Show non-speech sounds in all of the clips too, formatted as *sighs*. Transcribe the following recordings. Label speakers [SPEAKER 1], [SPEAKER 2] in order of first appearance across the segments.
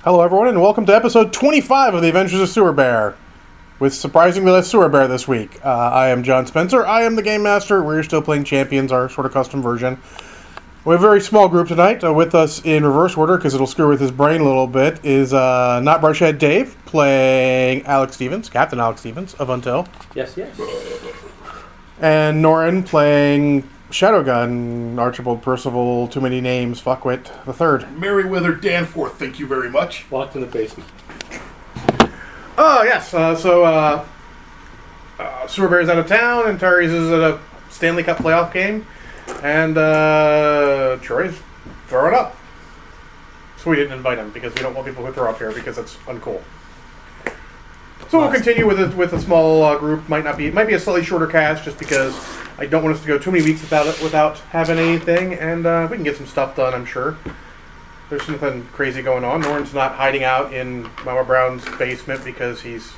[SPEAKER 1] Hello, everyone, and welcome to episode 25 of The Adventures of Sewer Bear. With surprisingly less Sewer Bear this week. Uh, I am John Spencer. I am the Game Master. We're still playing Champions, our sort of custom version. We have a very small group tonight. Uh, with us in reverse order, because it'll screw with his brain a little bit, is uh, Not Brushhead Dave playing Alex Stevens, Captain Alex Stevens of Until,
[SPEAKER 2] Yes, yes.
[SPEAKER 1] and Norin playing Shadowgun, Archibald Percival, Too Many Names, Fuckwit, the third.
[SPEAKER 3] Meriwether Danforth, thank you very much.
[SPEAKER 2] Locked in the basement.
[SPEAKER 1] Oh yes. Uh, so uh, uh, Super Bear's out of town, and Terry's is at a Stanley Cup playoff game, and uh, Troy's throwing up. So we didn't invite him because we don't want people who throw up here because it's uncool. So we'll continue with a, with a small uh, group. Might not be it might be a slightly shorter cast just because I don't want us to go too many weeks without it, without having anything, and uh, we can get some stuff done. I'm sure. There's nothing crazy going on. Norton's not hiding out in Mama Brown's basement because he's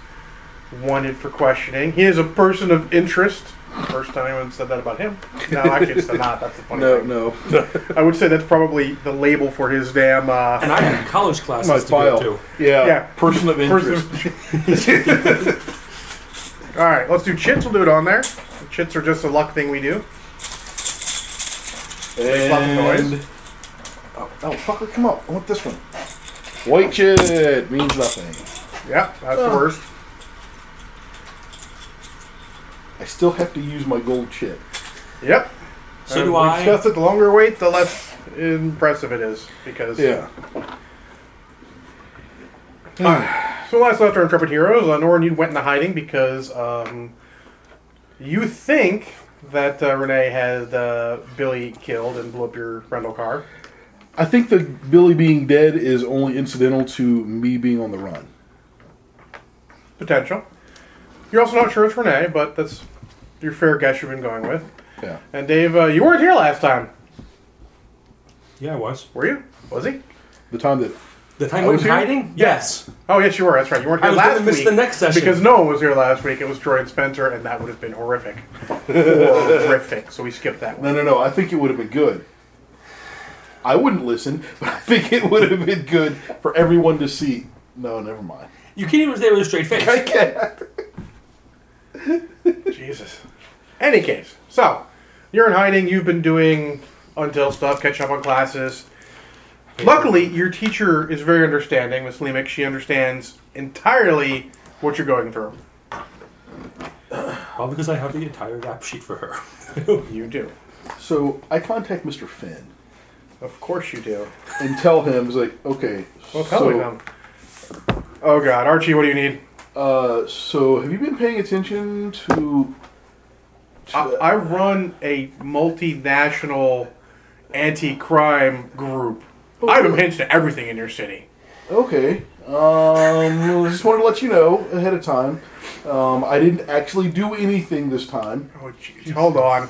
[SPEAKER 1] wanted for questioning. He is a person of interest. First time anyone said that about him. No, actually, it's not. That's the funny
[SPEAKER 4] No,
[SPEAKER 1] thing.
[SPEAKER 4] no.
[SPEAKER 1] I would say that's probably the label for his damn. Uh,
[SPEAKER 5] And I have college classes
[SPEAKER 4] My
[SPEAKER 5] to go
[SPEAKER 4] file.
[SPEAKER 5] to.
[SPEAKER 4] Yeah.
[SPEAKER 1] Yeah.
[SPEAKER 4] Person of
[SPEAKER 1] person *laughs*
[SPEAKER 4] interest.
[SPEAKER 1] All right, let's do chits. We'll do it on there. Chits are just a luck thing we do.
[SPEAKER 4] and
[SPEAKER 1] noise.
[SPEAKER 4] oh, oh, fucker, come up. I want this one. White shit means nothing.
[SPEAKER 1] Yep, that's the worst.
[SPEAKER 4] I still have to use my gold shit.
[SPEAKER 1] Yep.
[SPEAKER 5] So
[SPEAKER 1] And
[SPEAKER 5] do
[SPEAKER 1] we
[SPEAKER 5] I.
[SPEAKER 1] discussed it. The longer we wait, the less impressive it is because
[SPEAKER 4] Yeah.
[SPEAKER 1] So last left our intrepid heroes, uh, Norin, you went into hiding because um, you think that uh, Renee had uh, Billy killed and blew up your rental car.
[SPEAKER 4] I think the Billy being dead is only incidental to me being on the run.
[SPEAKER 1] Potential. You're also not sure it's Renee, but that's your fair guess you've been going with.
[SPEAKER 4] Yeah.
[SPEAKER 1] And Dave, uh, you weren't here last time,
[SPEAKER 5] Yeah, I was.
[SPEAKER 1] were you? Was he?
[SPEAKER 4] The time that
[SPEAKER 5] The time
[SPEAKER 4] I
[SPEAKER 5] we were
[SPEAKER 4] was here?
[SPEAKER 5] hiding? Yes.
[SPEAKER 1] Oh yes, you were. That's right. You weren't
[SPEAKER 5] I
[SPEAKER 1] here
[SPEAKER 5] was
[SPEAKER 1] last
[SPEAKER 5] going to miss
[SPEAKER 1] week
[SPEAKER 5] the next session.
[SPEAKER 1] because no one was here last week. It was Troy and Spencer, and that would have been horrific. horrific. So we skipped that one.
[SPEAKER 4] No, no, no. I think it would have been good. I wouldn't listen, *laughs* but I think it would have been good for everyone to see. No, never mind.
[SPEAKER 5] you can't even say with a straight face.
[SPEAKER 4] I can't.
[SPEAKER 1] Jesus. Any case, so you're in hiding. You've been doing until stuff, catching up on classes. Luckily, your teacher is very understanding, Miss Lemick. She understands entirely what you're going through.
[SPEAKER 5] Well, because I have the entire rap sheet for her.
[SPEAKER 1] You do,
[SPEAKER 4] So I contact Mr. Finn
[SPEAKER 1] of course, you do.
[SPEAKER 4] and tell him, it's like, okay.
[SPEAKER 1] Well, tell
[SPEAKER 4] so,
[SPEAKER 1] me them. Oh God, Archie, what do you need?
[SPEAKER 4] Uh, so have you been paying attention to? to
[SPEAKER 1] I, I run a multinational anti-crime group. I've been pinched to everything in your city.
[SPEAKER 4] okay. Um, I just wanted to let you know ahead of time. Um, I didn't actually do anything this time.
[SPEAKER 1] Oh, jeez. Hold on.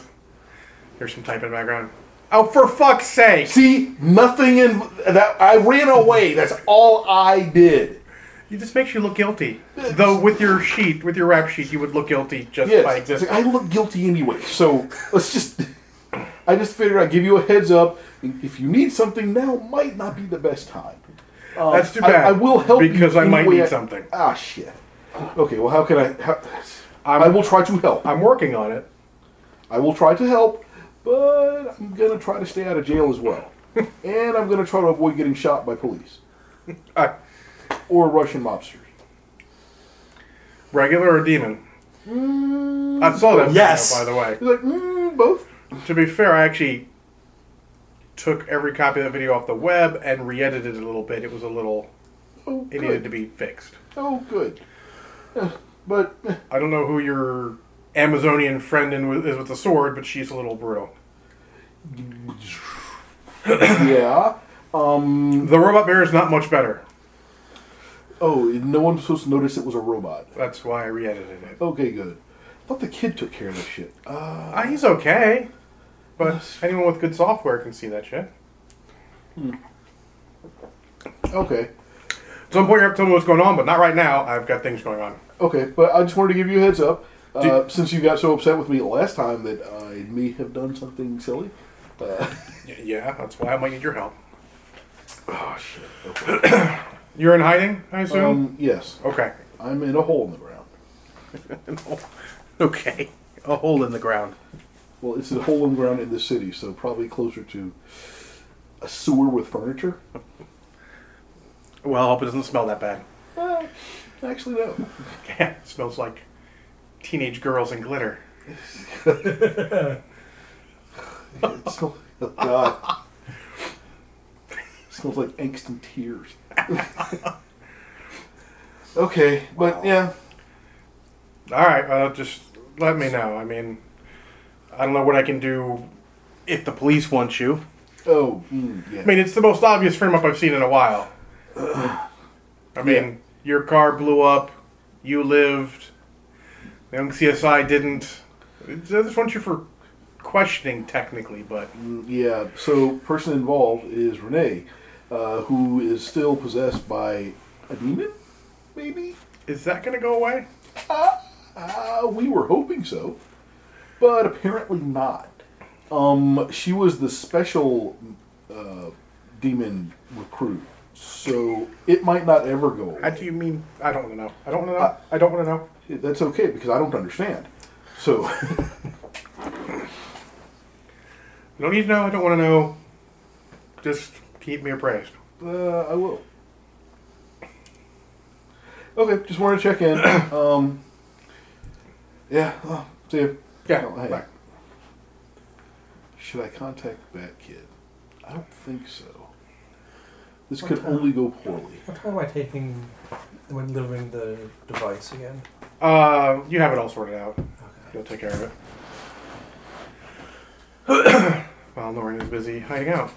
[SPEAKER 1] There's some typing in the background. Oh, for fuck's sake!
[SPEAKER 4] See, nothing in that. I ran away. That's all I did.
[SPEAKER 1] It just makes you look guilty. Though with your sheet, with your rap sheet, you would look guilty just by
[SPEAKER 4] Yes. It's like,
[SPEAKER 1] existing.
[SPEAKER 4] I look guilty anyway, so let's just. I just figured I'd give you a heads up. If you need something now, might not be the best time. Um,
[SPEAKER 1] That's too
[SPEAKER 4] I-
[SPEAKER 1] bad,
[SPEAKER 4] I, will help you
[SPEAKER 1] because I
[SPEAKER 4] any
[SPEAKER 1] might
[SPEAKER 4] way
[SPEAKER 1] need
[SPEAKER 4] I-
[SPEAKER 1] something.
[SPEAKER 4] Ah, shit. Okay, well, how can I? How,
[SPEAKER 1] I'm-
[SPEAKER 4] I will try to help.
[SPEAKER 1] I'm working on it.
[SPEAKER 4] I will try to help, but I'm gonna try to stay out of jail as
[SPEAKER 1] *laughs*
[SPEAKER 4] well, and I'm gonna try to avoid getting shot by police
[SPEAKER 1] Uh,
[SPEAKER 4] or Russian mobsters.
[SPEAKER 1] regular or demon? I saw that.
[SPEAKER 5] Yes.
[SPEAKER 1] Video, by the way,
[SPEAKER 4] He's like, mm, both.
[SPEAKER 1] to be fair, I actually took every copy of that video off the web and re-edited it a little bit. It was a little.
[SPEAKER 4] Oh,
[SPEAKER 1] It needed to
[SPEAKER 4] good.
[SPEAKER 1] be fixed.
[SPEAKER 4] Oh, good. Eh, But eh, *coughs*
[SPEAKER 1] I don't know who your Amazonian friend in with, is with the sword, but she's a little brutal.
[SPEAKER 4] yeah. Um.
[SPEAKER 1] The robot bear is not much better.
[SPEAKER 4] Oh, no one was supposed to notice it was a robot.
[SPEAKER 1] That's why I re-edited it.
[SPEAKER 4] Okay, good. I thought the kid took care of this shit. Uh,
[SPEAKER 1] Ah, he's okay, but anyone with good software can see that shit.
[SPEAKER 4] okay,
[SPEAKER 1] At some point, you have to tell me what's going on, but not right now. I've got things going on.
[SPEAKER 4] okay, but I just wanted to give you a heads up. Uh,
[SPEAKER 1] Did-
[SPEAKER 4] since you got so upset with me last time that I may have done something silly. Uh,
[SPEAKER 1] Y- yeah, that's why I might need your help.
[SPEAKER 4] oh shit. Okay.
[SPEAKER 1] You're in hiding, I assume?
[SPEAKER 4] Um, yes,
[SPEAKER 1] okay.
[SPEAKER 4] I'm in a hole in the ground.
[SPEAKER 1] *laughs* Okay. A hole in the ground.
[SPEAKER 4] Well, it's a hole in the ground in the city, so probably closer to a sewer with furniture.
[SPEAKER 1] Well, I hope it doesn't smell that bad. *laughs*
[SPEAKER 4] Eh, actually, no.
[SPEAKER 1] Yeah, it smells like teenage girls and glitter.
[SPEAKER 4] It smells, oh God. It smells like angst and tears. *laughs* okay, but yeah.
[SPEAKER 1] All right, uh, just let me know. I mean, I don't know what I can do if the police want you.
[SPEAKER 4] Oh, mm, yeah.
[SPEAKER 1] I mean, it's the most obvious frame up I've seen in a while. I mean,
[SPEAKER 4] Yeah.
[SPEAKER 1] your car blew up, you lived, the young CSI didn't. I just want you for questioning, technically, but
[SPEAKER 4] Yeah, so person involved is Renee, uh, who is still possessed by a demon, maybe?
[SPEAKER 1] is that going to go away?
[SPEAKER 4] Uh, we were hoping so, but apparently not. Um, she was the special uh, demon recruit, so it might not ever go away.
[SPEAKER 1] How do you mean? I don't want to know. I don't want to know. I don't want to know.
[SPEAKER 4] That's okay because I don't understand. So, *laughs*
[SPEAKER 1] I don't need to know. I don't want to know. Just keep me appraised.
[SPEAKER 4] uh, I will. Okay, just wanted to check in. *coughs* um, yeah, oh, see you.
[SPEAKER 1] Yeah.
[SPEAKER 4] Oh, hey.
[SPEAKER 1] bye.
[SPEAKER 4] Should I contact Bat Kid? I don't think so. This could only go poorly.
[SPEAKER 2] What time am I taking when delivering the device again?
[SPEAKER 1] Uh, you have it all sorted out. You'll take care of it. *clears throat* While Lauren is busy hiding out.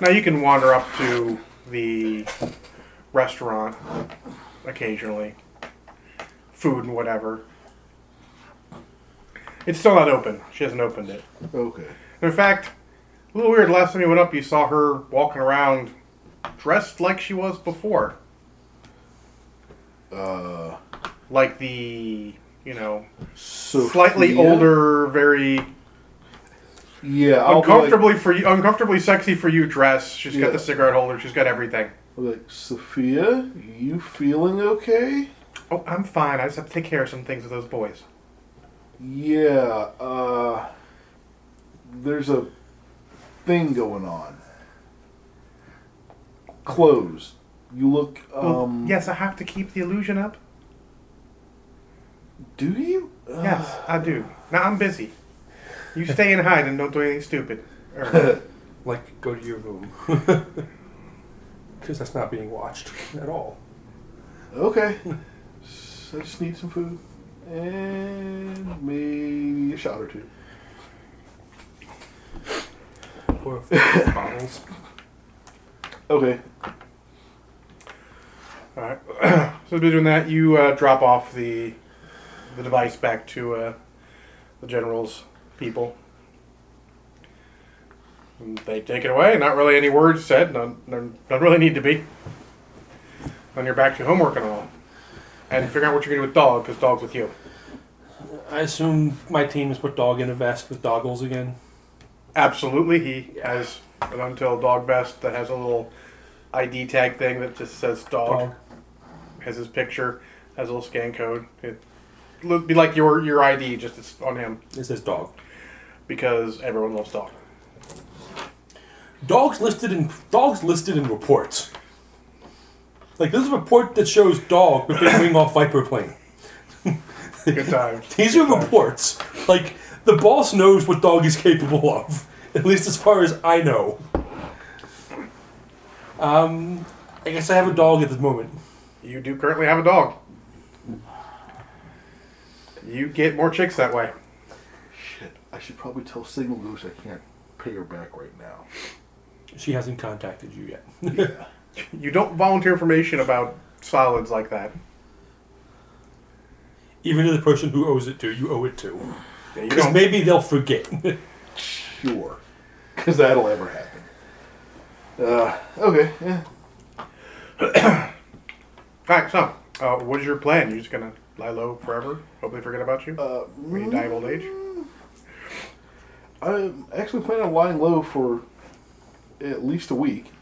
[SPEAKER 1] Now you can wander up to the restaurant occasionally. Food and whatever. It's still not open. She hasn't opened it.
[SPEAKER 4] Okay.
[SPEAKER 1] In fact, a little weird. Last time you went up, you saw her walking around dressed like she was before.
[SPEAKER 4] Uh,
[SPEAKER 1] Like the, you know,
[SPEAKER 4] so
[SPEAKER 1] slightly older, very
[SPEAKER 4] Yeah, I'll be like-
[SPEAKER 1] uncomfortably for you, uncomfortably sexy for you dress. She's got
[SPEAKER 4] Yeah.
[SPEAKER 1] the cigarette holder. She's got everything.
[SPEAKER 4] I'll be like, Sophia, you feeling okay?
[SPEAKER 1] Oh, I'm fine. I just have to take care of some things with those boys.
[SPEAKER 4] Yeah. Uh, there's a thing going on. Clothes. You look.
[SPEAKER 1] Well,
[SPEAKER 4] Um,
[SPEAKER 1] yes, I have to keep the illusion up.
[SPEAKER 4] Do you?
[SPEAKER 1] Yes, I do. Now I'm busy. You stay and hide and don't do anything stupid. Or-
[SPEAKER 5] Like, go to your room. *laughs* Because that's not being watched at all.
[SPEAKER 4] Okay. so I just need some food and maybe a shot or two.
[SPEAKER 5] Or *laughs* bottles.
[SPEAKER 4] Okay.
[SPEAKER 1] All right. *clears throat* so doing that, you uh, drop off the the device back to uh, the general's people. And they take it away. Not really any words said. None, none, none really need to be. Then you're back to homework and all, and figure out what you're gonna do with dog because dog's with you.
[SPEAKER 5] I assume my team has put dog in a vest with doggles again.
[SPEAKER 1] Absolutely, he has an until dog vest that has a little ID tag thing that just says dog.
[SPEAKER 5] Dog.
[SPEAKER 1] Has his picture, has a little scan code. It would be like your your ID, just it's on him
[SPEAKER 5] It says dog.
[SPEAKER 1] because everyone loves dog.
[SPEAKER 5] Dogs listed in dogs listed in reports. Like there's a report that shows dog with *coughs* a wing off Viper plane.
[SPEAKER 4] *laughs*
[SPEAKER 1] Good time.
[SPEAKER 5] These are reports. Like the boss knows what dog is capable of. *laughs* At least as far as I know. Um, I guess I have a dog at the moment.
[SPEAKER 1] You do currently have a dog. You get more chicks that way.
[SPEAKER 4] Shit. I should probably tell Signal Goose I can't pay her back right now.
[SPEAKER 5] She hasn't contacted you yet. *laughs*
[SPEAKER 4] Yeah.
[SPEAKER 1] You don't volunteer information about solids like that.
[SPEAKER 5] Even to the person who owes it to, you owe it to.
[SPEAKER 1] Yeah, you
[SPEAKER 5] Because
[SPEAKER 1] don't.
[SPEAKER 5] maybe they'll forget. *laughs*
[SPEAKER 4] sure. Because that'll ever happen. Uh, okay. Yeah.
[SPEAKER 1] All right, so uh, what is your plan? You're just gonna lie low forever, hope they forget about you
[SPEAKER 4] Uh, mm,
[SPEAKER 1] when you die of old age.
[SPEAKER 4] I'm actually planning on lying low for at least a week.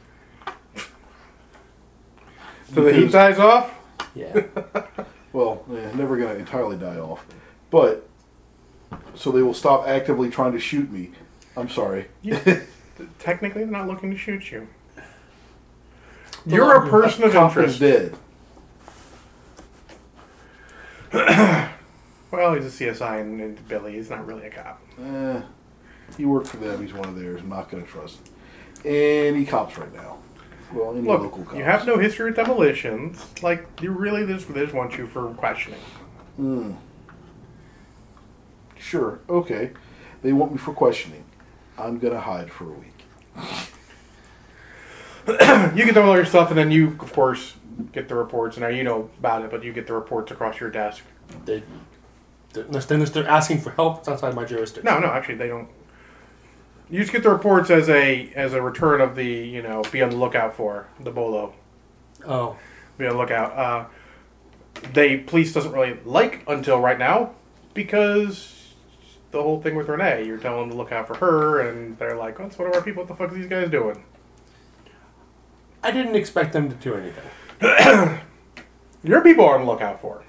[SPEAKER 1] So the heat
[SPEAKER 4] Because-
[SPEAKER 1] dies off.
[SPEAKER 5] Yeah.
[SPEAKER 4] Well, eh, never going to entirely die off. But, so they will stop actively trying to shoot me. I'm sorry. *laughs*
[SPEAKER 1] Technically, they're not looking to shoot you. You're a person of
[SPEAKER 4] Cop is
[SPEAKER 1] interest.
[SPEAKER 4] dead.
[SPEAKER 1] Well, he's a CSI and, and Billy. He's not really a cop.
[SPEAKER 4] Eh, he worked for them. He's one of theirs. I'm not going to trust any cops right now. Well, any
[SPEAKER 1] Look,
[SPEAKER 4] local cops.
[SPEAKER 1] you have no history with demolitions. Like, you really just, they just want you for questioning.
[SPEAKER 4] Sure. Okay. They want me for questioning. I'm going to hide for a week.
[SPEAKER 1] You get all your stuff, and then you, of course, get the reports. And now you know about it, but you get the reports across your desk.
[SPEAKER 5] They, they- unless they're, unless they're asking for help, it's outside my jurisdiction.
[SPEAKER 1] No, no, actually, they don't. You just get the reports as a as a return of the you know be on the lookout for the bolo.
[SPEAKER 5] Oh.
[SPEAKER 1] be on the lookout. Uh, they police doesn't really like until right now because the whole thing with Renee. You're telling them to look out for her, and they're like, "That's one of our people. What the fuck are these guys doing?"
[SPEAKER 5] I didn't expect them to do anything.
[SPEAKER 1] Your people are on the lookout for.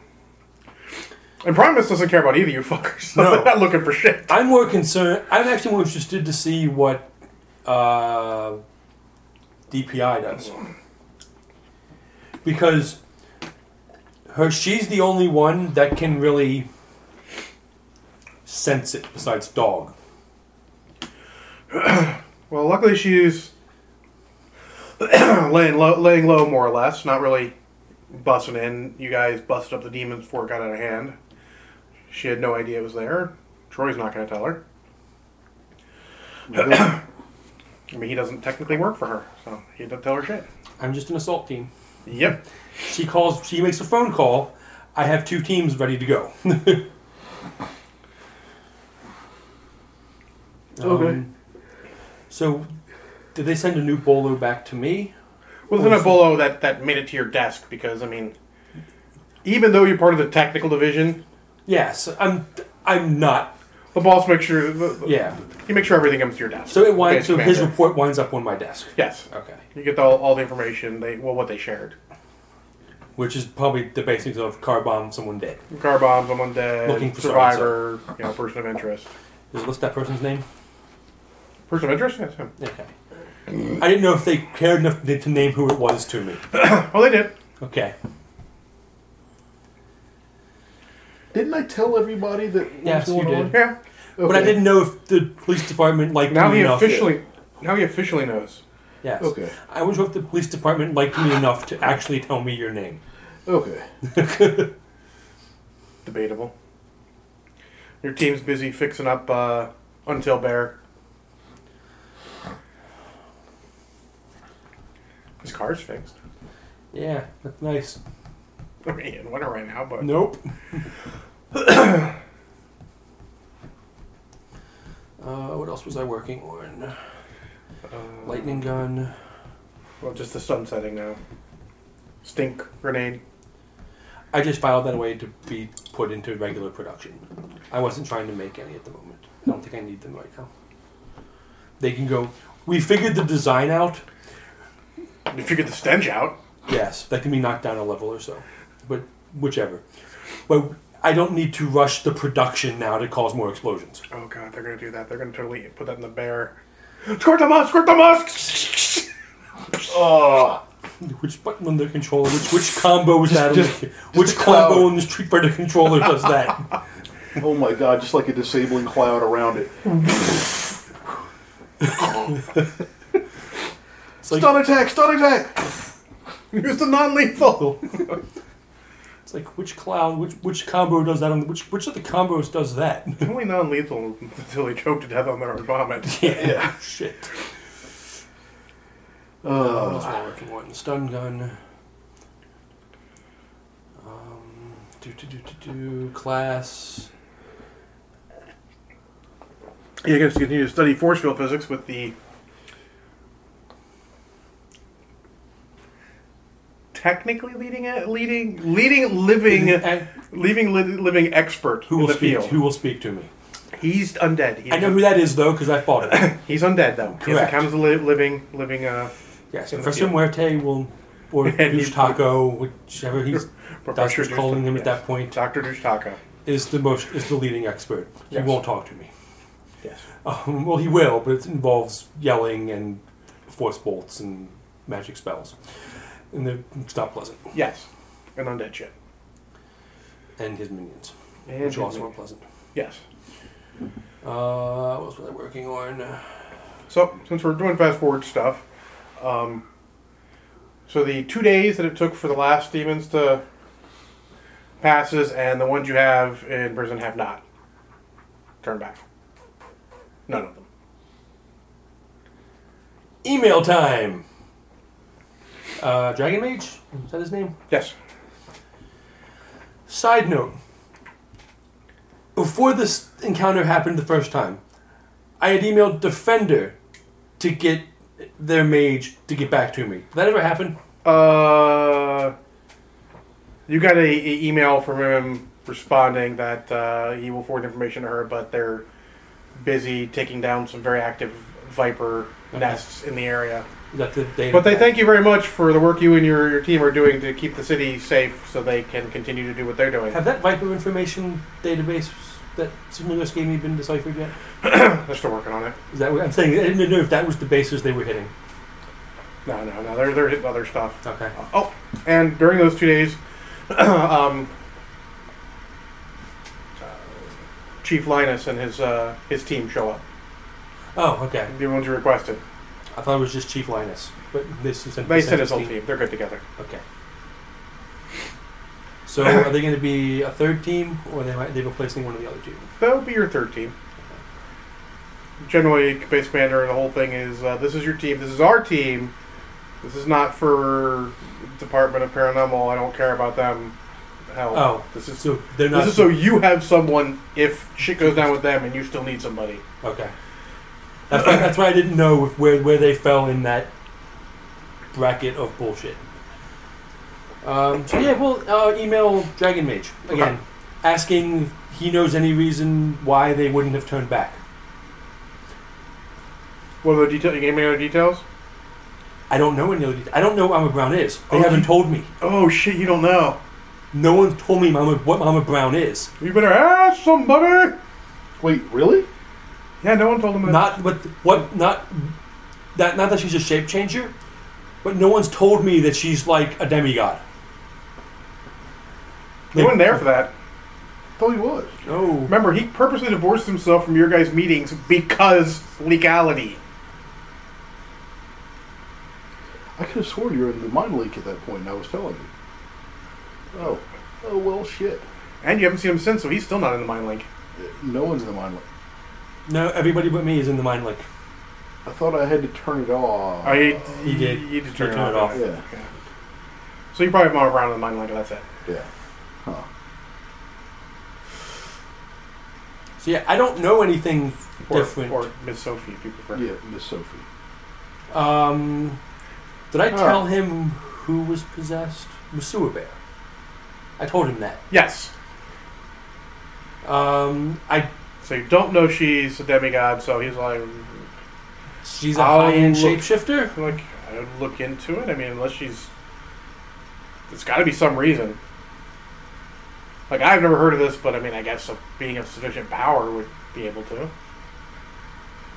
[SPEAKER 1] And Primus doesn't care about either you fuckers. *laughs* So
[SPEAKER 5] No.
[SPEAKER 1] they're not looking for shit.
[SPEAKER 5] I'm more concerned. I'm actually more interested to see what uh, DPI does because her she's the only one that can really sense it besides dog.
[SPEAKER 1] Well, luckily she's *clears throat* laying low, laying low more or less. Not really busting in. You guys busted up the demons before it got out of hand. She had no idea it was there. Troy's not going to tell her.
[SPEAKER 5] *coughs*
[SPEAKER 4] Nope.
[SPEAKER 1] I mean, he doesn't technically work for her, so he doesn't tell her shit.
[SPEAKER 5] I'm just an assault team.
[SPEAKER 1] Yep.
[SPEAKER 5] She calls. She makes a phone call. I have two teams ready to *laughs* go.
[SPEAKER 4] Okay.
[SPEAKER 5] Um, so, did they send a new bolo back to me?
[SPEAKER 1] Well, there's an Bolo that, that made it to your desk because, I mean, even though you're part of the technical division,
[SPEAKER 5] Yes, I'm. I'm not.
[SPEAKER 1] the boss makes sure the- the-
[SPEAKER 5] Yeah.
[SPEAKER 1] he makes sure everything comes to your desk.
[SPEAKER 5] So it winds.
[SPEAKER 1] Okay,
[SPEAKER 5] so his
[SPEAKER 1] commander.
[SPEAKER 5] report winds up on my desk.
[SPEAKER 1] Yes,
[SPEAKER 5] Okay.
[SPEAKER 1] you get all, all the information. They well, what they shared:
[SPEAKER 5] Which is probably the basics of car bomb someone dead.
[SPEAKER 1] car bomb, someone dead,
[SPEAKER 5] Looking for
[SPEAKER 1] survivor, you know, person of interest.
[SPEAKER 5] Is it list that person's name?
[SPEAKER 1] Person of interest? Yes. him.
[SPEAKER 5] Okay. I didn't know if they cared enough to to name who it was to me.
[SPEAKER 1] Oh, they did.
[SPEAKER 5] Okay.
[SPEAKER 4] Didn't I tell everybody that what
[SPEAKER 5] Yes,
[SPEAKER 4] was going
[SPEAKER 5] you
[SPEAKER 4] on?
[SPEAKER 5] did.
[SPEAKER 1] Yeah.
[SPEAKER 5] But I
[SPEAKER 4] Okay.
[SPEAKER 5] didn't know if the police department liked
[SPEAKER 1] Now
[SPEAKER 5] me
[SPEAKER 1] he
[SPEAKER 5] enough.
[SPEAKER 1] officially, now he officially knows.
[SPEAKER 5] Yes.
[SPEAKER 4] Okay.
[SPEAKER 5] I was if the police department liked me enough to actually tell me your name.
[SPEAKER 4] Okay.
[SPEAKER 1] Debatable. Your team's busy fixing up uh, Until Bear. His car's fixed. *laughs*
[SPEAKER 5] Yeah, that's nice.
[SPEAKER 1] I mean, in winter right now, but
[SPEAKER 5] *coughs* Nope. uh, what else was I working on?
[SPEAKER 1] uh,
[SPEAKER 5] Lightning gun.
[SPEAKER 1] Well, just the sun setting now. Stink grenade.
[SPEAKER 5] I just filed that away to be put into regular production. I wasn't trying to make any at the moment. I don't think I need them right now. They can go. We figured the design out.
[SPEAKER 1] If you get the stench out,
[SPEAKER 5] Yes, that can be knocked down a level or so, but whichever. But I don't need to rush the production now to cause more explosions.
[SPEAKER 1] oh god, they're gonna do that. They're gonna totally put that in the bear. *gasps* Squirt the musk. Squirt the musk. *laughs*
[SPEAKER 4] Oh,
[SPEAKER 5] Which button on the controller? Which which combo is that? on
[SPEAKER 4] just-
[SPEAKER 5] the,
[SPEAKER 4] just
[SPEAKER 5] which
[SPEAKER 4] a cloud.
[SPEAKER 5] combo on the Street Fighter controller does that?
[SPEAKER 4] oh my god, just like a disabling cloud around
[SPEAKER 5] *laughs*
[SPEAKER 4] it.
[SPEAKER 5] It's like
[SPEAKER 4] Stun attack, stun attack!
[SPEAKER 1] Use the non-lethal.
[SPEAKER 5] it's like which cloud? Which which combo does that? On the, which which of the combos does that?
[SPEAKER 1] Only non-lethal until they choke to death on their own vomit.
[SPEAKER 5] *laughs* yeah. Shit. What
[SPEAKER 4] Uh,
[SPEAKER 5] else am I working on? Stun gun. Um, do do do do do class.
[SPEAKER 1] You're going to continue to study force field physics with the technically leading a, leading leading living
[SPEAKER 5] And
[SPEAKER 1] leaving li- living expert
[SPEAKER 5] who
[SPEAKER 1] in
[SPEAKER 5] will
[SPEAKER 1] the
[SPEAKER 5] speak?
[SPEAKER 1] field.
[SPEAKER 5] Who will speak to me?
[SPEAKER 1] He's undead. He's,
[SPEAKER 5] I know who that is though, because I fought it.
[SPEAKER 1] *laughs* he's undead though. He has to
[SPEAKER 5] Correct.
[SPEAKER 1] count as a li- living living. Uh,
[SPEAKER 5] yes,
[SPEAKER 1] In the
[SPEAKER 5] Professor
[SPEAKER 1] field.
[SPEAKER 5] Muerte will or
[SPEAKER 1] And
[SPEAKER 5] Douche
[SPEAKER 1] you-
[SPEAKER 5] Taco, whichever he's that's
[SPEAKER 1] Professor
[SPEAKER 5] what's calling him at
[SPEAKER 1] Douche-
[SPEAKER 5] that point,
[SPEAKER 1] Dr. Douche Taka.
[SPEAKER 5] is the most is the leading expert.
[SPEAKER 1] Yes.
[SPEAKER 5] He won't talk to me.
[SPEAKER 1] Yes.
[SPEAKER 5] Um, well, he will, but it involves yelling and force bolts and magic spells, and they're- it's not pleasant.
[SPEAKER 1] Yes. And undead shit.
[SPEAKER 5] And his minions,
[SPEAKER 1] And
[SPEAKER 5] which
[SPEAKER 1] his
[SPEAKER 5] are also
[SPEAKER 1] minions.
[SPEAKER 5] unpleasant.
[SPEAKER 1] Yes.
[SPEAKER 5] Uh, what else was I working on?
[SPEAKER 1] So, since we're doing fast forward stuff, um, so the two days that it took for the last demons to passes and the ones you have in prison have not turned back. None of them.
[SPEAKER 5] Email time. Uh, Dragon Mage is that his name?
[SPEAKER 1] Yes.
[SPEAKER 5] Side note. Before this encounter happened the first time, I had emailed Defender to get their mage to get back to me. Did that ever happen?
[SPEAKER 1] Uh, you got a, a email from him responding that uh, he will forward information to her, but they're busy taking down some very active viper nests in the area.
[SPEAKER 5] Is that the data?
[SPEAKER 1] But they thank you very much for the work you and your, your team are doing to keep the city safe so they can continue to do what they're doing.
[SPEAKER 5] Have that Viper information database that Simulus gave me been deciphered yet?
[SPEAKER 1] They're still working on it.
[SPEAKER 5] Is that what I'm saying? I didn't know if that was the basis they were hitting.
[SPEAKER 1] No, no, no. They're, they're hitting other stuff.
[SPEAKER 5] Okay.
[SPEAKER 1] Oh, and during those two days, *clears throat* um, uh, Chief Linus and his uh, his team show up.
[SPEAKER 5] Oh, okay.
[SPEAKER 1] The ones you requested.
[SPEAKER 5] I thought it was just Chief Linus, but this is
[SPEAKER 1] They sent his whole team. They're good together.
[SPEAKER 5] Okay. So are they going to be a third team, or they might they replacing one of the other two?
[SPEAKER 1] That'll be your third team. Generally, base commander, the whole thing is uh, this is your team. This is our team. This is not for Department of Paranormal. I don't care about them. Hell,
[SPEAKER 5] Oh,
[SPEAKER 1] this is
[SPEAKER 5] so they're not.
[SPEAKER 1] this is so you have someone if shit goes down with them and you still need somebody.
[SPEAKER 5] okay. That's why, that's why I didn't know if, where where they fell in that bracket of bullshit. Um, so yeah, well, uh, email Dragon Mage again, asking if he knows any reason why they wouldn't have turned back.
[SPEAKER 1] What other detail? You gave me other details.
[SPEAKER 5] I don't know any other. det- I don't know what Mama Brown is. They
[SPEAKER 1] Oh,
[SPEAKER 5] haven't
[SPEAKER 1] you-
[SPEAKER 5] told me.
[SPEAKER 1] Oh shit! You don't know.
[SPEAKER 5] No one's told me Mama what Mama Brown is.
[SPEAKER 1] You better ask somebody.
[SPEAKER 4] Wait, really?
[SPEAKER 1] Yeah, no one told him that.
[SPEAKER 5] Not what what not that not that she's a shape changer, but no one's told me that she's like a demigod.
[SPEAKER 1] you weren't there for that.
[SPEAKER 4] thought he was.
[SPEAKER 5] No.
[SPEAKER 1] Remember, he purposely divorced himself from your guys' meetings because legality.
[SPEAKER 4] I could have sworn you were in the mind leak at that point, and I was telling you. Oh, oh well, shit.
[SPEAKER 1] And you haven't seen him since, so he's still not in the mind link.
[SPEAKER 4] No one's in the mind leak.
[SPEAKER 5] No, everybody but me is in the mind like
[SPEAKER 4] I thought I had to turn it off.
[SPEAKER 1] Oh, you,
[SPEAKER 5] He
[SPEAKER 1] you-
[SPEAKER 5] did.
[SPEAKER 1] You did
[SPEAKER 5] He
[SPEAKER 1] turn it
[SPEAKER 5] turned
[SPEAKER 1] off.
[SPEAKER 5] it
[SPEAKER 1] yeah.
[SPEAKER 4] yeah,
[SPEAKER 1] So you probably have Mama Brown in the mind link, that's it.
[SPEAKER 4] yeah. Huh.
[SPEAKER 5] so yeah, I don't know anything
[SPEAKER 1] Or,
[SPEAKER 5] different.
[SPEAKER 1] Or Miss Sophie, if you prefer.
[SPEAKER 4] Yeah, Miss Sophie.
[SPEAKER 5] um did I
[SPEAKER 4] Huh.
[SPEAKER 5] tell him who was possessed? Masua Bear. I told him that.
[SPEAKER 1] Yes.
[SPEAKER 5] Um I
[SPEAKER 1] So you don't know she's a demigod, so he's like,
[SPEAKER 5] she's a
[SPEAKER 1] I'll
[SPEAKER 5] high end
[SPEAKER 1] look-
[SPEAKER 5] shapeshifter?
[SPEAKER 1] like I would look into it. I mean, unless she's, there's got to be some reason. Like I've never heard of this, but I mean, I guess a being of sufficient power would be able to.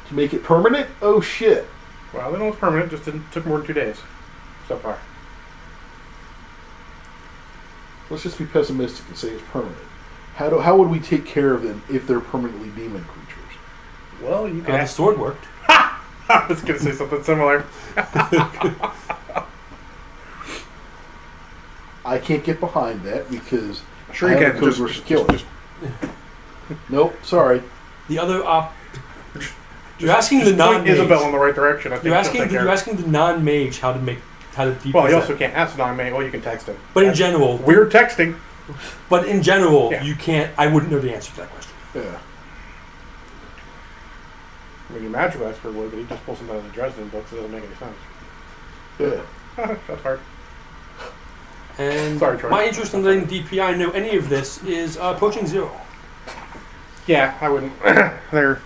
[SPEAKER 4] To make it permanent? Oh shit.
[SPEAKER 1] Well, they know it's permanent. Just didn't, took more than two days so far.
[SPEAKER 4] Let's just be pessimistic and say it's permanent. How do how would we take care of them if they're permanently demon creatures?
[SPEAKER 1] Well, you
[SPEAKER 5] Uh, the sword worked.
[SPEAKER 1] *laughs* I was going to say something similar.
[SPEAKER 4] I can't get behind that because
[SPEAKER 1] Sure, you
[SPEAKER 4] I have
[SPEAKER 1] can.
[SPEAKER 4] a code
[SPEAKER 1] Just-
[SPEAKER 4] word for killer. nope, sorry.
[SPEAKER 5] The other op You're asking the
[SPEAKER 1] Just
[SPEAKER 5] non
[SPEAKER 1] point Isabel in the right direction. I think
[SPEAKER 5] You're
[SPEAKER 1] she'll
[SPEAKER 5] asking
[SPEAKER 1] take care
[SPEAKER 5] you're
[SPEAKER 1] of it.
[SPEAKER 5] asking the non mage how to make how to deep
[SPEAKER 1] Well, you also can't ask non mate. Well, you can text him.
[SPEAKER 5] But in
[SPEAKER 1] That's-
[SPEAKER 5] general,
[SPEAKER 1] we're texting.
[SPEAKER 5] but in general,
[SPEAKER 1] Yeah.
[SPEAKER 5] you can't. I wouldn't know the answer to that question.
[SPEAKER 4] Yeah.
[SPEAKER 1] I mean, your magical expert would, but he just pulls something out of the Dresden books. It doesn't make any sense.
[SPEAKER 4] Yeah.
[SPEAKER 1] That's hard.
[SPEAKER 5] And
[SPEAKER 1] Sorry, Troy.
[SPEAKER 5] my interest in letting DPI know any of this is uh, approaching zero.
[SPEAKER 1] Yeah, I wouldn't. *coughs* there.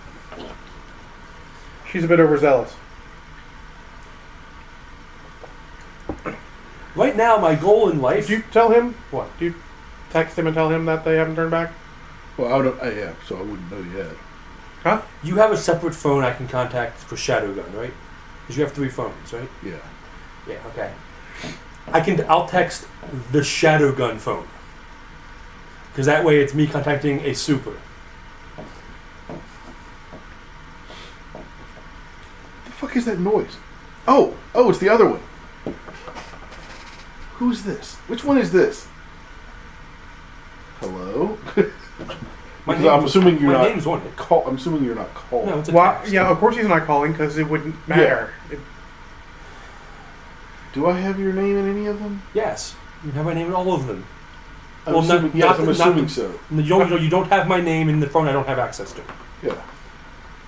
[SPEAKER 1] She's a bit overzealous.
[SPEAKER 5] Right right now, my goal in life.
[SPEAKER 1] Did you tell him?
[SPEAKER 5] What?
[SPEAKER 1] Do you text him and tell him that they haven't turned back?
[SPEAKER 4] Well, I don't. I, yeah, so I wouldn't know yet.
[SPEAKER 5] You have a separate phone I can contact for Shadowgun, right? Because you have three phones, right?
[SPEAKER 4] Yeah.
[SPEAKER 5] Yeah. Okay. I can. I'll text the Shadowgun phone. Because that way, it's me contacting a super.
[SPEAKER 4] What the fuck is that noise? Oh, oh, it's the other one. Who's this? Which one is this? Hello. *laughs*
[SPEAKER 5] My
[SPEAKER 4] Because I'm
[SPEAKER 5] name's-
[SPEAKER 4] assuming you're
[SPEAKER 5] my
[SPEAKER 4] not-
[SPEAKER 5] name's on it.
[SPEAKER 4] Call. I'm assuming you're not called.
[SPEAKER 5] No, it's a
[SPEAKER 1] Why?
[SPEAKER 5] text.
[SPEAKER 1] Yeah, of course he's not calling because it wouldn't matter. It-
[SPEAKER 4] Do I have your name in any of them?
[SPEAKER 5] Yes. You have my name in all of them.
[SPEAKER 4] I'm
[SPEAKER 5] Well, not-
[SPEAKER 4] assuming, yes,
[SPEAKER 5] not-
[SPEAKER 4] I'm
[SPEAKER 5] not-
[SPEAKER 4] assuming so.
[SPEAKER 5] And You don't, you don't have my name in the phone. I don't have access to
[SPEAKER 4] Yeah,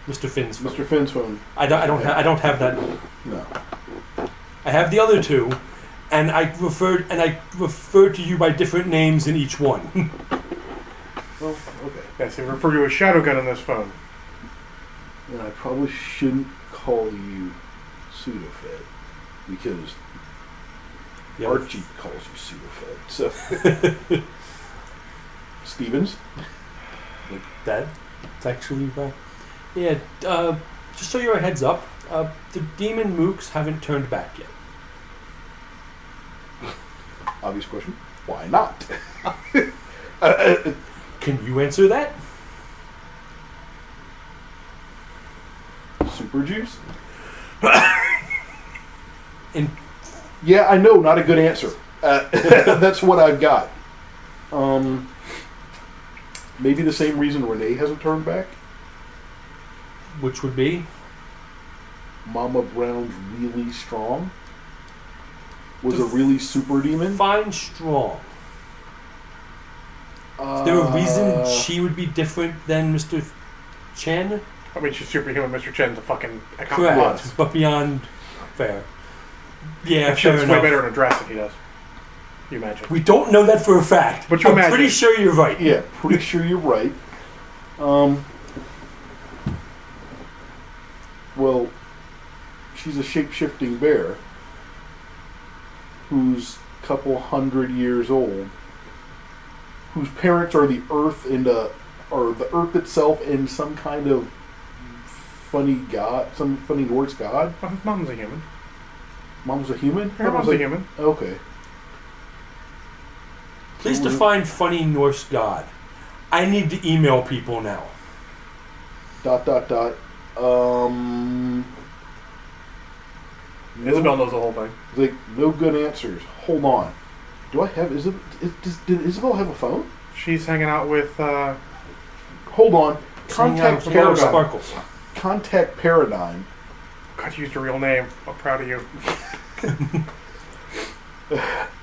[SPEAKER 5] Mr. Finn's phone.
[SPEAKER 4] Mr. Finn's phone.
[SPEAKER 5] I don't. I don't. Ha- I don't have that.
[SPEAKER 4] No.
[SPEAKER 5] I have the other two, and I referred and I referred to you by different names in each one. *laughs*
[SPEAKER 4] Well, okay.
[SPEAKER 1] Yes, they refer to a shadow gun on this phone.
[SPEAKER 4] Then I probably shouldn't call you Sudafed because
[SPEAKER 5] Yeah.
[SPEAKER 4] Archie calls you Sudafed. So,
[SPEAKER 5] *laughs*
[SPEAKER 4] Stevens.
[SPEAKER 5] That it's actually uh, yeah. Uh, just so you're a heads up, uh, the demon mooks haven't turned back yet.
[SPEAKER 4] Obvious question. Why not? Uh, uh, uh,
[SPEAKER 5] Can you answer that?
[SPEAKER 4] Super juice.
[SPEAKER 5] *coughs* And
[SPEAKER 4] Yeah, I know. Not a good answer. Uh, *laughs* that's what I've got. Um, maybe the same reason Renee hasn't turned back.
[SPEAKER 5] which would be
[SPEAKER 4] Mama Brown's really strong was
[SPEAKER 5] The
[SPEAKER 4] a really super demon.
[SPEAKER 5] fine strong. Is
[SPEAKER 1] Uh,
[SPEAKER 5] there a reason
[SPEAKER 4] Uh,
[SPEAKER 5] she would be different than Mr. Chen?
[SPEAKER 1] I mean, she's superhuman. Mr. Chen's a fucking a cop.
[SPEAKER 5] Correct,
[SPEAKER 4] Yes.
[SPEAKER 5] but beyond fair. Yeah,
[SPEAKER 1] That shit's
[SPEAKER 5] fair
[SPEAKER 1] way
[SPEAKER 5] enough.
[SPEAKER 1] better in a dress than he does. You imagine?
[SPEAKER 5] We don't know that for a fact.
[SPEAKER 1] But you
[SPEAKER 5] I'm
[SPEAKER 1] imagine.
[SPEAKER 5] pretty sure you're right.
[SPEAKER 4] Yeah, pretty sure you're right. Um, well, she's a shape shifting bear who's a couple hundred years old, whose parents are the earth and uh, or the earth itself and some kind of funny god, some funny Norse god.
[SPEAKER 1] Well, his mom's a human.
[SPEAKER 4] Mom's a human.
[SPEAKER 1] Her mom's a
[SPEAKER 4] Like-
[SPEAKER 1] human.
[SPEAKER 4] Okay.
[SPEAKER 5] Please define funny Norse god. I need to email people now.
[SPEAKER 4] Dot dot dot. Um. no-
[SPEAKER 1] Isabel knows the whole thing.
[SPEAKER 4] Like no good answers. Hold on. Do I have Isabel? Is, does, did Isabel have a phone?
[SPEAKER 1] She's hanging out with. Uh,
[SPEAKER 4] Hold on.
[SPEAKER 5] Hang on,
[SPEAKER 4] Contact
[SPEAKER 5] Sparkle
[SPEAKER 4] Paradigm.
[SPEAKER 5] Sparkles.
[SPEAKER 4] Contact Paradigm.
[SPEAKER 1] God, you used her real name. I'm proud of you.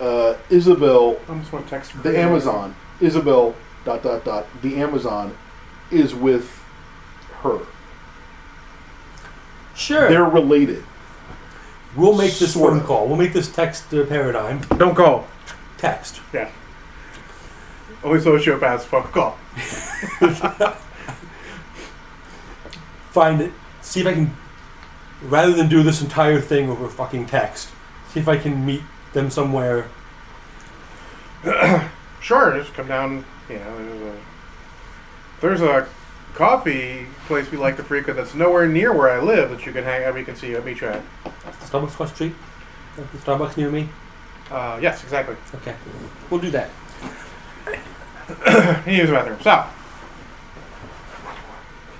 [SPEAKER 4] Uh, Isabel,
[SPEAKER 1] I almost want to text her.
[SPEAKER 4] the Amazon. Isabel. Dot dot dot. The Amazon is with her.
[SPEAKER 5] Sure.
[SPEAKER 4] They're related.
[SPEAKER 5] we'll make this
[SPEAKER 4] Sort
[SPEAKER 5] phone
[SPEAKER 4] of.
[SPEAKER 5] call. We'll make this text to paradigm.
[SPEAKER 1] Don't call.
[SPEAKER 5] Text.
[SPEAKER 1] Yeah. Only sociopaths phone call.
[SPEAKER 5] Find it. See if I can, rather than do this entire thing over fucking text, see if I can meet them somewhere.
[SPEAKER 1] Sure, just come down. You know, there's a, there's a coffee place we like to frequent that's nowhere near where I live that you can hang out. We can see a beach at.
[SPEAKER 5] At the Starbucks across the street? At the Starbucks near me?
[SPEAKER 1] Uh, yes, exactly.
[SPEAKER 5] Okay. We'll do that.
[SPEAKER 1] He needs a bathroom. So,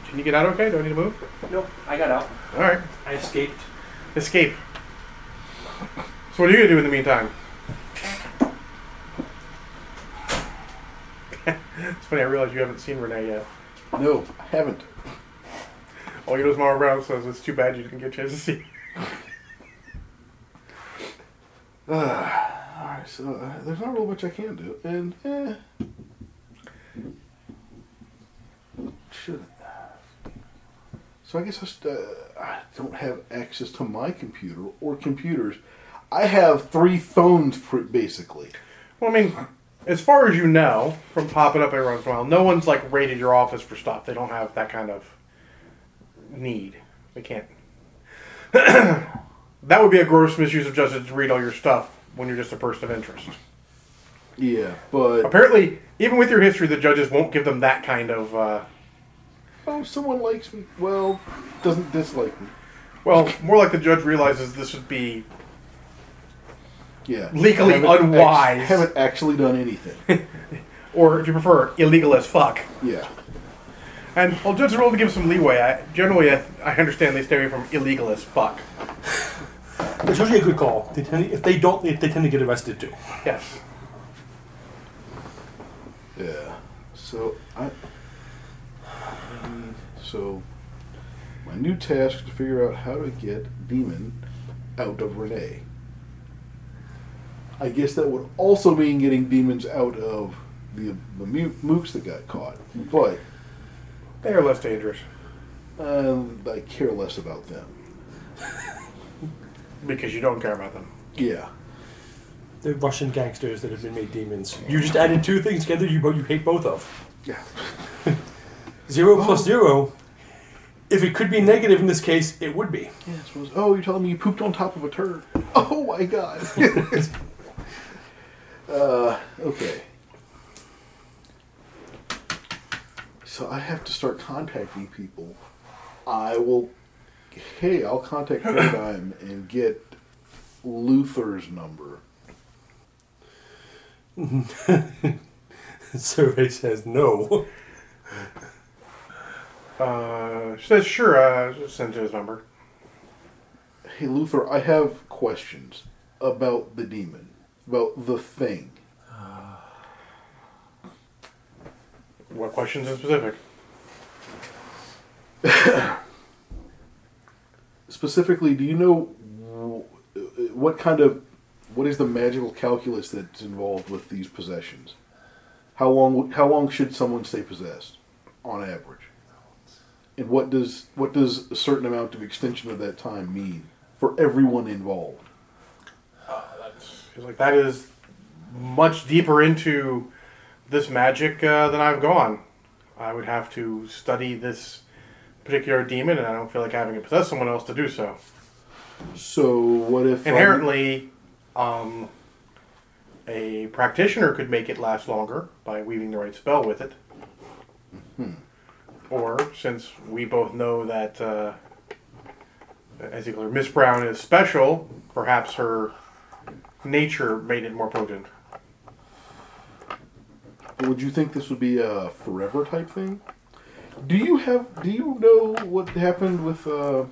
[SPEAKER 1] can you get out okay? Do I need to move?
[SPEAKER 5] Nope. I got out.
[SPEAKER 1] All right,
[SPEAKER 5] I escaped.
[SPEAKER 1] escape. So, what are you gonna do in the meantime? *laughs* it's funny. I realize you haven't seen Renee yet.
[SPEAKER 4] No, I haven't.
[SPEAKER 1] All you know is Mara Brown says it's too bad you didn't get a chance to see.
[SPEAKER 4] All right. So uh, there's not really much I can do, and eh, should. So I guess I, st- uh, I don't have access to my computer or computers. I have three phones, pr- basically.
[SPEAKER 1] Well, I mean, as far as you know, from popping up every once in a while, no one's like raided your office for stuff. They don't have that kind of need. *clears throat* They can't. that would be a gross misuse of justice to read all your stuff when you're just a person of interest.
[SPEAKER 4] Yeah, but
[SPEAKER 1] Apparently, even with your history, the judges won't give them that kind of. Uh,
[SPEAKER 4] oh, someone likes me. Well, doesn't dislike me.
[SPEAKER 1] well, more like the judge realizes this would be
[SPEAKER 4] Yeah,
[SPEAKER 1] Legally
[SPEAKER 4] Haven't act-
[SPEAKER 1] unwise.
[SPEAKER 4] haven't actually done
[SPEAKER 1] *laughs*
[SPEAKER 4] anything.
[SPEAKER 1] or if you prefer, illegal as fuck.
[SPEAKER 4] yeah,
[SPEAKER 1] And well, judges are willing to give some leeway. I, generally, I, I understand they stay away from illegal as fuck.
[SPEAKER 5] It's usually a good call. They tend if they don't, they, they tend to get arrested too.
[SPEAKER 1] Yes.
[SPEAKER 4] yeah. So I. I need- So, my new task is to figure out how to get Demon out of Renee. I guess that would also mean getting demons out of the the mu- mooks that got caught, but
[SPEAKER 1] They are less dangerous
[SPEAKER 4] uh, I care less about them.
[SPEAKER 1] because you don't care about them.
[SPEAKER 4] Yeah.
[SPEAKER 5] The Russian gangsters that have been made demons. You just added two things together you bo- you hate both of.
[SPEAKER 4] Yeah.
[SPEAKER 5] Zero plus zero. If it could be negative in this case, it would be. *laughs*
[SPEAKER 4] Yeah, I suppose. Oh, you're telling me you pooped on top of a turd. *laughs* Oh my god. *laughs* uh, okay. So I have to start contacting people. I will. Hey, I'll contact Paradigm and get Luther's number.
[SPEAKER 5] Survey says no.
[SPEAKER 1] Uh, she says, sure, uh, send his number.
[SPEAKER 4] Hey, Luther, I have questions about the demon, about the thing.
[SPEAKER 1] What questions in specific?
[SPEAKER 4] specifically, do you know wh- what kind of what is the magical calculus that's involved with these possessions? How long how long should someone stay possessed on average? And what does what does a certain amount of extension of that time mean for everyone involved?
[SPEAKER 1] She's like, that is much deeper into this magic uh, than I've gone. I would have to study this particular demon, and I don't feel like having to possess someone else to do so.
[SPEAKER 4] So what if um,
[SPEAKER 1] Inherently, um, a practitioner could make it last longer by weaving the right spell with it. Or, since we both know that uh, as equal, Miss Brown is special, perhaps her nature made it more potent.
[SPEAKER 4] would you think this would be a forever type thing? Do you have do you know what happened with uh,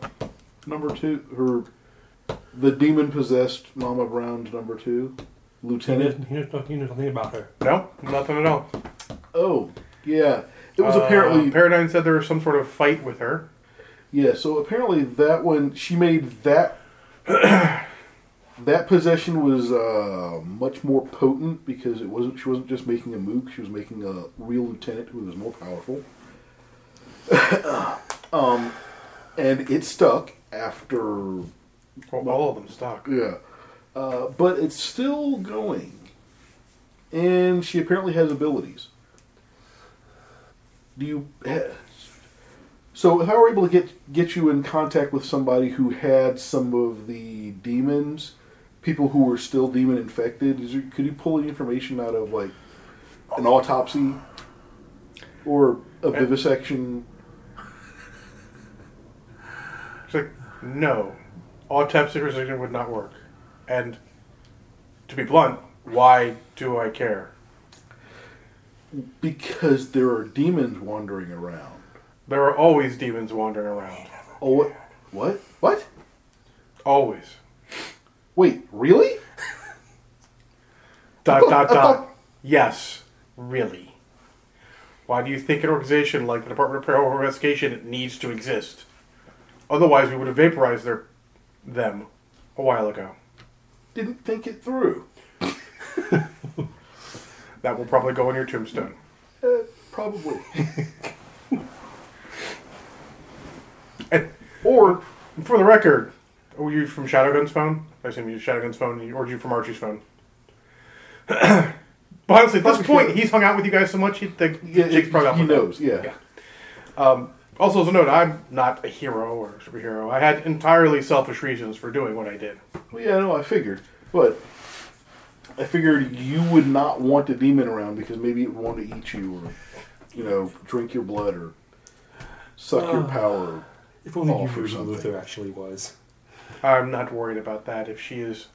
[SPEAKER 4] number two her the demon possessed Mama Brown's number two
[SPEAKER 5] He
[SPEAKER 4] lieutenant?
[SPEAKER 5] knows, he, knows, no- he knows nothing about her.
[SPEAKER 1] No, nothing at all.
[SPEAKER 4] Oh, yeah. It was
[SPEAKER 1] Uh,
[SPEAKER 4] apparently
[SPEAKER 1] Paradigm said there was some sort of fight with her.
[SPEAKER 4] yeah. So apparently that one she made that that possession was uh, much more potent because it wasn't she wasn't just making a mook she was making a real lieutenant who was more powerful. *coughs* um, and it stuck after
[SPEAKER 1] Well, all of them stuck.
[SPEAKER 4] yeah, uh, but it's still going, and she apparently has abilities. Do you? So if I were able to get get you in contact with somebody who had some of the demons, people who were still demon infected, is there, could you pull any information out of like an autopsy or a vivisection?
[SPEAKER 1] She's like, no, autopsy precision would not work. And to be blunt, why do I care?
[SPEAKER 4] Because there are demons wandering around.
[SPEAKER 1] There are always demons wandering around.
[SPEAKER 4] Oh, what? What? What?
[SPEAKER 1] Always.
[SPEAKER 4] Wait, really? *laughs*
[SPEAKER 1] Dot, dot,
[SPEAKER 4] I thought-
[SPEAKER 1] dot. Yes, really. Why do you think an organization like the Department of Paranormal Investigation needs to exist? Otherwise, we would have vaporized their, them a while ago.
[SPEAKER 4] Didn't think it through.
[SPEAKER 1] That will probably go on your tombstone.
[SPEAKER 4] Uh, probably.
[SPEAKER 1] *laughs* And
[SPEAKER 4] or
[SPEAKER 1] for the record, were you from Shadowgun's phone? I assume you used Shadowgun's phone, or did you from Archie's phone? *clears throat* but honestly, at this
[SPEAKER 4] Probably
[SPEAKER 1] point,
[SPEAKER 4] Shadow-
[SPEAKER 1] he's hung out with you guys so much, he'd think
[SPEAKER 4] yeah,
[SPEAKER 1] Jake's probably up
[SPEAKER 4] he
[SPEAKER 1] with that.
[SPEAKER 4] knows. Yeah.
[SPEAKER 1] Yeah. Also, as a note, I'm not a hero or a superhero. I had entirely selfish reasons for doing what I did.
[SPEAKER 4] Well, yeah, no, I figured, but I figured you would not want a demon around because maybe it would want to eat you or, you know, drink your blood or suck your
[SPEAKER 5] Ah.
[SPEAKER 4] power.
[SPEAKER 5] If only you
[SPEAKER 4] Off or
[SPEAKER 5] knew who
[SPEAKER 4] something.
[SPEAKER 5] Luther actually was.
[SPEAKER 1] I'm not worried about that. If she is,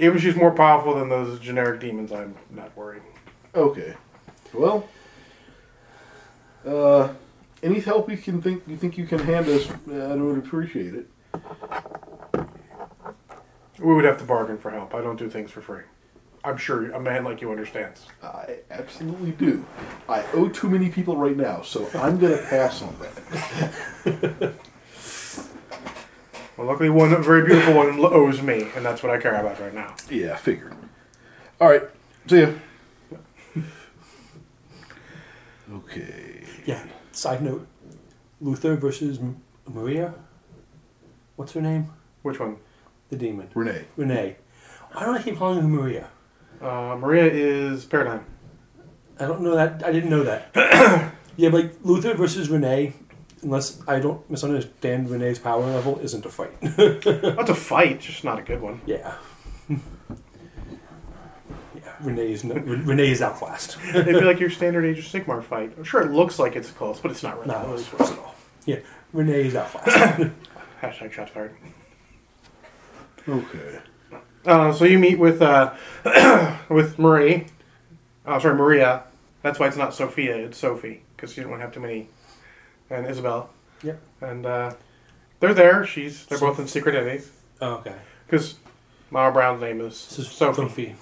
[SPEAKER 1] even if she's more powerful than those generic demons, I'm not worried.
[SPEAKER 4] Okay. Well, uh, any help you can think you think you can hand us, I would appreciate it.
[SPEAKER 1] We would have to bargain for help. I don't do things for free. I'm sure a man like you understands.
[SPEAKER 4] I absolutely do. I owe too many people right now, so I'm gonna pass on that.
[SPEAKER 1] Well, luckily, one very beautiful one owes me, and that's what I care about right now.
[SPEAKER 4] Yeah, I figured. All right. See ya. Okay.
[SPEAKER 5] Yeah. Side note: Luther versus M- Maria. What's her name?
[SPEAKER 1] Which one?
[SPEAKER 5] The demon.
[SPEAKER 4] Renee.
[SPEAKER 5] Renee. Why don't I keep calling her Maria?
[SPEAKER 1] Uh, Maria is Paradigm.
[SPEAKER 5] *laughs* I don't know that. I didn't know that. *clears throat* yeah, but like Luther versus Renee, unless I don't misunderstand Renee's power level, isn't a fight. *laughs*
[SPEAKER 1] That's a fight, just not a good one.
[SPEAKER 5] yeah. yeah. Renee is no, Renee is outclassed.
[SPEAKER 1] It'd be like your standard Age of Sigmar fight. I'm sure it looks like it's close, but it's not really
[SPEAKER 5] Not
[SPEAKER 1] close.
[SPEAKER 5] close at all. *laughs* Yeah, Renee is outclassed.
[SPEAKER 1] Hashtag shots fired.
[SPEAKER 4] Okay.
[SPEAKER 1] Uh, so you meet with uh, *coughs* with Marie. Oh, sorry, Maria. That's why it's not Sophia. It's Sophie because you don't have too many. And Isabel.
[SPEAKER 5] Yep.
[SPEAKER 1] And uh, they're there. She's. They're both in secret entities
[SPEAKER 5] oh, okay.
[SPEAKER 1] because Mara Brown's name is
[SPEAKER 5] This is
[SPEAKER 1] Sophie.
[SPEAKER 5] Sophie.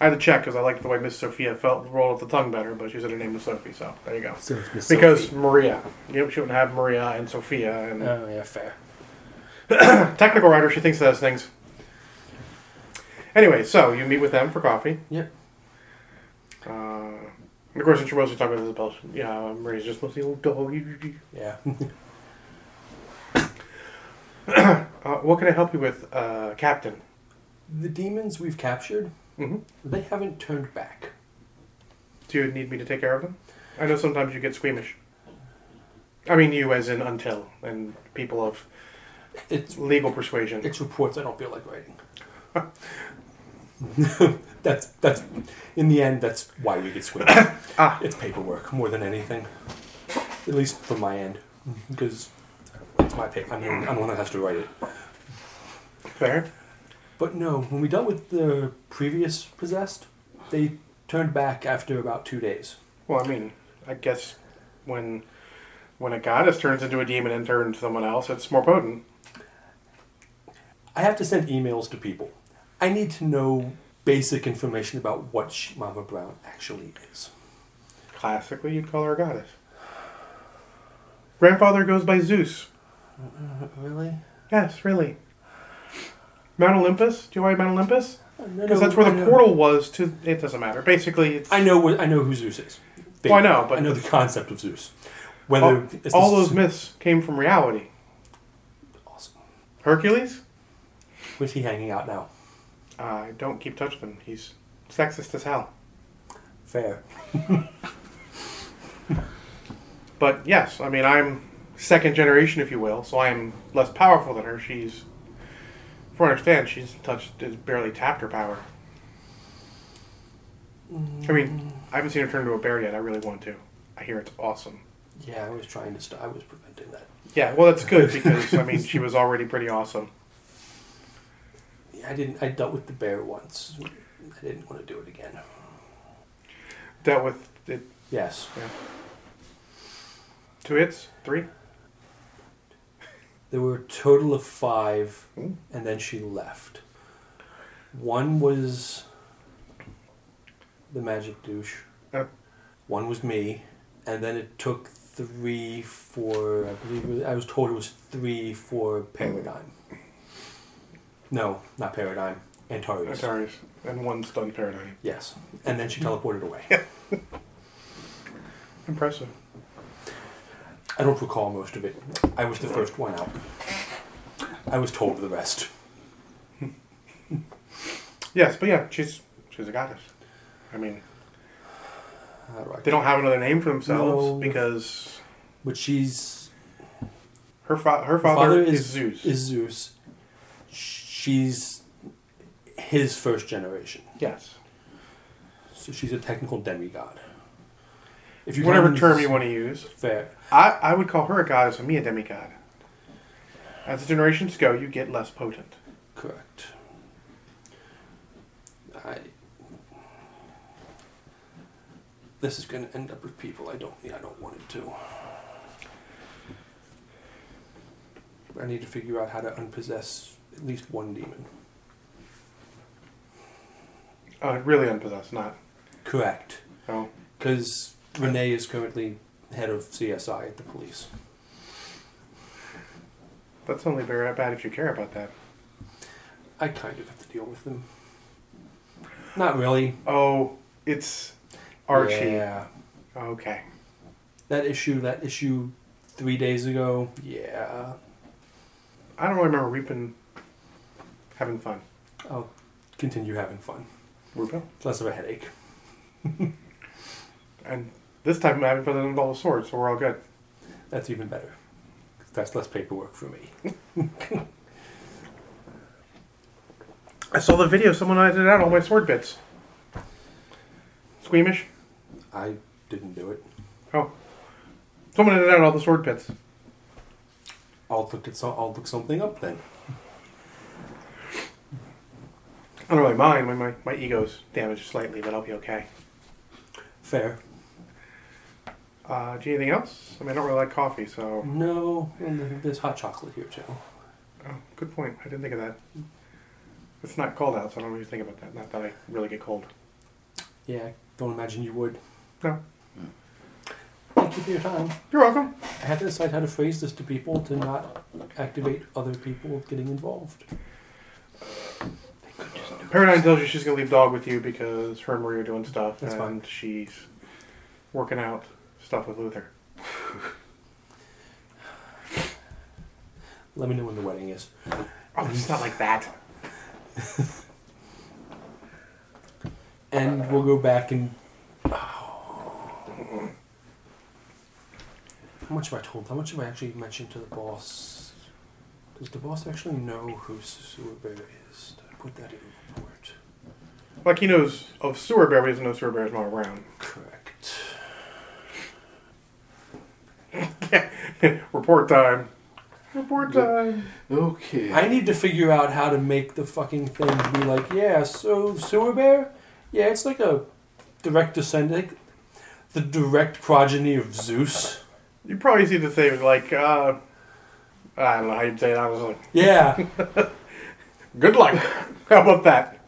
[SPEAKER 1] I had to check because I liked the way Miss Sophia felt rolled off the tongue better, but she said her name was Sophie. So there you go.
[SPEAKER 5] So it's Miss
[SPEAKER 1] Because
[SPEAKER 5] Sophie.
[SPEAKER 1] Maria, you she wouldn't have Maria and Sophia and
[SPEAKER 5] Oh yeah, fair.
[SPEAKER 1] technical writer. She thinks of those things. Anyway, so you meet with them for coffee.
[SPEAKER 5] Yep.
[SPEAKER 1] Uh, and of course, since you're mostly talking to Isabel, yeah, Maria's just mostly old dog.
[SPEAKER 5] Yeah.
[SPEAKER 1] Uh, what can I help you with, uh, Captain?
[SPEAKER 5] the demons we've captured,
[SPEAKER 1] Mhm.
[SPEAKER 5] they haven't turned back.
[SPEAKER 1] Do you need me to take care of them? I know sometimes you get squeamish. I mean, you as in until, and people of
[SPEAKER 5] It's
[SPEAKER 1] legal persuasion.
[SPEAKER 5] it's reports I don't feel like
[SPEAKER 1] *laughs*
[SPEAKER 5] writing. that's that's in the end that's why we get squared.
[SPEAKER 1] *coughs* Ah.
[SPEAKER 5] It's paperwork more than anything. At least from my end, because it's my paper. I'm, the only- I'm the one that has to write it.
[SPEAKER 1] Fair.
[SPEAKER 5] But no, when we dealt with the previous possessed, they turned back after about two days.
[SPEAKER 1] Well, I mean, I guess when when a goddess turns into a demon and turns someone else, it's more potent.
[SPEAKER 5] I have to send emails to people. I need to know basic information about what Sh- Mama Brown actually is.
[SPEAKER 1] Classically, you'd call her a goddess. Grandfather goes by Zeus.
[SPEAKER 5] Really?
[SPEAKER 1] Yes, really. Mount Olympus? Do you know why Mount Olympus? Because
[SPEAKER 5] Because
[SPEAKER 1] that's where the portal was to. It doesn't matter. Basically, it's
[SPEAKER 5] I know. wh- I know who Zeus is.
[SPEAKER 1] Well, I know, but-
[SPEAKER 5] I know the concept of Zeus.
[SPEAKER 1] all,
[SPEAKER 5] Whether it's
[SPEAKER 1] all
[SPEAKER 5] the-
[SPEAKER 1] those myths came from reality.
[SPEAKER 5] awesome.
[SPEAKER 1] Hercules?
[SPEAKER 5] Where's he hanging out now?
[SPEAKER 1] I don't keep touch with him. He's sexist as hell.
[SPEAKER 5] Fair.
[SPEAKER 1] But yes, I mean, I'm second generation, if you will, so I'm less powerful than her. She's, if I understand, she's touched, has barely tapped her power. I mean, I haven't seen her turn into a bear yet. I really want to. I hear it's awesome.
[SPEAKER 5] Yeah, I was trying to. St- I was preventing that.
[SPEAKER 1] Yeah, well, that's good because, I mean, she was already pretty awesome.
[SPEAKER 5] Yeah, I didn't. I dealt with the bear once. I didn't want to do it again.
[SPEAKER 1] Dealt with it,
[SPEAKER 5] Yes.
[SPEAKER 1] two hits? Three?
[SPEAKER 5] There were a total of five,
[SPEAKER 1] Hmm.
[SPEAKER 5] and then she left. One was the magic douche.
[SPEAKER 1] Oh.
[SPEAKER 5] One was me, and then it took three for I believe it was, I was told it was three for paradigm. No, not paradign. Antares.
[SPEAKER 1] Antares. And one stun paradigm.
[SPEAKER 5] Yes, and then she teleported away.
[SPEAKER 1] Impressive.
[SPEAKER 5] I don't recall most of it. I was the first one out. I was told the rest.
[SPEAKER 1] Yes, but yeah, she's she's a goddess. I mean,
[SPEAKER 5] How do I-
[SPEAKER 1] they don't have another name for themselves
[SPEAKER 5] No.
[SPEAKER 1] because
[SPEAKER 5] But she's
[SPEAKER 1] Her, fa- her
[SPEAKER 5] Her
[SPEAKER 1] father, is, Zeus.
[SPEAKER 5] Is Zeus. Sh- She's his first generation,
[SPEAKER 1] Yes.
[SPEAKER 5] so she's a technical demigod. If
[SPEAKER 1] Whatever
[SPEAKER 5] can-
[SPEAKER 1] term you want to use.
[SPEAKER 5] fair.
[SPEAKER 1] I, I would call her a goddess and me a demigod. As the generations go, you get less potent.
[SPEAKER 5] Correct. I. This is going to end up with people I don't. I don't want it to. I need to figure out how to unpossess at least one demon.
[SPEAKER 1] Uh, really unpossessed, not.
[SPEAKER 5] Correct.
[SPEAKER 1] Oh.
[SPEAKER 5] Because Renee is currently head of CSI at the police.
[SPEAKER 1] That's only very bad if you care about that.
[SPEAKER 5] I kind of have to deal with them. Not really.
[SPEAKER 1] Oh, it's Archie.
[SPEAKER 5] Yeah.
[SPEAKER 1] Okay.
[SPEAKER 5] That issue. That issue. Three days ago. Yeah.
[SPEAKER 1] I don't really remember Reaping having fun.
[SPEAKER 5] I'll continue having fun.
[SPEAKER 1] Rupin?
[SPEAKER 5] It's less of a headache.
[SPEAKER 1] And this time I'm having fun that involves swords, so we're all good.
[SPEAKER 5] That's even better. That's less paperwork for me.
[SPEAKER 1] I saw the video, someone edited out all my sword bits. Squeamish?
[SPEAKER 5] I didn't do it.
[SPEAKER 1] Oh. Someone edited out all the sword bits.
[SPEAKER 5] I'll look at so- I'll look something up then.
[SPEAKER 1] I don't really mind when my, my ego's damaged slightly, but I'll be okay.
[SPEAKER 5] Fair.
[SPEAKER 1] Uh, do you anything else? I mean, I don't really like coffee, so.
[SPEAKER 5] No, and there- there's hot chocolate here too.
[SPEAKER 1] Oh, good point. I didn't think of that. It's not cold out, so I don't really think about that. Not that I really get cold.
[SPEAKER 5] Yeah, don't imagine you would.
[SPEAKER 1] No.
[SPEAKER 5] Thank you for your time.
[SPEAKER 1] You're welcome.
[SPEAKER 5] I have to decide how to phrase this to people to not activate other people getting involved.
[SPEAKER 1] Paradigm tells you she's gonna leave Dog with you because her and Marie are doing stuff,
[SPEAKER 5] That's
[SPEAKER 1] and
[SPEAKER 5] fine.
[SPEAKER 1] she's working out stuff with Luther.
[SPEAKER 5] Let me know when the wedding is.
[SPEAKER 1] Oh, it's not like that.
[SPEAKER 5] And we'll go back and. *sighs* How much have I told? How much have I actually mentioned to the boss? Does the boss actually know who Susuber is? Did I put that in the report?
[SPEAKER 1] Like he knows of sewer bear, but he doesn't know sewer bear's not around. *laughs*
[SPEAKER 5] Correct.
[SPEAKER 1] Report time. Report
[SPEAKER 4] Good.
[SPEAKER 1] time.
[SPEAKER 4] Okay.
[SPEAKER 5] I need to figure out how to make the fucking thing be like, yeah, so Sewer Bear? Yeah, it's like a direct descendant, the direct progeny of Zeus.
[SPEAKER 1] You probably see the same like uh, I don't know how you'd say it honestly. *laughs*
[SPEAKER 5] Yeah.
[SPEAKER 1] Good
[SPEAKER 5] *laughs*
[SPEAKER 1] luck. how about that?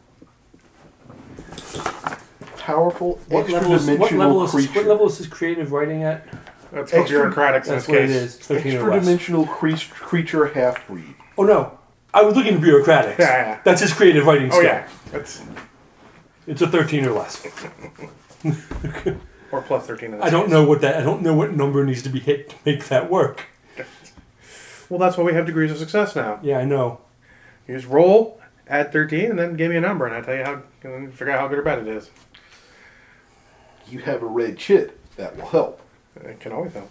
[SPEAKER 4] Powerful
[SPEAKER 5] What level, is, what, level
[SPEAKER 4] extra-dimensional
[SPEAKER 5] is, what
[SPEAKER 4] creature.
[SPEAKER 5] level is his creative writing at?
[SPEAKER 1] That's called
[SPEAKER 4] Extra-
[SPEAKER 1] bureaucratics in this
[SPEAKER 5] That's what it
[SPEAKER 1] case.
[SPEAKER 5] is. 13 or less.
[SPEAKER 4] Extra-dimensional creature, creature half-breed.
[SPEAKER 5] Oh no, I was looking at bureaucratics.
[SPEAKER 1] Yeah, yeah.
[SPEAKER 5] That's his creative writing
[SPEAKER 1] Oh
[SPEAKER 5] skill.
[SPEAKER 1] yeah, that's
[SPEAKER 5] It's a thirteen or less.
[SPEAKER 1] or plus thirteen. in this
[SPEAKER 5] I don't
[SPEAKER 1] case.
[SPEAKER 5] know what that. I don't know what number needs to be hit to make that work.
[SPEAKER 1] Well, that's why we have degrees of success now.
[SPEAKER 5] Yeah, I know.
[SPEAKER 1] You just roll, add 13, and then give me a number, and I tell you how, and then figure out how good or bad it is.
[SPEAKER 4] You have a red chit. That will help.
[SPEAKER 1] It can always help.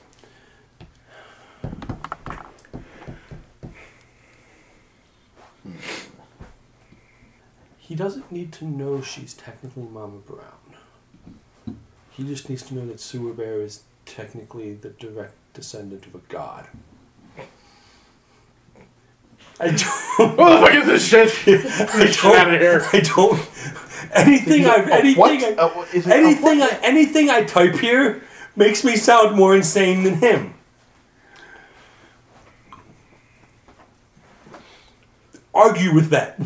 [SPEAKER 5] He doesn't need to know she's technically Mama Brown. He just needs to know that Sewer Bear is technically the direct descendant of a god. I don't.
[SPEAKER 1] What the fuck is this shit? *laughs*
[SPEAKER 5] I
[SPEAKER 1] Get out
[SPEAKER 5] don't.
[SPEAKER 1] of here.
[SPEAKER 5] I don't. Anything I've. Anything.
[SPEAKER 4] what?
[SPEAKER 5] I-
[SPEAKER 4] Uh, what- is it a
[SPEAKER 5] Anything
[SPEAKER 4] what?
[SPEAKER 5] I, anything I type here makes me sound more insane than him. Argue with that.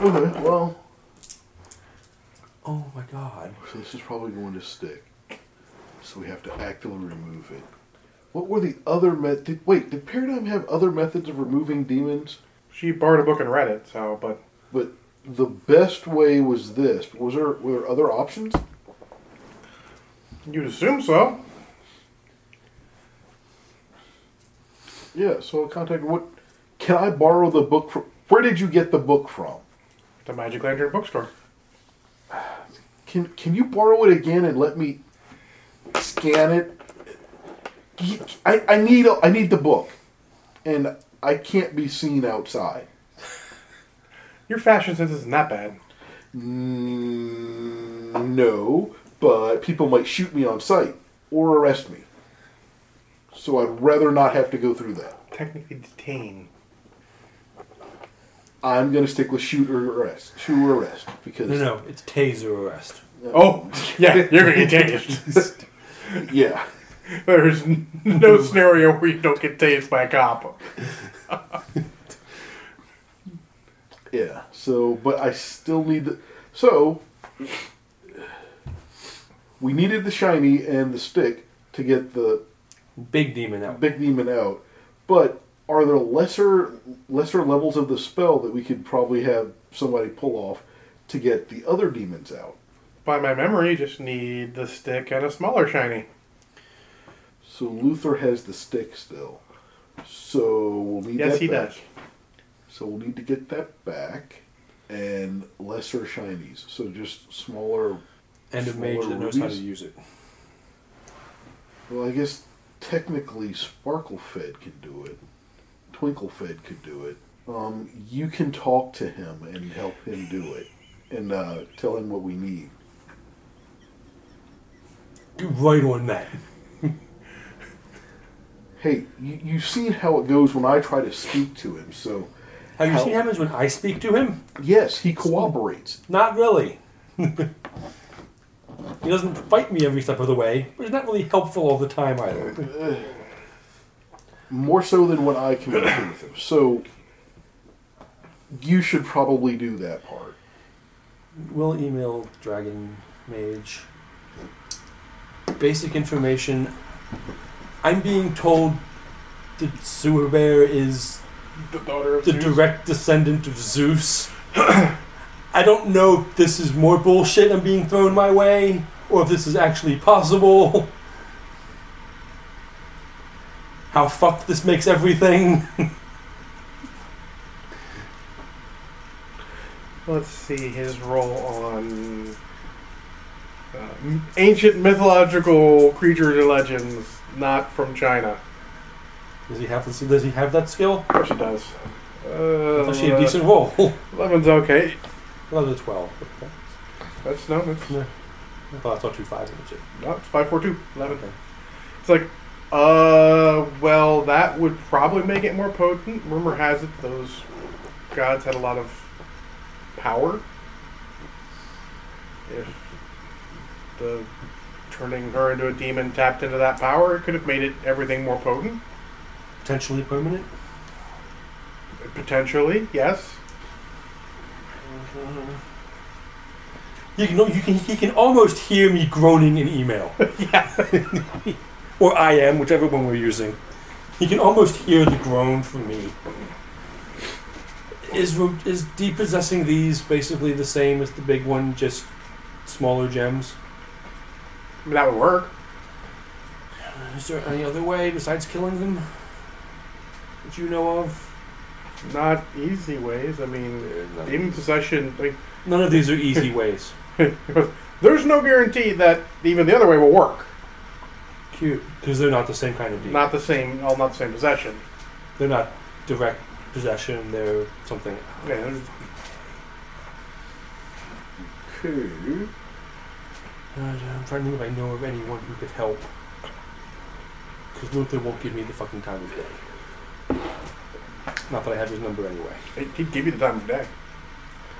[SPEAKER 4] Okay, well,
[SPEAKER 5] Oh my god.
[SPEAKER 4] so this is probably going to stick. So we have to actively remove it. What were the other methods? Wait, did Paradigm have other methods of removing demons?
[SPEAKER 1] She borrowed a book and read it, so, but
[SPEAKER 4] But the best way was this. But Was there were there other options?
[SPEAKER 1] you'd assume so.
[SPEAKER 4] Yeah. So I contacted. What? Can I borrow the book from? Where did you get the book from?
[SPEAKER 1] The Magic Lantern bookstore.
[SPEAKER 4] Can Can you borrow it again and let me? scan it. I, I need a- I need the book, and I can't be seen outside.
[SPEAKER 1] Your fashion sense isn't that bad.
[SPEAKER 4] Mm, no, but people might shoot me on sight or arrest me. So I'd rather not have to go through that.
[SPEAKER 1] Technically detain.
[SPEAKER 4] I'm gonna stick with shoot or arrest, shoot or arrest, because
[SPEAKER 5] No, no, it's taser arrest.
[SPEAKER 1] Oh, yeah, you're gonna get tased.
[SPEAKER 4] *laughs* yeah,
[SPEAKER 1] *laughs* There's no scenario where you don't get tased by a cop.
[SPEAKER 4] yeah. So, but I still need the. So we needed the shiny and the stick to get the
[SPEAKER 5] Big demon out.
[SPEAKER 4] big demon out, but are there lesser lesser levels of the spell that we could probably have somebody pull off to get the other demons out?
[SPEAKER 1] By my memory, you just need the stick and a smaller shiny.
[SPEAKER 4] So Luther has the stick still. So we'll need
[SPEAKER 1] Yes,
[SPEAKER 4] that
[SPEAKER 1] he
[SPEAKER 4] back.
[SPEAKER 1] does.
[SPEAKER 4] So we'll need to get that back and lesser shinies. So just smaller.
[SPEAKER 5] And a mage that knows how to
[SPEAKER 4] Rubies?
[SPEAKER 5] use it.
[SPEAKER 4] Well, I guess technically Sparkle Fed can do it. Twinkle Fed could do it. Um, you can talk to him and help him do it, and uh, tell him what we need.
[SPEAKER 5] Right on that.
[SPEAKER 4] Hey, you, you've seen how it goes when I try to speak to him. So
[SPEAKER 5] Have you
[SPEAKER 4] How-
[SPEAKER 5] seen what happens when I speak to him?
[SPEAKER 4] yes, he cooperates.
[SPEAKER 5] Not really. *laughs* he doesn't fight me every step of the way, but he's not really helpful all the time either.
[SPEAKER 4] more so than when I communicate with him. So you should probably do that part.
[SPEAKER 5] We'll email Dragon Mage. Basic information. I'm being told that Sewer Bear is
[SPEAKER 1] The daughter of
[SPEAKER 5] the
[SPEAKER 1] Zeus.
[SPEAKER 5] direct descendant of Zeus. *clears throat* I don't know if this is more bullshit I'm being thrown my way, or if this is actually possible. *laughs* How fucked this makes everything.
[SPEAKER 1] Let's see his role on uh, m- ancient mythological creatures and legends, not from China.
[SPEAKER 5] Does he have this, Does he have that skill?
[SPEAKER 1] Of course, it does.
[SPEAKER 5] That's actually a
[SPEAKER 1] Uh,
[SPEAKER 5] decent *laughs* roll.
[SPEAKER 1] Eleven's okay.
[SPEAKER 5] Another twelve.
[SPEAKER 1] That's no, that's
[SPEAKER 5] No. I thought I saw two fives in the two.
[SPEAKER 1] no, Oh, it's five, four, two, eleven.
[SPEAKER 5] Okay.
[SPEAKER 1] It's like, uh, well, that would probably make it more potent. Rumor has it those gods had a lot of power. If the turning her into a demon tapped into that power, it could have made it everything more potent.
[SPEAKER 5] Potentially permanent.
[SPEAKER 1] Potentially, yes.
[SPEAKER 5] You can, you can, he can almost hear me groaning in *laughs* email. or I am, whichever one we're using. He can almost hear the groan from me. Is re- is depossessing these basically the same as the big one, just smaller gems?
[SPEAKER 1] I mean, that would work.
[SPEAKER 5] Uh, Is there any other way besides killing them that you know of?
[SPEAKER 1] Not easy ways. I mean, demon possession. I
[SPEAKER 5] None of these are easy ways.
[SPEAKER 1] mean, *laughs* there's no guarantee that even the other way will work.
[SPEAKER 5] Cute, because they're not the same kind of demon.
[SPEAKER 1] Not the same. All not the same possession.
[SPEAKER 5] They're not direct possession. They're something.
[SPEAKER 1] Yeah, there's-
[SPEAKER 4] Okay.
[SPEAKER 5] Uh, I'm trying to think if I know of anyone who could help. Because Luther won't give me the fucking time of day. Not that I have his number anyway.
[SPEAKER 1] He'd he'd give you the time of day.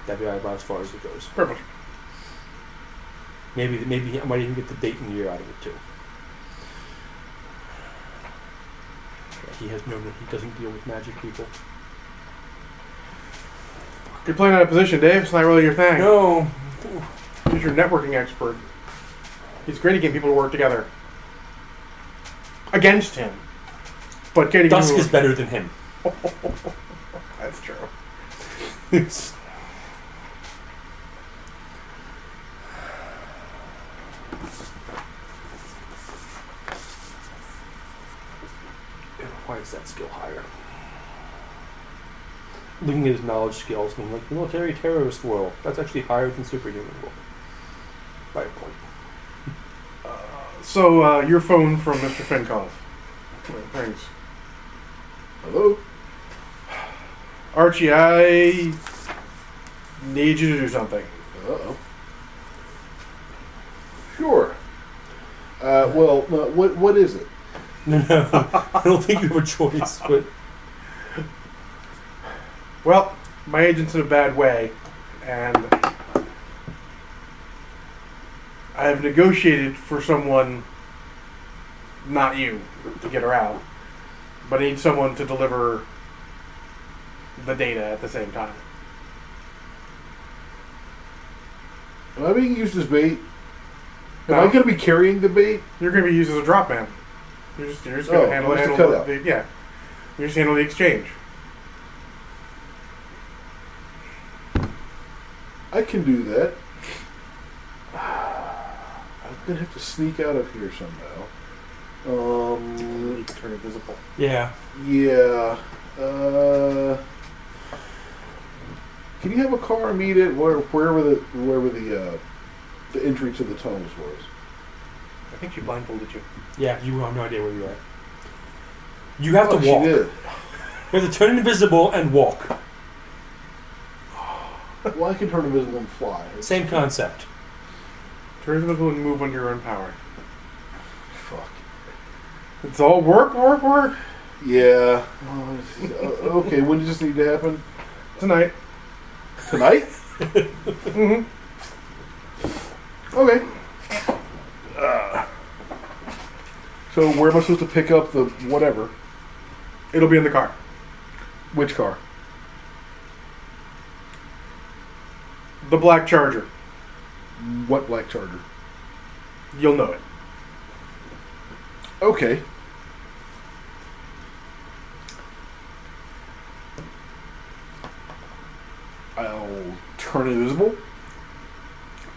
[SPEAKER 5] That'd be about as far as it goes.
[SPEAKER 1] Perfect.
[SPEAKER 5] Maybe maybe I might even get the date and year out of it too. Yeah, he has no. He doesn't deal with magic people.
[SPEAKER 1] You're playing out of position, Dave. It's not really your thing.
[SPEAKER 5] No,
[SPEAKER 1] He's your networking expert. He's great at getting people to work together. Against him. But getting
[SPEAKER 5] Dusk
[SPEAKER 1] people-
[SPEAKER 5] is better than him.
[SPEAKER 1] That's true.
[SPEAKER 5] Why is that skill higher? Looking at his knowledge skills, and I'm like military terrorist world. That's actually higher than superhuman world. By a point.
[SPEAKER 1] Uh, So uh, your phone from Mr. Finn calls. Thanks.
[SPEAKER 4] Hello?
[SPEAKER 1] Archie, I need you to do something.
[SPEAKER 4] Uh oh. Sure. Uh, well, uh, what what is it?
[SPEAKER 5] *laughs* No, no. I don't think you have a choice. But
[SPEAKER 1] Well, my agent's in a bad way, and I have negotiated for someone, not you, to get her out, but I need someone to deliver the data at the same time.
[SPEAKER 4] Am I being used as bait? Am I
[SPEAKER 1] No.
[SPEAKER 4] going to be carrying the bait?
[SPEAKER 1] You're going to be used as a drop man. You're just, you're just going
[SPEAKER 4] Oh,
[SPEAKER 1] to handle,
[SPEAKER 4] just a
[SPEAKER 1] handle
[SPEAKER 4] cutout.
[SPEAKER 1] the, yeah. You just handle the exchange.
[SPEAKER 4] I can do that. *sighs* I'm going to have to sneak out of here somehow. Um,
[SPEAKER 1] Turn invisible.
[SPEAKER 5] yeah,
[SPEAKER 4] yeah. Uh, can you have a car meet it where, wherever the wherever the uh, the entry to the tunnels was?
[SPEAKER 1] I think she blindfolded you.
[SPEAKER 5] yeah. You have no idea where you're at. You have
[SPEAKER 4] Oh,
[SPEAKER 5] to walk.
[SPEAKER 4] She did.
[SPEAKER 5] You have to turn invisible and walk.
[SPEAKER 4] *laughs* Well, I can turn invisible and fly.
[SPEAKER 5] Same concept.
[SPEAKER 1] Turn invisible and move under your own power.
[SPEAKER 4] Fuck.
[SPEAKER 1] It's all work, work, work.
[SPEAKER 4] Yeah. Oh, this is- uh, okay, when does this need to happen?
[SPEAKER 1] Tonight.
[SPEAKER 4] Tonight?
[SPEAKER 1] Mm-hmm.
[SPEAKER 4] Okay. Uh, so where am I supposed to pick up the whatever?
[SPEAKER 1] It'll be in the car.
[SPEAKER 4] Which car?
[SPEAKER 1] The black charger.
[SPEAKER 4] What black charger?
[SPEAKER 1] You'll know it.
[SPEAKER 4] Okay. I'll turn invisible.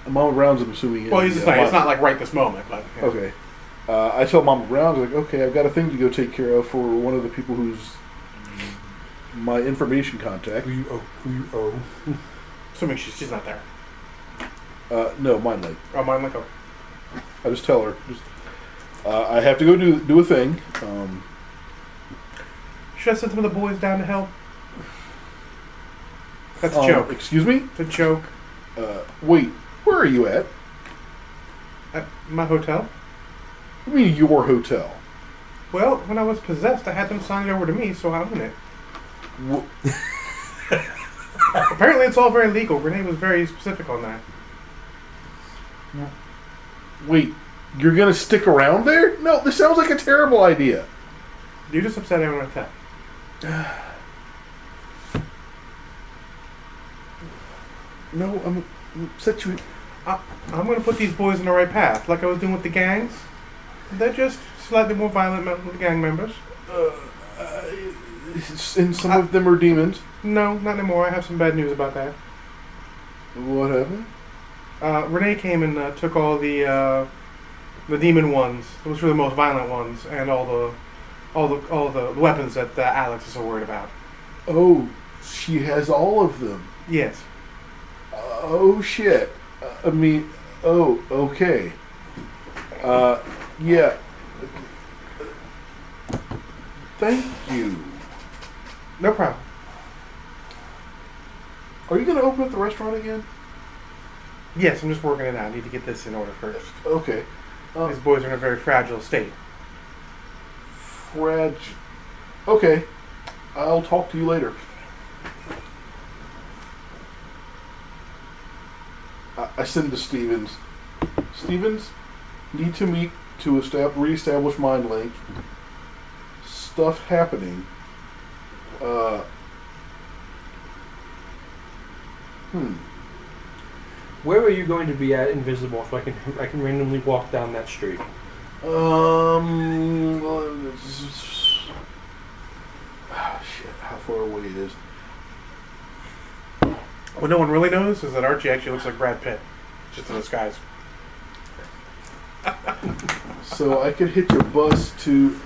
[SPEAKER 4] Mama Brown's, I'm assuming. is
[SPEAKER 1] Well, he's just
[SPEAKER 4] the, uh,
[SPEAKER 1] saying it's not like right this moment, but yeah.
[SPEAKER 4] Okay. Uh, I tell Mama Brown, like, okay, I've got a thing to go take care of for one of the people who's my information contact.
[SPEAKER 5] Who you owe? Who you owe?
[SPEAKER 1] Assuming she's, she's not there.
[SPEAKER 4] Uh, no, mind like.
[SPEAKER 1] Oh, mine like oh,
[SPEAKER 4] I just tell her. Just, uh, I have to go do do a thing. Um,
[SPEAKER 1] Should I send some of the boys down to help? That's a
[SPEAKER 4] um,
[SPEAKER 1] joke.
[SPEAKER 4] Excuse me.
[SPEAKER 1] It's a joke.
[SPEAKER 4] Uh, wait, where are you at?
[SPEAKER 1] At my hotel?
[SPEAKER 4] I mean, your hotel.
[SPEAKER 1] Well, when I was possessed, I had them sign it over to me, so I own it.
[SPEAKER 4] Wh-
[SPEAKER 1] Apparently, it's all very legal. Renee was very specific on that.
[SPEAKER 4] wait, you're gonna stick around there? No, this sounds like a terrible idea.
[SPEAKER 1] You just upset everyone with that.
[SPEAKER 4] No, I'm, I'm set you.
[SPEAKER 1] I'm going to put these boys on the right path, like I was doing with the gangs. They're just slightly more violent mem- gang members.
[SPEAKER 4] Uh, uh, and some of them are demons.
[SPEAKER 1] No, not anymore. I have some bad news about that.
[SPEAKER 4] What happened?
[SPEAKER 1] Uh, Renee came and uh, took all the uh, the demon ones, which were the most violent ones, and all the all the all the weapons that uh, Alex is so worried about.
[SPEAKER 4] Oh, she has all of them.
[SPEAKER 1] Yes.
[SPEAKER 4] Oh shit. Uh, I mean, oh okay. Uh, yeah. Thank you.
[SPEAKER 1] No problem.
[SPEAKER 4] Are you gonna open up the restaurant again?
[SPEAKER 1] Yes, I'm just working it out. I need to get this in order first.
[SPEAKER 4] Okay. Uh,
[SPEAKER 1] These boys are in a very fragile state.
[SPEAKER 4] frag. Okay. I'll talk to you later. I, I send to Stevens. Stevens, need to meet to estab- reestablish mind link. Stuff happening. Uh. Hmm.
[SPEAKER 5] Where are you going to be at invisible so I can I can randomly walk down that street?
[SPEAKER 4] Um. uh, s- s- Ah, *sighs* shit. How far away it is?
[SPEAKER 1] What no one really knows is that Archie actually looks like Brad Pitt, just in disguise. *laughs*
[SPEAKER 4] So I could hit your bus to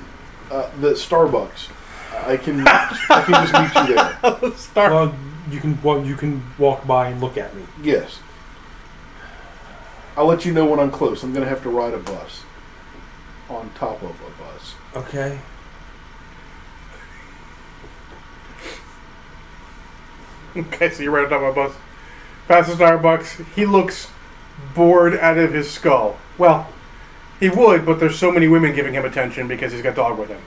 [SPEAKER 4] uh, the Starbucks. I can I can just meet you
[SPEAKER 5] *laughs*
[SPEAKER 4] there.
[SPEAKER 1] Star.
[SPEAKER 5] Well, you can well, you can walk by and look at me.
[SPEAKER 4] Yes. I'll let you know when I'm close. I'm gonna have to ride a bus. on top of a bus.
[SPEAKER 5] Okay.
[SPEAKER 1] Okay, so you're right on top of a bus. Passes Starbucks. He looks bored out of his skull. Well, he would, but there's so many women giving him attention because he's got dog with him.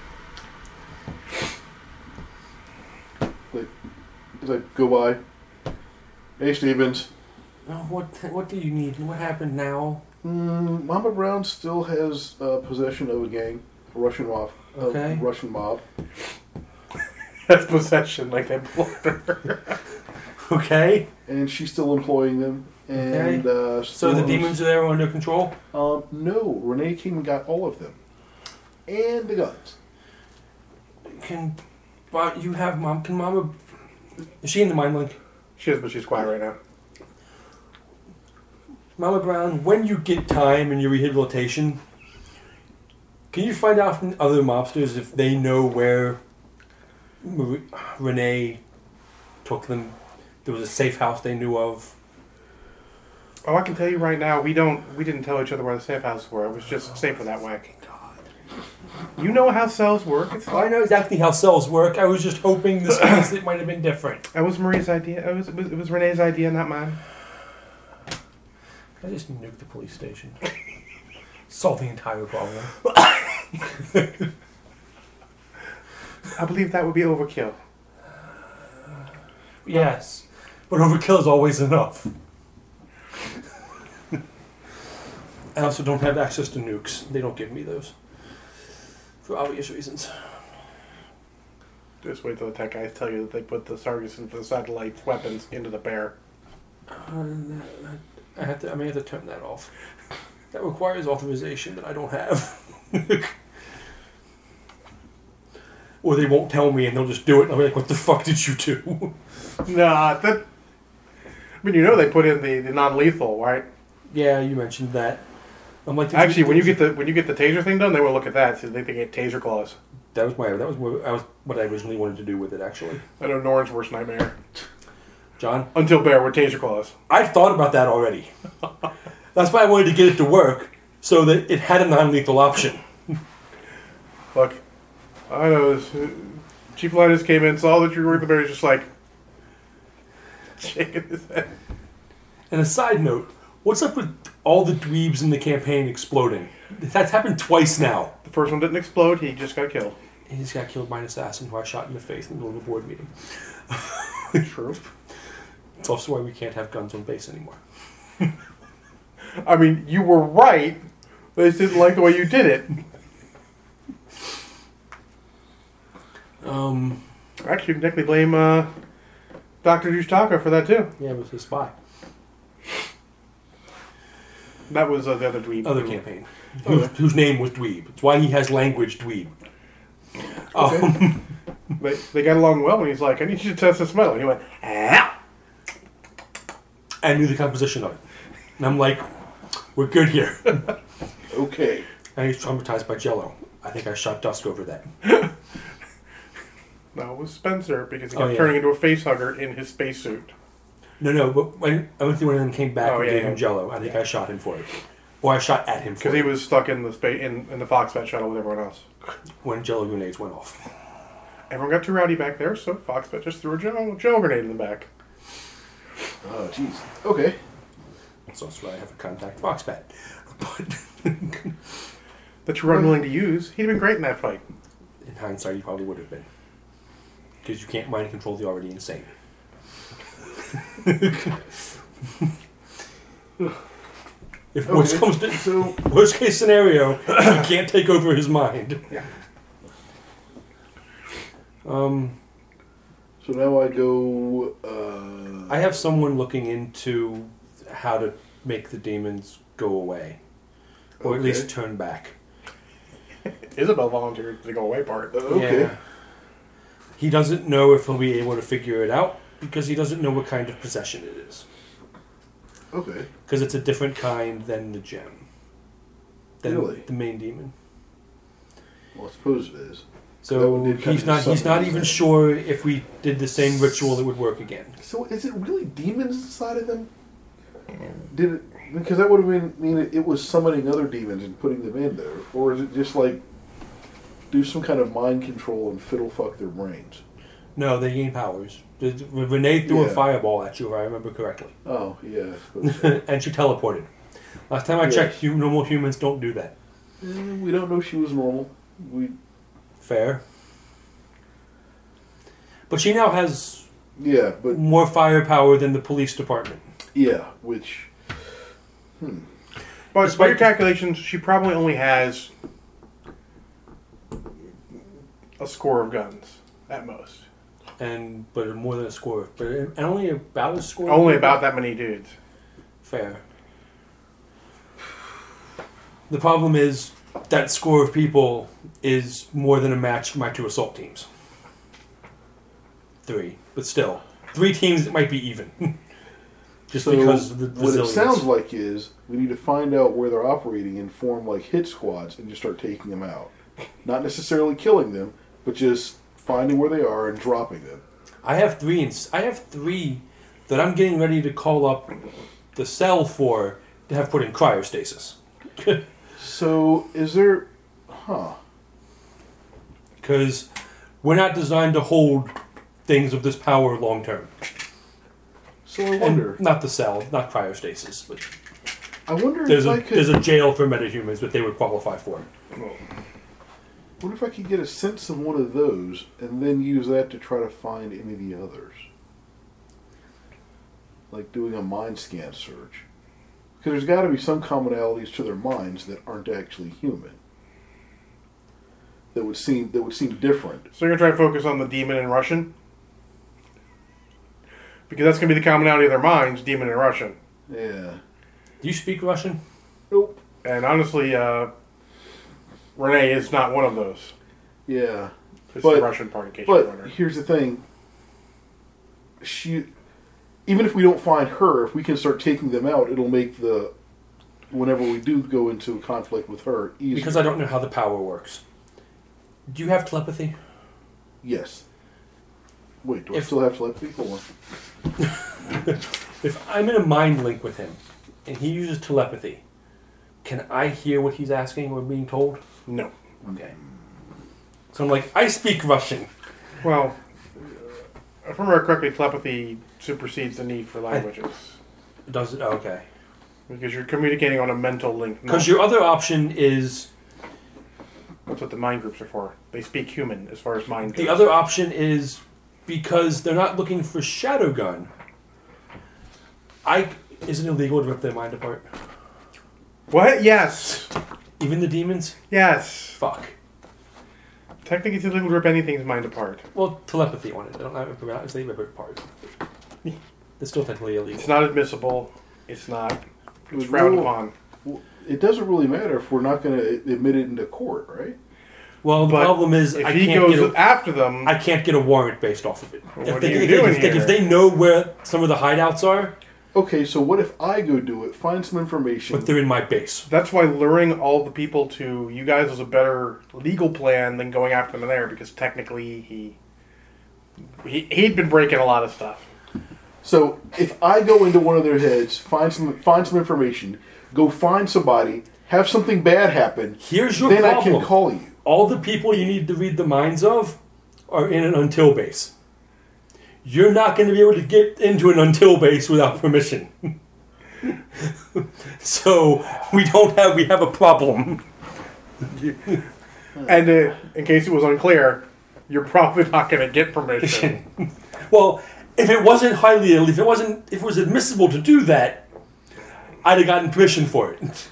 [SPEAKER 4] As I go by, hey Stevens,
[SPEAKER 5] Oh, what what do you need? What happened now?
[SPEAKER 4] mm, Mama Brown still has uh, possession of a gang, a Russian mob, a
[SPEAKER 5] Okay.
[SPEAKER 4] Russian mob.
[SPEAKER 1] That's possession, like they blocked her.
[SPEAKER 5] *laughs* Okay.
[SPEAKER 4] and she's still employing them. And uh,
[SPEAKER 5] So the
[SPEAKER 4] still-
[SPEAKER 5] demons are there under control.
[SPEAKER 4] Um, no, Renee came and got all of them, and the guns.
[SPEAKER 5] Can, but you have mom. Can mama? Is she in the mind link?
[SPEAKER 1] She is, but she's quiet right now.
[SPEAKER 5] Mama Brown, when you get time in your rehabilitation, can you find out from other mobsters if they know where Mar- Renee took them? There was a safe house they knew of.
[SPEAKER 1] Oh, I can tell you right now, we don't, we didn't tell each other where the safe houses were. It was just safer that way. You know how cells work. It's
[SPEAKER 5] I
[SPEAKER 1] fine.
[SPEAKER 5] know exactly how cells work. I was just hoping this case it might have been different.
[SPEAKER 1] That was Marie's idea. It was, it was, it was Renee's idea, not mine.
[SPEAKER 5] I just nuked the police station. *laughs* Solve the entire problem.
[SPEAKER 1] I believe that would be overkill.
[SPEAKER 5] *laughs* Yes. But overkill is always enough. *laughs* I also don't have access to nukes. They don't give me those. For obvious reasons.
[SPEAKER 1] Just wait till the tech guys tell you that they put the Sargeson for the satellite weapons into the bear.
[SPEAKER 5] Um, I, have to, I may have to turn that off. That requires authorization that I don't have. *laughs* or they won't tell me and they'll just do it and I'll be like, what the fuck did you do? *laughs*
[SPEAKER 1] Nah, that. I mean, you know they put in the, the non-lethal, right?
[SPEAKER 5] yeah, you mentioned that. I'm like, did
[SPEAKER 1] Actually, when you
[SPEAKER 5] did
[SPEAKER 1] get the when you get the taser thing done, they will look at that. See, they think it taser claws.
[SPEAKER 5] That was my that was what I was what I originally wanted to do with it actually.
[SPEAKER 1] I know Norn's worst nightmare.
[SPEAKER 5] John,
[SPEAKER 1] Until bear with taser claws.
[SPEAKER 5] I thought about that already. That's why I wanted to get it to work so that it had a non-lethal option.
[SPEAKER 1] Look, I know this. uh, Chief Linus came in, saw that you were with the bear, he's just like *laughs* shaking his head.
[SPEAKER 5] And a side note, what's up with all the dweebs in the campaign exploding? That's happened twice now.
[SPEAKER 1] The first one didn't explode. He just got killed.
[SPEAKER 5] He just got killed by an assassin who I shot in the face in the middle of a board meeting.
[SPEAKER 1] True.
[SPEAKER 5] It's also why we can't have guns on base anymore.
[SPEAKER 1] I mean, you were right. They just didn't like the way you did it.
[SPEAKER 5] Um,
[SPEAKER 1] Actually, you can technically blame uh, Dr. Jushtaka for that too.
[SPEAKER 5] yeah, it was a spy.
[SPEAKER 1] That was uh, the other dweeb.
[SPEAKER 5] Other campaign, whose, whose name was Dweeb. It's why he has language Dweeb.
[SPEAKER 4] Okay.
[SPEAKER 5] Um,
[SPEAKER 1] They, they got along well, and he's like, I need you to test the smell. And he went, ah.
[SPEAKER 5] I knew the composition of it. And I'm like, we're good here.
[SPEAKER 4] Okay,
[SPEAKER 5] and he's traumatized by Jello. I think I shot Dusk over that.
[SPEAKER 1] No, it was Spencer because he
[SPEAKER 5] Oh,
[SPEAKER 1] kept
[SPEAKER 5] yeah.
[SPEAKER 1] turning into a face hugger in his spacesuit.
[SPEAKER 5] No, no, but when I went through one of them came back
[SPEAKER 1] Oh,
[SPEAKER 5] and
[SPEAKER 1] yeah,
[SPEAKER 5] gave
[SPEAKER 1] yeah.
[SPEAKER 5] him Jello. I think I shot him for it, or I shot at him for
[SPEAKER 1] Because he
[SPEAKER 5] it
[SPEAKER 1] was stuck in the spa- in, in the Foxbat shuttle with everyone else.
[SPEAKER 5] when Jello grenades went off.
[SPEAKER 1] Everyone got too rowdy back there, so Foxbat just threw a gel, gel grenade in the back.
[SPEAKER 4] oh jeez, okay.
[SPEAKER 5] So that's why I have a contact box bat. *laughs* But
[SPEAKER 1] That you were unwilling to use. He'd have been great in that fight.
[SPEAKER 5] in hindsight, he probably would have been, because you can't mind control the already insane. *laughs* if worst
[SPEAKER 4] Okay.
[SPEAKER 5] comes to
[SPEAKER 4] So
[SPEAKER 5] Worst case scenario, he
[SPEAKER 4] *coughs*
[SPEAKER 5] can't take over his mind.
[SPEAKER 1] Yeah.
[SPEAKER 5] Um,
[SPEAKER 4] so now I go. Uh,
[SPEAKER 5] I have someone looking into how to make the demons go away, or at least
[SPEAKER 4] Okay.
[SPEAKER 5] turn back.
[SPEAKER 1] Isabel volunteered for the go away part.
[SPEAKER 4] uh, okay.
[SPEAKER 5] Yeah. He doesn't know if he'll be able to figure it out because he doesn't know what kind of possession it is.
[SPEAKER 4] Okay.
[SPEAKER 5] Because it's a different kind than the gem. Than
[SPEAKER 4] Really?
[SPEAKER 5] the main demon.
[SPEAKER 4] Well, I suppose it is. That
[SPEAKER 5] So
[SPEAKER 4] one did kind
[SPEAKER 5] he's
[SPEAKER 4] of
[SPEAKER 5] not he's not
[SPEAKER 4] summarize
[SPEAKER 5] even
[SPEAKER 4] it.
[SPEAKER 5] sure if we did the same ritual it would work again.
[SPEAKER 4] So is it really demons inside of them? Did it? Because that would have been mean it, it was summoning other demons and putting them in there, or is it just like do some kind of mind control and fiddle fuck their brains?
[SPEAKER 5] No, they gain powers. Did- Renee threw a
[SPEAKER 4] Yeah.
[SPEAKER 5] fireball at you, if I remember correctly, *laughs*
[SPEAKER 4] Oh yeah, I suppose so.
[SPEAKER 5] and she teleported. Last time I
[SPEAKER 4] Yeah.
[SPEAKER 5] checked, hum- normal humans don't do that.
[SPEAKER 4] Eh, we don't know if she was normal. We
[SPEAKER 5] Fair. But she now has
[SPEAKER 4] yeah, but
[SPEAKER 5] more firepower than the police department.
[SPEAKER 4] yeah, which
[SPEAKER 1] But by
[SPEAKER 5] Despite-
[SPEAKER 1] your calculations, she probably only has a score of guns at most.
[SPEAKER 5] and but more than a score, but and only about a score.
[SPEAKER 1] Only about that many dudes.
[SPEAKER 5] fair. The problem is that score of people is more than a match for my two assault teams. Three, but still, three teams that might be even. *laughs* Just
[SPEAKER 4] So
[SPEAKER 5] because of the
[SPEAKER 4] what it
[SPEAKER 5] resilience.
[SPEAKER 4] sounds like is we need to find out where they're operating and form like hit squads and just start taking them out. Not necessarily killing them, but just finding where they are and dropping them.
[SPEAKER 5] I have three. In, I have three that I'm getting ready to call up the cell for to have put in cryostasis.
[SPEAKER 4] So is there, huh?
[SPEAKER 5] because we're not designed to hold things of this power long term.
[SPEAKER 4] So I wonder.
[SPEAKER 5] Not the cell, not cryostasis, but
[SPEAKER 4] I wonder
[SPEAKER 5] there's
[SPEAKER 4] if I
[SPEAKER 5] a there's
[SPEAKER 4] could.
[SPEAKER 5] a jail for metahumans that they would qualify for.
[SPEAKER 4] What if I could get a sense of one of those and then use that to try to find any of the others? Like doing a mind scan search, because there's got to be some commonalities to their minds that aren't actually human. That would seem that would seem different.
[SPEAKER 1] So you're gonna try to focus on the demon and Russian? Because that's gonna be the commonality of their minds, demon and Russian.
[SPEAKER 4] Yeah.
[SPEAKER 5] Do you speak Russian?
[SPEAKER 4] Nope.
[SPEAKER 1] And honestly, uh, Renee is not one of those.
[SPEAKER 4] Yeah.
[SPEAKER 1] It's
[SPEAKER 4] But-
[SPEAKER 1] the Russian part in case you're
[SPEAKER 4] But
[SPEAKER 1] wondering.
[SPEAKER 4] here's the thing. She, even if we don't find her, if we can start taking them out, it'll make the, whenever we do go into a conflict with her, easier.
[SPEAKER 5] Because I don't know how the power works. Do you have telepathy?
[SPEAKER 4] yes. Wait, do I
[SPEAKER 5] If-
[SPEAKER 4] still have to let people on?
[SPEAKER 5] If I'm in a mind link with him, and he uses telepathy, can I hear what he's asking or being told?
[SPEAKER 1] no.
[SPEAKER 5] Okay. So I'm like, I speak Russian.
[SPEAKER 1] Well, uh, if I remember correctly, telepathy supersedes the need for languages
[SPEAKER 5] Does it? Okay.
[SPEAKER 1] because you're communicating on a mental link. not-
[SPEAKER 5] Because your other option is
[SPEAKER 1] That's what the mind groups are for. They speak human as far as mind goes.
[SPEAKER 5] The other option is because they're not looking for Shadow Gun. I is it illegal to rip their mind apart?
[SPEAKER 1] What? Yes.
[SPEAKER 5] Even the demons?
[SPEAKER 1] Yes.
[SPEAKER 5] Fuck.
[SPEAKER 1] Technically, it's illegal to rip anything's mind apart.
[SPEAKER 5] Well, telepathy on it. I don't know if it's- they rip it apart. It's still technically
[SPEAKER 1] It's
[SPEAKER 5] illegal.
[SPEAKER 1] not admissible. It's not. It's
[SPEAKER 4] With
[SPEAKER 1] frowned
[SPEAKER 4] rule-
[SPEAKER 1] upon.
[SPEAKER 4] It doesn't really matter if we're not going to admit it into court, right?
[SPEAKER 5] Well, the
[SPEAKER 1] But
[SPEAKER 5] problem is
[SPEAKER 1] If
[SPEAKER 5] I
[SPEAKER 1] he
[SPEAKER 5] can't get
[SPEAKER 1] goes
[SPEAKER 5] a,
[SPEAKER 1] after them,
[SPEAKER 5] I can't get a warrant based off of it.
[SPEAKER 1] What
[SPEAKER 5] if
[SPEAKER 1] are
[SPEAKER 5] they,
[SPEAKER 1] you
[SPEAKER 5] if, they,
[SPEAKER 1] doing
[SPEAKER 5] if, they,
[SPEAKER 1] here?
[SPEAKER 5] if they know where some of the hideouts are,
[SPEAKER 4] Okay, so what if I go do it, find some information?
[SPEAKER 5] but they're in my base.
[SPEAKER 1] that's why luring all the people to you guys was a better legal plan than going after them there because technically he, he he'd been breaking a lot of stuff.
[SPEAKER 4] So if I go into one of their heads, find some find some information, go find somebody, have something bad happen,
[SPEAKER 5] Here's your
[SPEAKER 4] then
[SPEAKER 5] problem.
[SPEAKER 4] I can call you.
[SPEAKER 5] all the people you need to read the minds of are in an until base. You're not going to be able to get into an until base without permission. *laughs* so we don't have we have a problem.
[SPEAKER 1] And uh, in case it was unclear, you're probably not going to get permission.
[SPEAKER 5] well, if it wasn't highly ill- if it wasn't if it was admissible to do that, I'd have gotten permission for it.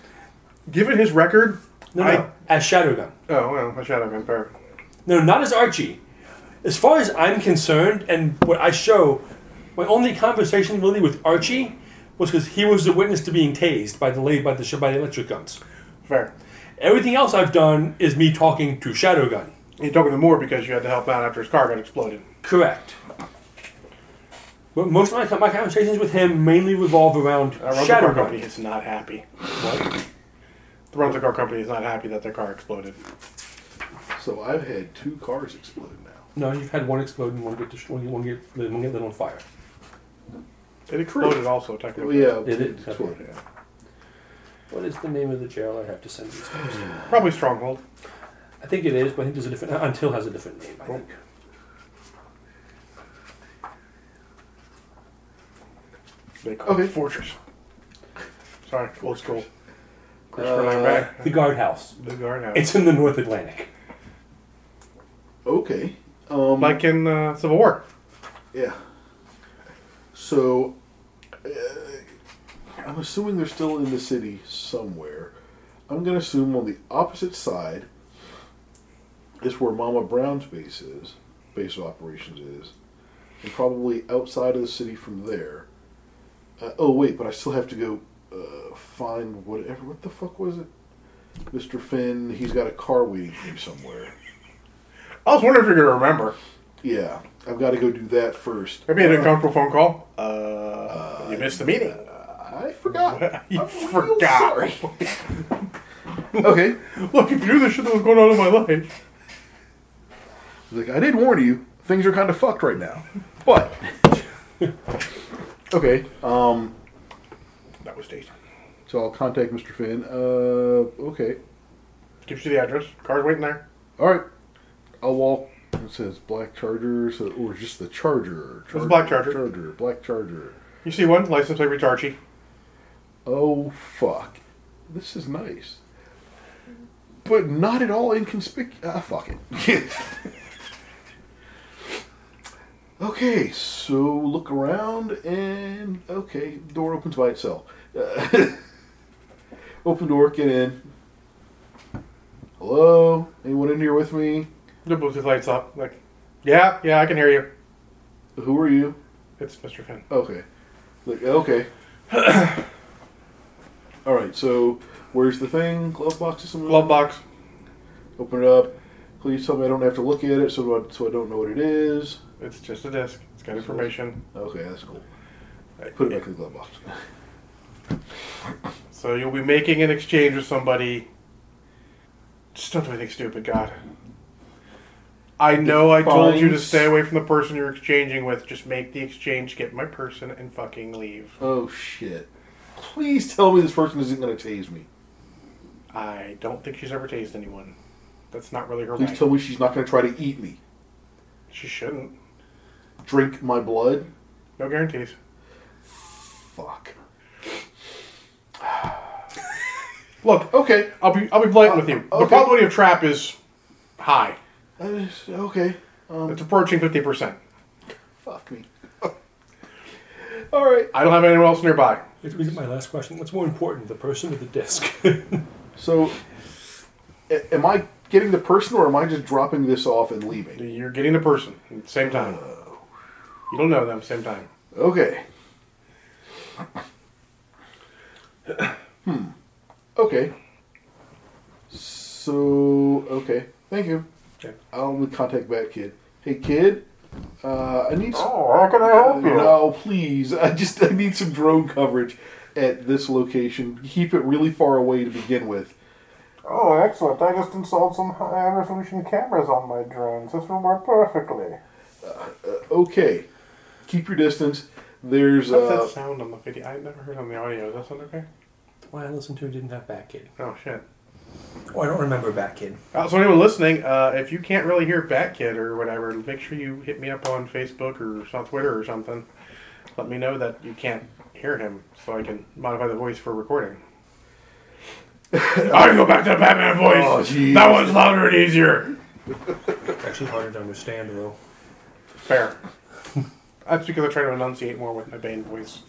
[SPEAKER 1] Given his record,
[SPEAKER 5] No, no,
[SPEAKER 1] I
[SPEAKER 5] as Shadowgun.
[SPEAKER 1] oh well, I should have been fair.
[SPEAKER 5] No, not as Archie. As far as I'm concerned, and what I show, my only conversation really with Archie was because he was the witness to being tased by the la- by the sh- by the electric guns.
[SPEAKER 1] Fair.
[SPEAKER 5] Everything else I've done is me talking to Shadowgun.
[SPEAKER 1] You're talking to Moore because you had to help out after his car got exploded.
[SPEAKER 5] Correct. But most of my, co- my conversations with him mainly revolve around
[SPEAKER 1] Uh, rental car company
[SPEAKER 5] Shadowgun.
[SPEAKER 1] is not happy.
[SPEAKER 5] What?
[SPEAKER 1] The rental car company is not happy that their car exploded.
[SPEAKER 4] So I've had two cars explode now.
[SPEAKER 5] No, you've had one explode and one get dis- one, one get one get lit on fire.
[SPEAKER 1] It exploded also technically.
[SPEAKER 4] Oh, Yeah,
[SPEAKER 5] Did it?
[SPEAKER 4] it's what- yeah.
[SPEAKER 5] What is the name of the jail I have to send these guys?
[SPEAKER 1] Probably Stronghold.
[SPEAKER 5] I think it is, but I think there's a different. Until has a different name. I think.
[SPEAKER 1] They call
[SPEAKER 4] Okay.
[SPEAKER 1] it Fortress. Sorry, old school. Chris
[SPEAKER 4] Uh,
[SPEAKER 1] Ryan back.
[SPEAKER 5] The guardhouse.
[SPEAKER 1] The guard
[SPEAKER 5] It's in the North Atlantic.
[SPEAKER 4] Okay. Um,
[SPEAKER 1] Like in uh, Civil War.
[SPEAKER 4] Yeah. So, uh, I'm assuming they're still in the city somewhere. I'm going to assume on the opposite side is where Mama Brown's base is, base of operations is, and probably outside of the city from there. Uh, oh wait, but I still have to go uh, find whatever. What the fuck was it, Mister Finn? He's got a car waiting for me somewhere.
[SPEAKER 1] I was wondering if you're gonna remember.
[SPEAKER 4] Yeah, I've got to go do that first.
[SPEAKER 1] It'd be an uncomfortable phone call. Uh, you missed the meeting.
[SPEAKER 4] I forgot.
[SPEAKER 1] *laughs* you
[SPEAKER 4] I'm real
[SPEAKER 1] forgot.
[SPEAKER 4] sorry. okay.
[SPEAKER 1] *laughs* Look, if you knew the shit that was going on in my life,
[SPEAKER 4] Like I did warn you, things are kind of fucked right now. *laughs* But okay, um,
[SPEAKER 1] that was tasty.
[SPEAKER 4] so I'll contact Mr. Finn. Uh, okay,
[SPEAKER 1] Gives you the address. Car's waiting there.
[SPEAKER 4] all right. I'll walk. It says black charger, so, or just the charger.
[SPEAKER 1] It's a black charger.
[SPEAKER 4] Charger. Black charger.
[SPEAKER 1] You see one license plate reads Archie.
[SPEAKER 4] Oh fuck, this is nice, but not at all inconspicuous. Ah, fuck it. *laughs* okay, so look around and okay, door opens by itself. *laughs* Uh, open door, get in. Hello, anyone in here with me?
[SPEAKER 1] The Bluetooth lights up. Like, yeah, yeah, I can hear you.
[SPEAKER 4] Who are you?
[SPEAKER 1] It's Mr. Finn.
[SPEAKER 4] Okay, like okay. *coughs* all right, so where's the thing? Glove box or something?
[SPEAKER 1] Glove box.
[SPEAKER 4] Open it up. Please tell me I don't have to look at it, so I, so I don't know what it is.
[SPEAKER 1] It's just a disc. It's got information.
[SPEAKER 4] Okay, that's cool. Put it back in the glove box.
[SPEAKER 1] So you'll be making an exchange with somebody. Just don't do anything stupid, God. I know I told you to
[SPEAKER 4] Defines-
[SPEAKER 1] stay away from the person you're exchanging with. Just make the exchange, get my person, and fucking leave.
[SPEAKER 4] Oh shit! Please tell me this person isn't going to tase me.
[SPEAKER 1] I don't think she's ever tased anyone. That's not really her
[SPEAKER 4] Please
[SPEAKER 1] way.
[SPEAKER 4] tell me she's not going to try to eat me,
[SPEAKER 1] she shouldn't.
[SPEAKER 4] drink my blood.
[SPEAKER 1] No guarantees.
[SPEAKER 4] Fuck.
[SPEAKER 1] Look,
[SPEAKER 4] Okay.
[SPEAKER 1] I'll be I'll be blunt with you. The
[SPEAKER 4] Uh, okay.
[SPEAKER 1] probability of trap is high.
[SPEAKER 4] I just- okay. Um,
[SPEAKER 1] It's approaching fifty percent.
[SPEAKER 4] fuck me. *laughs* All right.
[SPEAKER 1] I don't have anyone else nearby.
[SPEAKER 5] Which brings up my last question. What's more important, the person or the disc?
[SPEAKER 4] So, a- am I getting the person, or am I just dropping this off and leaving?
[SPEAKER 1] You're getting the person at the same time.
[SPEAKER 4] Uh,
[SPEAKER 1] You don't know them same time.
[SPEAKER 4] Okay. hmm. Okay. So okay, thank you.
[SPEAKER 1] Okay.
[SPEAKER 4] I'll contact Bat Kid. Hey kid, uh, I need.
[SPEAKER 1] Oh,
[SPEAKER 4] Some,
[SPEAKER 1] how can I
[SPEAKER 4] no, please. I just I need some drone coverage at this location. Keep it really far away to begin with.
[SPEAKER 1] Oh, excellent. I just installed some high resolution cameras on my drones. This will work perfectly.
[SPEAKER 4] Okay, keep your distance. There's
[SPEAKER 1] What's that
[SPEAKER 4] uh,
[SPEAKER 1] sound on the video? I never heard on the audio. Is that sound okay?
[SPEAKER 5] *laughs* Why I listened to didn't have Batkid.
[SPEAKER 1] Oh, shit.
[SPEAKER 5] Oh, I don't remember Batkid.
[SPEAKER 1] Uh, so anyone listening, uh, if you can't really hear Batkid or whatever, make sure you hit me up on Facebook or on Twitter or something. Let me know that you can't hear him, so I can modify the voice for *laughs* recording. I can go back to the Batman
[SPEAKER 4] Oh,
[SPEAKER 1] voice.
[SPEAKER 4] jeez.
[SPEAKER 1] that one's louder and easier.
[SPEAKER 5] It's actually harder to understand, though.
[SPEAKER 1] *laughs* Fair. That's because I try to enunciate more with my Bane voice.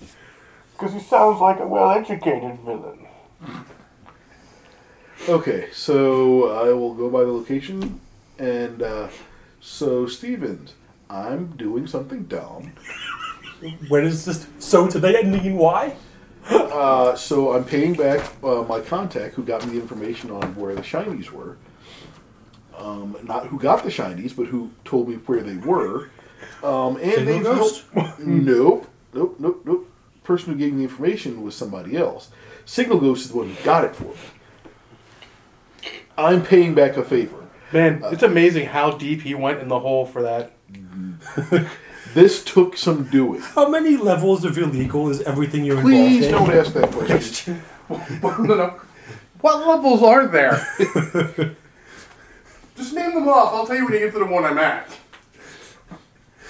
[SPEAKER 1] Because he sounds like a well-educated villain.
[SPEAKER 4] Okay, so I will go by the location, and uh, so Stevens, I'm doing something dumb.
[SPEAKER 5] When is this? So today ending in Y?
[SPEAKER 4] Uh, so I'm paying back uh, my contact who got me the information on where the shinies were. Um, not who got the shinies, but who told me where they were. Um, and
[SPEAKER 5] Single
[SPEAKER 4] they
[SPEAKER 5] ghost?
[SPEAKER 4] *laughs* nope, nope, nope, nope. Person who gave me the information was somebody else. Signal Ghost is the one who got it for me. I'm paying back a favor.
[SPEAKER 1] Man,
[SPEAKER 5] Uh,
[SPEAKER 1] it's amazing how deep he went in the hole for that.
[SPEAKER 4] This took some doing.
[SPEAKER 5] How many levels of illegal is everything you're
[SPEAKER 4] Please
[SPEAKER 5] involved
[SPEAKER 4] don't
[SPEAKER 5] in?
[SPEAKER 4] ask that question.
[SPEAKER 3] no, no.
[SPEAKER 1] What levels are there?
[SPEAKER 3] *laughs* Just name them off. I'll tell you when you get to the one I'm at.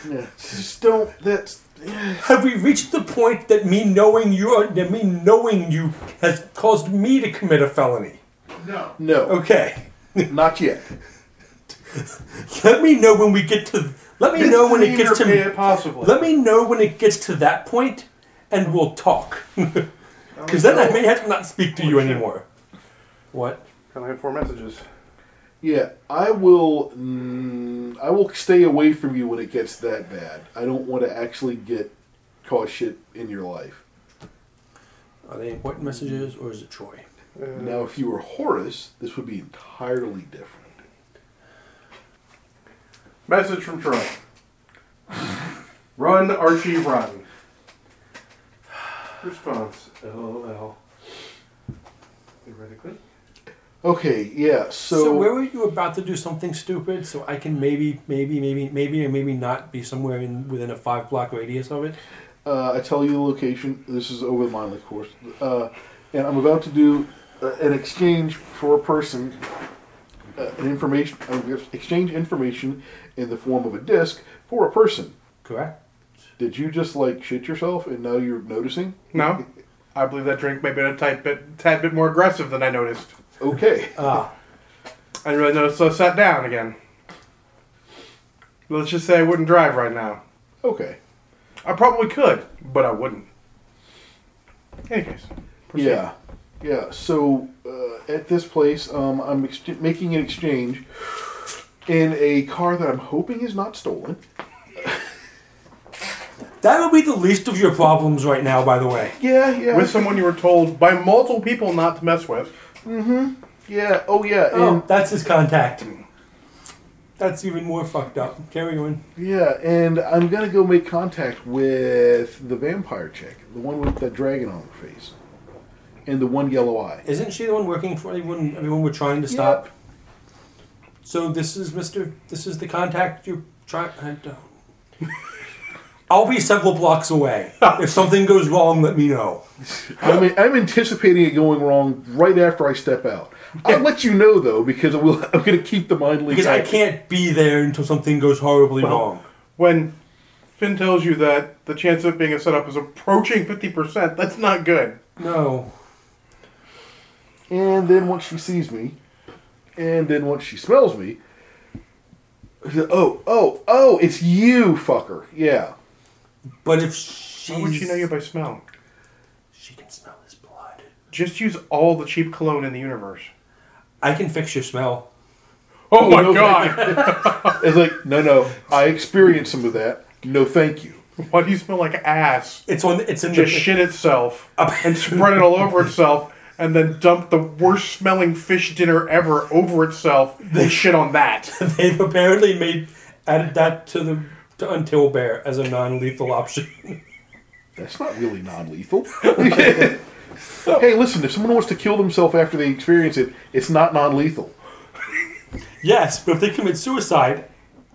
[SPEAKER 4] Yeah. Just don't. That's.
[SPEAKER 5] *laughs* Have we reached the point that me knowing you that me knowing you has caused me to commit a felony?
[SPEAKER 3] No.
[SPEAKER 4] No.
[SPEAKER 5] Okay.
[SPEAKER 4] Not yet.
[SPEAKER 5] Let me know when we get to let me know when it gets to
[SPEAKER 1] possibly.
[SPEAKER 5] let me know when it gets to that point and we'll talk. Cuz then I may have to not speak to you anymore. What?
[SPEAKER 1] I had four messages.
[SPEAKER 4] Yeah, I will. Mm, I will stay away from you when it gets that bad. I don't want to actually get cause shit in your life.
[SPEAKER 5] Are they important messages or is it Troy?
[SPEAKER 4] Now, if you were Horace, this would be entirely different.
[SPEAKER 1] Message from Troy. Run, Archie, run. Response. LOL. Theoretically.
[SPEAKER 4] Okay, yeah.
[SPEAKER 5] So,
[SPEAKER 4] So,
[SPEAKER 5] where were you about to do something stupid so I can maybe maybe maybe maybe or maybe not be somewhere in within a 5 block radius of it?
[SPEAKER 4] uh, I tell you the location. This is over the mine, of course. Uh, and I'm about to do uh, an exchange for a person, uh, an information I'm gonna exchange information in the form of a disc for a person.
[SPEAKER 5] Correct?
[SPEAKER 4] Did you just like shit yourself and now you're noticing?
[SPEAKER 1] No? I believe that drink may have been a tad bit, tad bit more aggressive than I noticed.
[SPEAKER 4] Okay.
[SPEAKER 5] Ah,
[SPEAKER 1] I didn't really notice, uh, so I sat down again. Let's just say I wouldn't drive right now.
[SPEAKER 4] Okay.
[SPEAKER 1] I probably could, but I wouldn't. Any case. proceed.
[SPEAKER 4] Yeah. Yeah. So uh, at this place, um, I'm ex- making an exchange in a car that I'm hoping is not stolen.
[SPEAKER 5] that would be the least of your problems right now by the way.
[SPEAKER 4] Yeah. Yeah.
[SPEAKER 1] With someone you were told by multiple people not to mess with.
[SPEAKER 4] yeah. Oh yeah.
[SPEAKER 5] Oh,
[SPEAKER 4] And
[SPEAKER 5] that's his contact. That's even more fucked up. Carry on.
[SPEAKER 4] yeah. And I'm gonna go make contact with the vampire chick, the one with the dragon on her face, and the one yellow eye.
[SPEAKER 5] Isn't she the one working for everyone? Everyone we're trying to stop. So this is Mister. This is the contact you're trying. I
[SPEAKER 1] *laughs*
[SPEAKER 5] don't. I'll be several blocks away. if something goes wrong, let me know.
[SPEAKER 4] I mean, I'm anticipating it going wrong right after I step out. I'll let you know though because I will, *laughs* I'm going to keep the mind leak.
[SPEAKER 5] Because I
[SPEAKER 4] active.
[SPEAKER 5] can't be there until something goes horribly wrong.
[SPEAKER 1] When Finn tells you that the chance of it being a setup is approaching 50%, that's not good.
[SPEAKER 5] No.
[SPEAKER 4] And then once she sees me, and then once she smells me, she said, oh, oh, oh, it's you, fucker. Yeah.
[SPEAKER 5] But if
[SPEAKER 1] How would
[SPEAKER 5] she,
[SPEAKER 1] she know you by smell?
[SPEAKER 5] she can smell his blood.
[SPEAKER 1] Just use all the cheap cologne in the universe.
[SPEAKER 5] I can fix your smell.
[SPEAKER 1] Oh my
[SPEAKER 4] no.
[SPEAKER 1] god!
[SPEAKER 4] It's like, no, no, I experienced some of that. No, thank you.
[SPEAKER 1] *laughs* Why do you smell like ass?
[SPEAKER 5] It's on. It's in
[SPEAKER 1] Just
[SPEAKER 5] the. *laughs*
[SPEAKER 1] shit itself and spread it all over itself and then dump the worst smelling fish dinner ever over itself and shit on that.
[SPEAKER 5] They've apparently made added that to the to Until Bear as a non-lethal option. *laughs*
[SPEAKER 4] That's not really non lethal. *laughs* hey, listen, if someone wants to kill themselves after they experience it, it's not non lethal.
[SPEAKER 5] yes, but if they commit suicide,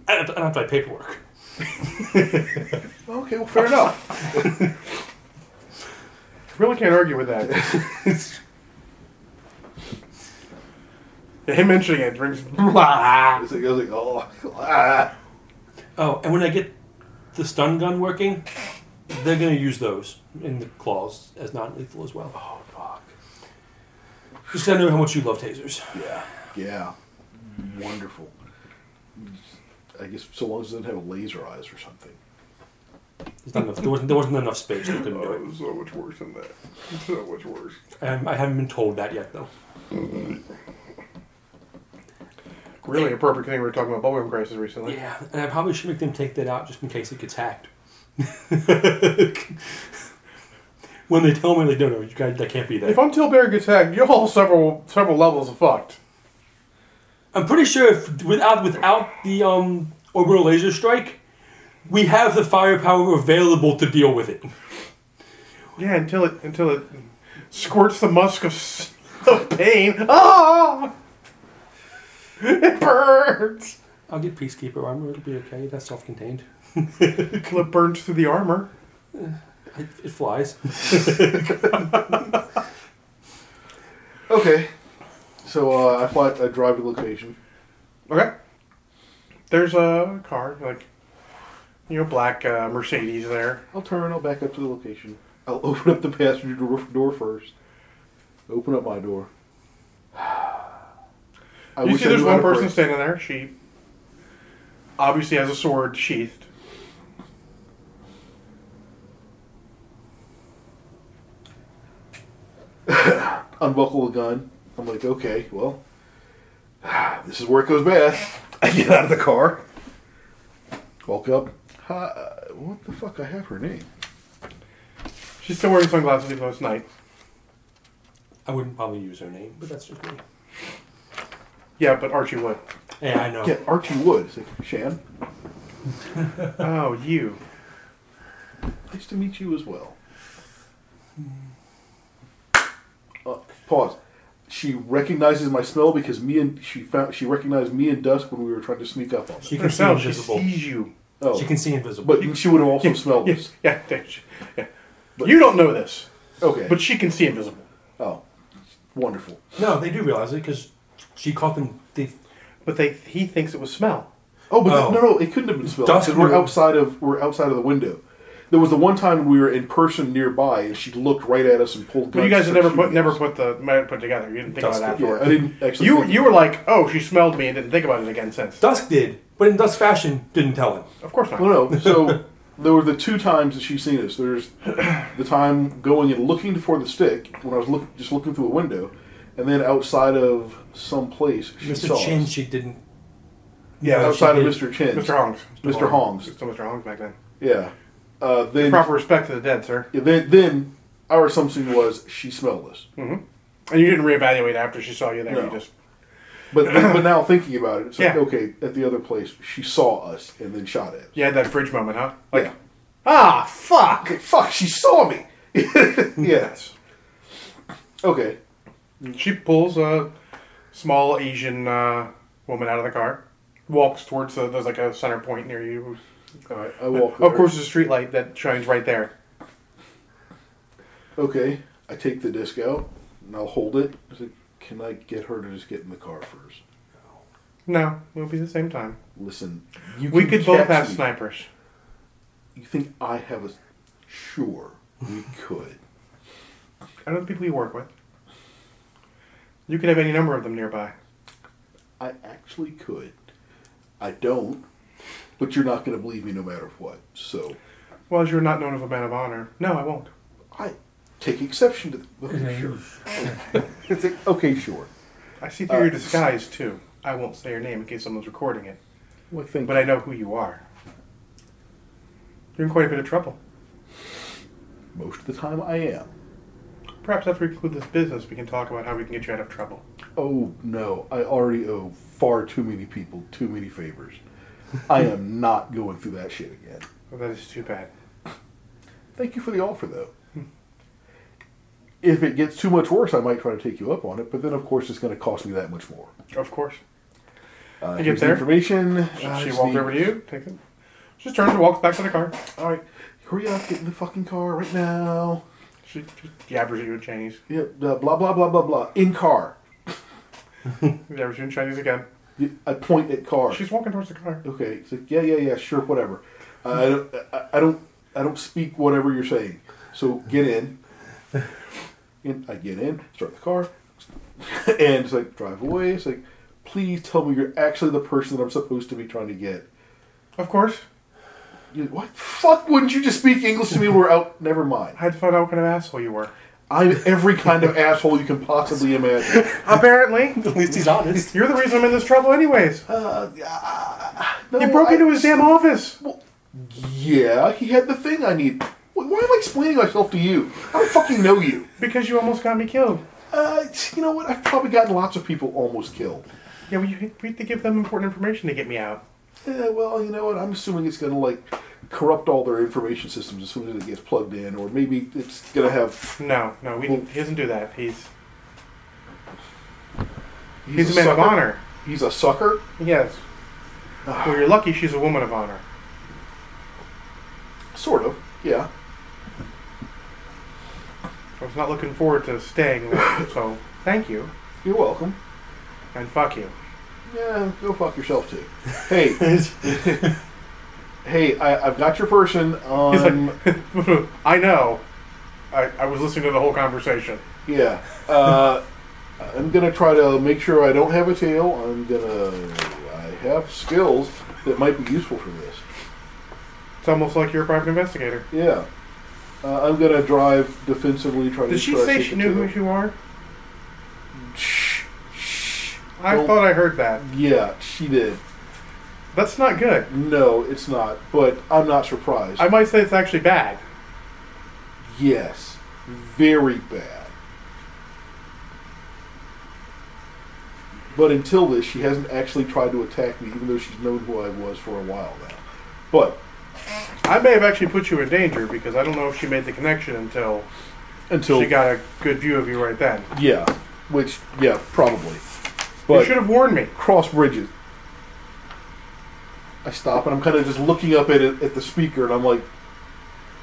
[SPEAKER 5] I don't I don't have to write paperwork.
[SPEAKER 4] Okay, well, fair enough.
[SPEAKER 1] Really can't argue with that. Yeah, Him mentioning it brings. *laughs*
[SPEAKER 4] It's like, I was like, oh, *laughs* ah.
[SPEAKER 5] Oh, and when I get the stun gun working, they're gonna use those in the claws as non-lethal as well. Oh fuck! Just 'cause I know how much you love tasers.
[SPEAKER 4] Yeah, yeah. Wonderful. I guess so long as it doesn't have laser eyes or something.
[SPEAKER 5] There's not enough, there, wasn't, there wasn't enough space. They couldn't do it.
[SPEAKER 1] so much worse than that. So much worse.
[SPEAKER 5] Um, I haven't been told that yet though.
[SPEAKER 1] Really appropriate thing we were talking about bubblegum crisis recently.
[SPEAKER 5] Yeah, and I probably should make them take that out just in case it gets hacked. *laughs* when they tell me, like, no, no, you guys, that can't be
[SPEAKER 1] If
[SPEAKER 5] there.
[SPEAKER 1] until bear gets hacked, you'll haul several several levels of fucked.
[SPEAKER 5] I'm pretty sure if, without without the um, orbital laser strike, we have the firepower available to deal with it.
[SPEAKER 1] Yeah, until it until it squirts the musk of, s- of pain. Oh, it burns.
[SPEAKER 5] I'll get peacekeeper armor. It'll be okay. That's self-contained.
[SPEAKER 1] Until it burns through the armor.
[SPEAKER 5] It, it flies.
[SPEAKER 4] Okay. So uh, I fly. I drive to location.
[SPEAKER 1] Okay. There's a car, like, you know, black uh, Mercedes there.
[SPEAKER 4] I'll turn. I'll back up to the location. I'll *laughs* open up the passenger door, door first. Open up my door. *sighs* I
[SPEAKER 1] you
[SPEAKER 4] wish
[SPEAKER 1] see
[SPEAKER 4] I
[SPEAKER 1] there's
[SPEAKER 4] knew how
[SPEAKER 1] one
[SPEAKER 4] to
[SPEAKER 1] person
[SPEAKER 4] brake.
[SPEAKER 1] standing there. She obviously has a sword sheathed.
[SPEAKER 4] unbuckle the gun. I'm like, okay, well, *sighs* this is where it goes bad. *laughs* I get out of the car, walk up. Hi, uh, what the fuck? I have her name.
[SPEAKER 1] She's still wearing sunglasses even though it's night.
[SPEAKER 5] I wouldn't probably use her name, but that's just me.
[SPEAKER 1] Yeah, but Archie would.
[SPEAKER 4] *laughs*
[SPEAKER 5] Yeah, I know.
[SPEAKER 4] Yeah, Archie Wood. It's like, Shan,
[SPEAKER 1] oh, you.
[SPEAKER 4] nice to meet you as well. Uh, pause. She recognizes my smell because me and she found she recognized me and Dusk when we were trying to sneak up on her.
[SPEAKER 5] She can see
[SPEAKER 1] Herself, Oh, she
[SPEAKER 5] invisible.
[SPEAKER 1] sees you.
[SPEAKER 4] Oh,
[SPEAKER 5] She can see invisible.
[SPEAKER 4] but she would have also
[SPEAKER 1] *laughs*
[SPEAKER 4] smelled
[SPEAKER 1] Yeah,
[SPEAKER 4] us.
[SPEAKER 1] yeah, there she- yeah.
[SPEAKER 4] But-
[SPEAKER 1] you don't know this,
[SPEAKER 4] Okay.
[SPEAKER 1] but she can see invisible.
[SPEAKER 4] oh, wonderful.
[SPEAKER 5] no, they do realize it because she caught them. They,
[SPEAKER 1] But they, he thinks it was smell.
[SPEAKER 4] Oh, but
[SPEAKER 5] Oh.
[SPEAKER 4] no, no, it couldn't have been spelled
[SPEAKER 5] Dusk
[SPEAKER 4] because we're
[SPEAKER 5] knew.
[SPEAKER 4] outside of we're outside of the window. There was the one time we were in person nearby, and she looked right at us and pulled.
[SPEAKER 1] But you
[SPEAKER 4] guns
[SPEAKER 1] guys
[SPEAKER 4] to
[SPEAKER 1] had never
[SPEAKER 4] shoot
[SPEAKER 1] put
[SPEAKER 4] us.
[SPEAKER 1] never put the might have put together. You didn't think about
[SPEAKER 5] Dusk,
[SPEAKER 1] it
[SPEAKER 4] Yeah,
[SPEAKER 1] afterward.
[SPEAKER 4] I didn't actually.
[SPEAKER 1] You
[SPEAKER 4] think-
[SPEAKER 1] you were like, oh, she smelled me and didn't think about it again since.
[SPEAKER 5] Dusk did, but in Dusk fashion, didn't tell him.
[SPEAKER 1] Of course not.
[SPEAKER 4] No, no. So *laughs* there were the two times that she's seen us. There's the time going and looking for the stick when I was look, just looking through a window, and then outside of some place she saw
[SPEAKER 5] Mr.
[SPEAKER 4] us.
[SPEAKER 5] Chin, she didn't.
[SPEAKER 1] Yeah,
[SPEAKER 5] No, she
[SPEAKER 4] outside of
[SPEAKER 5] didn't.
[SPEAKER 4] Mr. Chin,
[SPEAKER 1] Mr. Hongs.
[SPEAKER 4] Mr. Hongs.
[SPEAKER 1] Still Mr. Hongs back then.
[SPEAKER 4] Yeah. Uh, then
[SPEAKER 1] Proper respect to the dead, sir.
[SPEAKER 4] yeah, then then our assumption was she smelled us.
[SPEAKER 1] And you didn't reevaluate after she saw you there. You
[SPEAKER 4] No.
[SPEAKER 1] just
[SPEAKER 4] But but
[SPEAKER 1] *clears throat*
[SPEAKER 4] now thinking about it, it's like
[SPEAKER 1] Yeah.
[SPEAKER 4] okay, at the other place, she saw us and then shot at. us.
[SPEAKER 1] you had that fridge moment, huh? Like,
[SPEAKER 4] Yeah.
[SPEAKER 1] ah, fuck.
[SPEAKER 4] Okay, fuck, she saw
[SPEAKER 1] *laughs*
[SPEAKER 4] me. yeah.
[SPEAKER 1] Yes.
[SPEAKER 4] Okay.
[SPEAKER 1] She pulls a small Asian uh, woman out of the car, walks towards the, there's like a center point near you.
[SPEAKER 4] All right. I walk.
[SPEAKER 1] Of
[SPEAKER 4] over.
[SPEAKER 1] course, there's a street light that shines right there.
[SPEAKER 4] Okay. I take the disc out and I'll hold it. I said, Can I get her to just get in the car first?
[SPEAKER 1] No, it'll be the same time.
[SPEAKER 4] Listen, you
[SPEAKER 1] we
[SPEAKER 4] can
[SPEAKER 1] could both
[SPEAKER 4] catch
[SPEAKER 1] have
[SPEAKER 4] me.
[SPEAKER 1] snipers.
[SPEAKER 4] You think I have a? Sure, we could.
[SPEAKER 1] I know the people you work with. You could have any number of them nearby.
[SPEAKER 4] I actually could. I don't. But you're not going to believe me no matter what. So
[SPEAKER 1] Well, as you're not known of a man of honor. No, I won't.
[SPEAKER 4] I take exception to. The, sure. *laughs* It's like, okay, sure.
[SPEAKER 1] I see through your
[SPEAKER 4] Uh,
[SPEAKER 1] disguise too. I won't say your name in case someone's recording it,
[SPEAKER 4] Well, thank
[SPEAKER 1] but I know who you are. You're in quite a bit of trouble.
[SPEAKER 4] Most of the time, I am.
[SPEAKER 1] Perhaps after we conclude this business, we can talk about how we can get you out of trouble.
[SPEAKER 4] Oh no, I already owe far too many people too many favors. I
[SPEAKER 1] *laughs*
[SPEAKER 4] am not going through that shit again.
[SPEAKER 1] Well, Oh, that is too bad.
[SPEAKER 4] Thank you for the offer, though. If it gets too much worse, I might try to take you up on it, but then of course it's going to cost me that much more.
[SPEAKER 1] Of course.
[SPEAKER 4] Uh,
[SPEAKER 1] get
[SPEAKER 4] here's the
[SPEAKER 1] there.
[SPEAKER 4] information.
[SPEAKER 1] She,
[SPEAKER 4] Uh,
[SPEAKER 1] she
[SPEAKER 4] just
[SPEAKER 1] walks
[SPEAKER 4] need-
[SPEAKER 1] over to you, takes it. She just turns and walks back to the car.
[SPEAKER 4] All right, hurry up, get in the fucking car right now.
[SPEAKER 1] She just yabbers at you in Chinese.
[SPEAKER 4] Yep, uh, blah blah blah blah blah. In car.
[SPEAKER 1] Yabbers you in Chinese again.
[SPEAKER 4] I point at car.
[SPEAKER 1] She's walking towards the car.
[SPEAKER 4] Okay, it's like yeah, yeah, yeah, sure, whatever. Uh, I don't, I, I don't, I don't speak whatever you're saying. So get in. And I get in, start the car, *laughs* and it's like drive away. It's like, please tell me you're actually the person that I'm supposed to be trying to get.
[SPEAKER 1] Of course.
[SPEAKER 4] You- Why the fuck wouldn't you just speak English to me? when We're out. Never mind.
[SPEAKER 1] I had to find out what kind of asshole you were.
[SPEAKER 4] I'm every kind of asshole you can possibly imagine.
[SPEAKER 1] Apparently.
[SPEAKER 5] *laughs* At least
[SPEAKER 4] *laughs*
[SPEAKER 5] he's honest.
[SPEAKER 1] You're the reason I'm in this trouble anyways.
[SPEAKER 4] No,
[SPEAKER 1] *laughs* you broke
[SPEAKER 4] I-
[SPEAKER 1] into his damn office.
[SPEAKER 4] Yeah, he had the thing I need. Why why am I explaining myself to you? I don't fucking know you.
[SPEAKER 1] Because you almost got me killed.
[SPEAKER 4] Uh, you know what? I've probably gotten lots of people almost killed.
[SPEAKER 1] Yeah, well, you, we had to give them important information to get me out.
[SPEAKER 4] Yeah, well, you know what? I'm assuming it's going to like corrupt all their information systems as soon as it gets plugged in, or maybe it's going to have.
[SPEAKER 1] No, no, we didn't, he doesn't do that. He's he's, a, man
[SPEAKER 4] sucker.
[SPEAKER 1] of honor.
[SPEAKER 4] He's a sucker.
[SPEAKER 1] Yes. well, you're lucky she's a woman of honor.
[SPEAKER 4] Sort of. Yeah.
[SPEAKER 1] I was not looking forward to staying, there, so Thank you.
[SPEAKER 4] You're welcome.
[SPEAKER 1] And fuck you. *laughs*
[SPEAKER 4] Yeah, go fuck yourself too. Hey, *laughs* hey, I, I've got your person. Um,
[SPEAKER 1] I know. I, I was listening to the whole conversation.
[SPEAKER 4] yeah, uh, I'm gonna try to make sure I don't have a tail. I'm gonna, I have skills that might be useful for this.
[SPEAKER 1] It's almost like you're a private investigator.
[SPEAKER 4] Yeah, uh, I'm gonna drive defensively. Try to.
[SPEAKER 1] Did she
[SPEAKER 4] try to
[SPEAKER 1] say
[SPEAKER 4] take
[SPEAKER 1] she
[SPEAKER 4] the
[SPEAKER 1] knew
[SPEAKER 4] tail.
[SPEAKER 1] who you are?
[SPEAKER 4] Shh, shh.
[SPEAKER 1] I
[SPEAKER 4] Well-
[SPEAKER 1] thought I heard that.
[SPEAKER 4] Yeah, she did.
[SPEAKER 1] That's not good.
[SPEAKER 4] No, it's not. But I'm not surprised.
[SPEAKER 1] I might say it's actually bad.
[SPEAKER 4] Yes, very bad. But until this, she hasn't actually tried to attack me, even though she's known who I was for a while now. But
[SPEAKER 1] I may have actually put you in danger because I don't know if she made the connection until
[SPEAKER 4] until
[SPEAKER 1] she got a good view of you right then.
[SPEAKER 4] yeah, which yeah, probably.
[SPEAKER 1] you
[SPEAKER 4] But
[SPEAKER 1] should have warned me.
[SPEAKER 4] cross bridges. I stop and I'm kind of just looking up at it, at the speaker, and I'm like,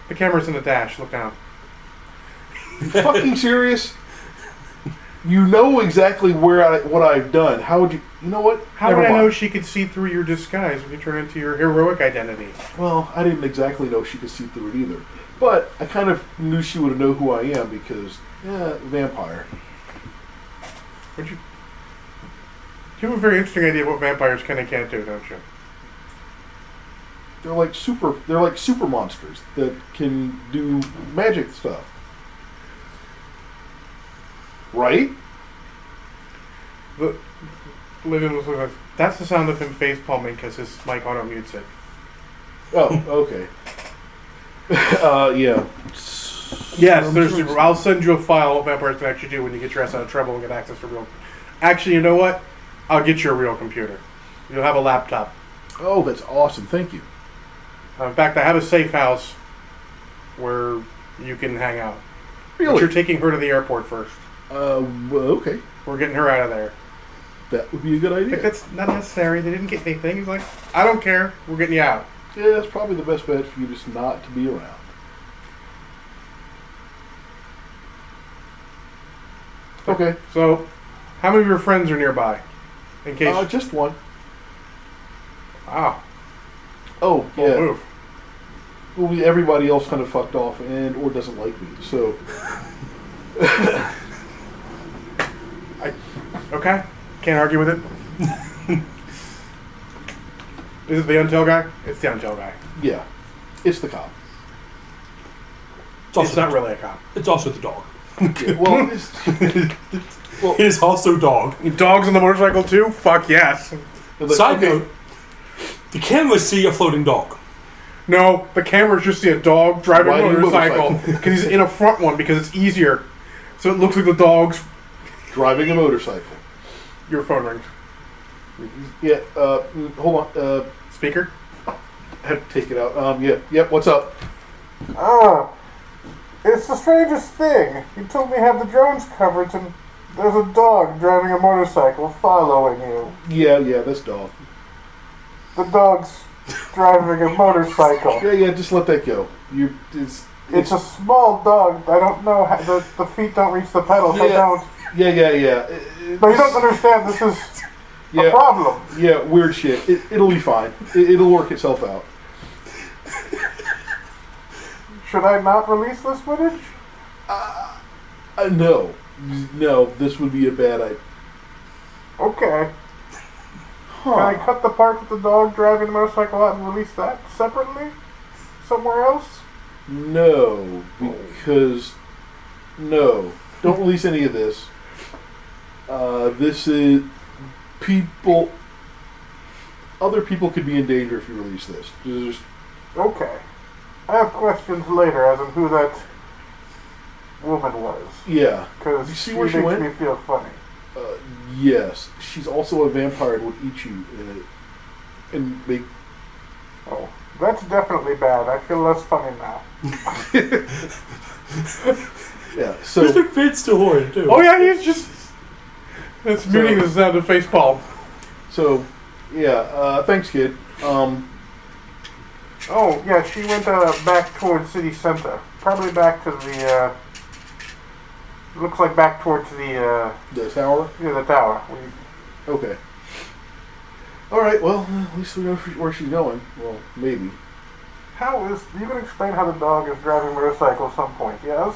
[SPEAKER 1] The camera's in the dash. Look down.
[SPEAKER 4] fucking serious? You know exactly where I what I've done. How would you? You know what?
[SPEAKER 1] How
[SPEAKER 4] Never
[SPEAKER 1] would I
[SPEAKER 4] mind.
[SPEAKER 1] know she could see through your disguise when you turn into your heroic identity?
[SPEAKER 4] Well, I didn't exactly know she could see through it either, but I kind of knew she would know who I am because, eh, vampire.
[SPEAKER 1] Would you? You have a very interesting idea of what vampires can and can't do, don't you?
[SPEAKER 4] They're like super. They're like super monsters that can do magic stuff. Right?
[SPEAKER 1] The, Livian was like, that's the sound of him face palming because his mic auto mutes it.
[SPEAKER 4] Oh, okay. *laughs* uh, yeah.
[SPEAKER 1] Yes, there's. I'll send you a file what vampires can actually do when you get your ass out of trouble and get access to real. Actually, you know what? I'll get you a real computer. You'll have a laptop.
[SPEAKER 4] Oh, that's awesome. Thank you.
[SPEAKER 1] Uh, in fact, I have a safe house where you can hang out. But you're taking her to the airport first.
[SPEAKER 4] Uh, well, okay.
[SPEAKER 1] We're getting her out of there.
[SPEAKER 4] That would be a good
[SPEAKER 1] Like,
[SPEAKER 4] idea.
[SPEAKER 1] that's not necessary. They didn't get anything. He's like, I don't care. We're getting you out.
[SPEAKER 4] Yeah, that's probably the best bet for you just not to be around. Okay.
[SPEAKER 1] So, how many of your friends are nearby? In case.
[SPEAKER 4] Uh, just one.
[SPEAKER 1] wow.
[SPEAKER 4] Oh,
[SPEAKER 1] Bold
[SPEAKER 4] yeah.
[SPEAKER 1] move.
[SPEAKER 4] Well, we- everybody else kind of fucked off and or doesn't like me. So,
[SPEAKER 1] I, okay. Can't argue with it. *laughs* Is it the Untel guy? It's the Untel guy.
[SPEAKER 4] yeah, it's the cop.
[SPEAKER 5] It's also,
[SPEAKER 1] It's not really a cop.
[SPEAKER 5] it's also the dog.
[SPEAKER 4] Yeah, well, it's, well,
[SPEAKER 5] It is also dog.
[SPEAKER 1] Dogs on the motorcycle too? Fuck yes.
[SPEAKER 4] like,
[SPEAKER 5] Side
[SPEAKER 4] okay, Oh.
[SPEAKER 5] note: the cameras see a floating dog.
[SPEAKER 1] No, the cameras just see a dog driving a
[SPEAKER 4] Riding a
[SPEAKER 1] motorcycle *laughs* because he's in a front one because it's easier. So it looks like the dog's.
[SPEAKER 4] driving a motorcycle.
[SPEAKER 1] Your phone rings.
[SPEAKER 4] Yeah. Uh, mm, hold on. Uh,
[SPEAKER 1] Speaker.
[SPEAKER 4] I have to *laughs* take it out. Um, yeah. Yep. What's up?
[SPEAKER 1] Oh, it's the strangest thing. You told me have the drones covered, and there's a dog driving a motorcycle following you.
[SPEAKER 4] Yeah. Yeah. That's dog.
[SPEAKER 1] The dog's driving a motorcycle.
[SPEAKER 4] Yeah. Yeah. Just let that go. You. It's.
[SPEAKER 1] It's a small dog. I don't know. How, the, the feet don't reach the pedals. I
[SPEAKER 4] Yeah.
[SPEAKER 1] don't.
[SPEAKER 4] Yeah. Yeah. Yeah. It-
[SPEAKER 1] No, you don't understand. This is a
[SPEAKER 4] Yeah.
[SPEAKER 1] problem.
[SPEAKER 4] Yeah. Weird shit. It, it'll be fine. It, it'll work itself out.
[SPEAKER 1] Should I not release this footage?
[SPEAKER 4] Uh, no. No. This would be a bad idea.
[SPEAKER 1] Okay. Can I cut the part with the dog driving the motorcycle out and release that separately? Somewhere else?
[SPEAKER 4] No, because no, don't release any of this. Uh, this is people. Other people could be in danger if you release this. Just,
[SPEAKER 1] Okay. I have questions later as in who that woman was.
[SPEAKER 4] yeah,
[SPEAKER 1] Because
[SPEAKER 4] You see
[SPEAKER 1] she
[SPEAKER 4] where
[SPEAKER 1] makes
[SPEAKER 4] she went?
[SPEAKER 1] me feel funny.
[SPEAKER 4] uh, yes. She's also a vampire and would eat you, and, and make
[SPEAKER 1] Oh, that's definitely bad. I feel less funny now.
[SPEAKER 4] yeah. So
[SPEAKER 5] Mr. Fitz still horrid too.
[SPEAKER 1] Oh,
[SPEAKER 4] Oh.
[SPEAKER 1] yeah, he's just. That's
[SPEAKER 4] muting the
[SPEAKER 1] sound of face palm.
[SPEAKER 4] so yeah. Uh, thanks, kid. Um,
[SPEAKER 1] Oh, yeah, she went uh, back towards city center. Probably back to the uh,
[SPEAKER 6] Looks like back towards the uh,
[SPEAKER 4] The tower?
[SPEAKER 6] yeah, the tower. We-
[SPEAKER 4] Okay. All right. Well, uh, at least we know where she's going. Well, maybe.
[SPEAKER 6] How is you can explain how the dog is driving a motorcycle at some point? Yes.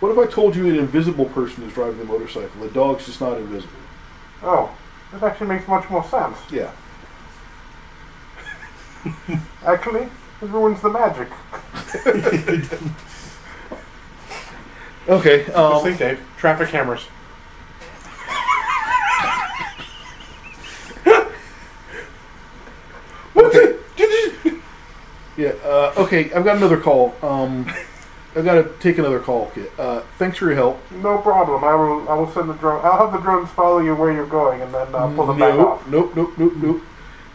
[SPEAKER 4] What if I told you an invisible person is driving the motorcycle? The dog's just not invisible.
[SPEAKER 6] Oh, this actually makes much more sense.
[SPEAKER 4] Yeah.
[SPEAKER 6] Actually, it ruins the magic.
[SPEAKER 4] Okay.
[SPEAKER 6] *laughs*
[SPEAKER 1] Just
[SPEAKER 4] Um,
[SPEAKER 1] think, Dave. Traffic cameras.
[SPEAKER 4] okay. yeah. Uh, okay. I've got another call. Um, I've got to take another call, Kit. Uh, thanks for your help.
[SPEAKER 6] No problem. I will. I will send the drone. I'll have the drones follow you where you're going, and then uh, pull them back
[SPEAKER 4] nope,
[SPEAKER 6] off.
[SPEAKER 4] nope. Nope. Nope. Nope.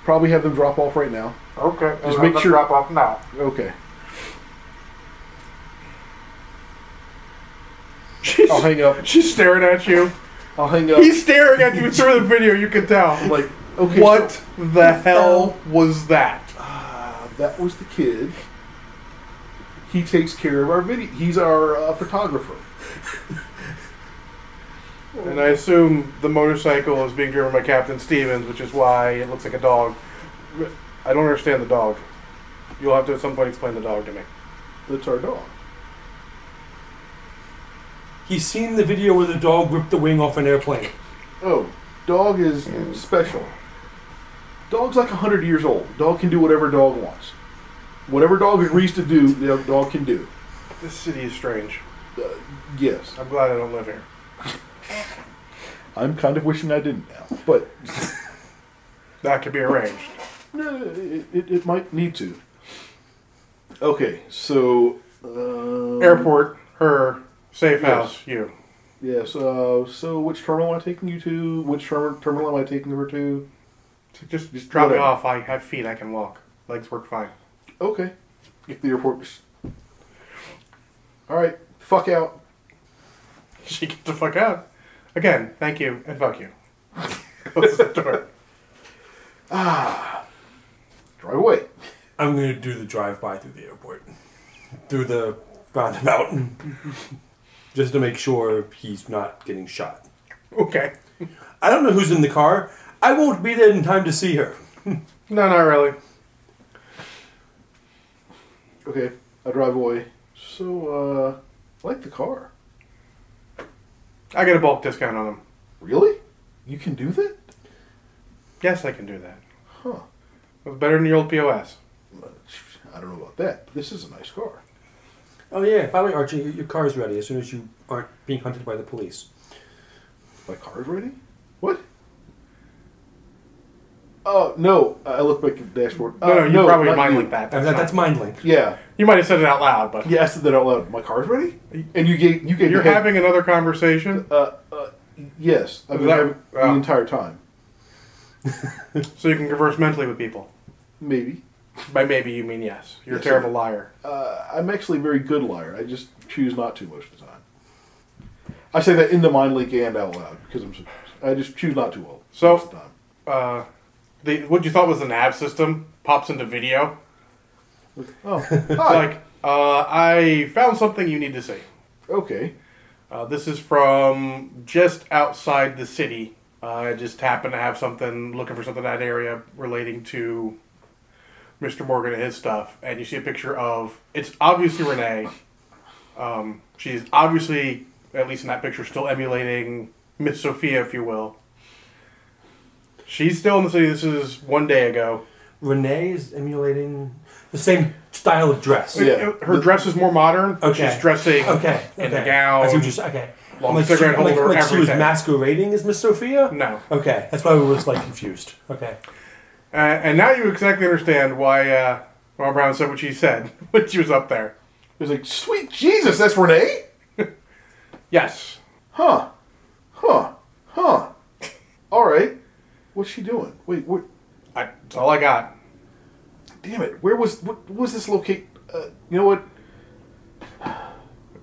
[SPEAKER 4] Probably have them drop off right now.
[SPEAKER 6] Okay.
[SPEAKER 4] Just
[SPEAKER 6] I'll
[SPEAKER 4] make
[SPEAKER 6] let
[SPEAKER 4] sure-
[SPEAKER 6] Drop off now.
[SPEAKER 4] Okay. *laughs* I'll hang up.
[SPEAKER 1] She's staring at you.
[SPEAKER 4] I'll hang up.
[SPEAKER 1] He's staring at you through the video. You can tell.
[SPEAKER 4] I'm like, Oh. okay.
[SPEAKER 1] what
[SPEAKER 4] so-
[SPEAKER 1] the hell was that?
[SPEAKER 4] Ah, that was the kid. He takes care of our video. He's our uh, photographer.
[SPEAKER 1] And I assume the motorcycle is being driven by Captain Stevens, which is why it looks like a dog. I don't understand the dog. You'll have to at some point explain the dog to me.
[SPEAKER 4] That's our dog.
[SPEAKER 5] He's seen the video where the dog ripped the wing off an airplane.
[SPEAKER 4] Oh, dog is special. Dog's like 100 years old. Dog can do whatever dog wants. Whatever dog agrees to do, the dog can do.
[SPEAKER 1] This city is strange.
[SPEAKER 4] Uh, yes.
[SPEAKER 1] I'm glad I don't live here.
[SPEAKER 4] I'm kind of wishing I didn't now. But
[SPEAKER 1] That could be arranged.
[SPEAKER 4] No, it, it, it might need to. Okay, so um,
[SPEAKER 1] Airport, her, safe
[SPEAKER 4] Yes.
[SPEAKER 1] house, you.
[SPEAKER 4] Yes. Uh, so, which terminal am I taking you to? Which ter- terminal am I taking her to?
[SPEAKER 1] So just, just drop
[SPEAKER 4] Whatever.
[SPEAKER 1] me off. I have feet. I can walk. Legs work fine. *laughs*
[SPEAKER 4] Okay. Get the airport. All right. Fuck out.
[SPEAKER 1] She gets the fuck out. Again, thank you and fuck you. Closes the door.
[SPEAKER 4] Drive away.
[SPEAKER 5] I'm going to do the drive by through the airport, through the roundabout, just to make sure he's not getting shot.
[SPEAKER 1] Okay.
[SPEAKER 5] I don't know who's in the car. I won't be there in time to see her.
[SPEAKER 1] No, not really.
[SPEAKER 4] Okay. I drive away. So, uh, I like the car.
[SPEAKER 1] I get a bulk discount on them.
[SPEAKER 4] Really? You can do that?
[SPEAKER 1] Yes, I can do that.
[SPEAKER 4] Huh.
[SPEAKER 1] It was better than your old POS.
[SPEAKER 4] I don't know about that. But this is a nice car.
[SPEAKER 5] Oh, yeah. By the way, Archie, your- your car's ready as soon as you aren't being hunted by the police.
[SPEAKER 4] My car's ready? What? Oh, no. I look back at the dashboard.
[SPEAKER 1] No,
[SPEAKER 4] Uh,
[SPEAKER 1] no, you probably
[SPEAKER 4] not
[SPEAKER 1] mind
[SPEAKER 4] you.
[SPEAKER 1] like that.
[SPEAKER 5] That- that's
[SPEAKER 1] fine.
[SPEAKER 5] mind link.
[SPEAKER 4] Yeah.
[SPEAKER 1] you might have said it out loud,
[SPEAKER 4] *laughs*
[SPEAKER 1] but
[SPEAKER 4] Yeah, I said that out loud. My car's ready? And you gave you gave
[SPEAKER 1] you're
[SPEAKER 4] the head-
[SPEAKER 1] having another conversation.
[SPEAKER 4] uh, uh yes. I've been
[SPEAKER 1] That-
[SPEAKER 4] having
[SPEAKER 1] oh.
[SPEAKER 4] the entire time.
[SPEAKER 1] So you can converse mentally with people.
[SPEAKER 4] Maybe.
[SPEAKER 1] By maybe you mean yes. You're
[SPEAKER 4] Yes,
[SPEAKER 1] a terrible liar.
[SPEAKER 4] Uh, I'm actually a very good liar. I just choose not to most of the time. I say that in the mind leak and out loud because I'm so- I just choose not to well
[SPEAKER 1] So-
[SPEAKER 4] most of the time.
[SPEAKER 1] Uh, the what you thought was the nav system pops into video.
[SPEAKER 4] Oh, *laughs*
[SPEAKER 1] It's
[SPEAKER 4] hi.
[SPEAKER 1] like uh, I found something you need to see.
[SPEAKER 4] okay.
[SPEAKER 1] Uh, this is from just outside the city. Uh, I just happened to have something looking for something in that area relating to Mr. Morgan and his stuff. And you see a picture of it's obviously Renee. Um, she's obviously, at least in that picture, still emulating Miss Sophia, if you will. She's still in the city. This is one day ago.
[SPEAKER 5] Renee is emulating the same style of dress.
[SPEAKER 4] Yeah.
[SPEAKER 1] Her dress is more modern.
[SPEAKER 5] Okay.
[SPEAKER 1] She's dressing
[SPEAKER 5] Okay.
[SPEAKER 1] in
[SPEAKER 5] okay.
[SPEAKER 1] a gown.
[SPEAKER 5] I see what you're saying. Okay.
[SPEAKER 1] long
[SPEAKER 5] like,
[SPEAKER 1] cigarette
[SPEAKER 5] she, like-
[SPEAKER 1] holder,
[SPEAKER 5] like she was
[SPEAKER 1] everything.
[SPEAKER 5] masquerading as Miss Sophia?
[SPEAKER 1] No.
[SPEAKER 5] Okay. That's why we was like confused. Okay.
[SPEAKER 1] Uh, and now you exactly understand why uh, Ron Brown said what she said *laughs* when she was up there.
[SPEAKER 4] It was like, sweet Jesus, that's Renee?
[SPEAKER 1] Yes.
[SPEAKER 4] Huh. Huh. Huh. All right. What's she doing? Wait, what?
[SPEAKER 1] I, that's all I got.
[SPEAKER 4] Damn it. Where was, what, what was this locate? Uh, you know what?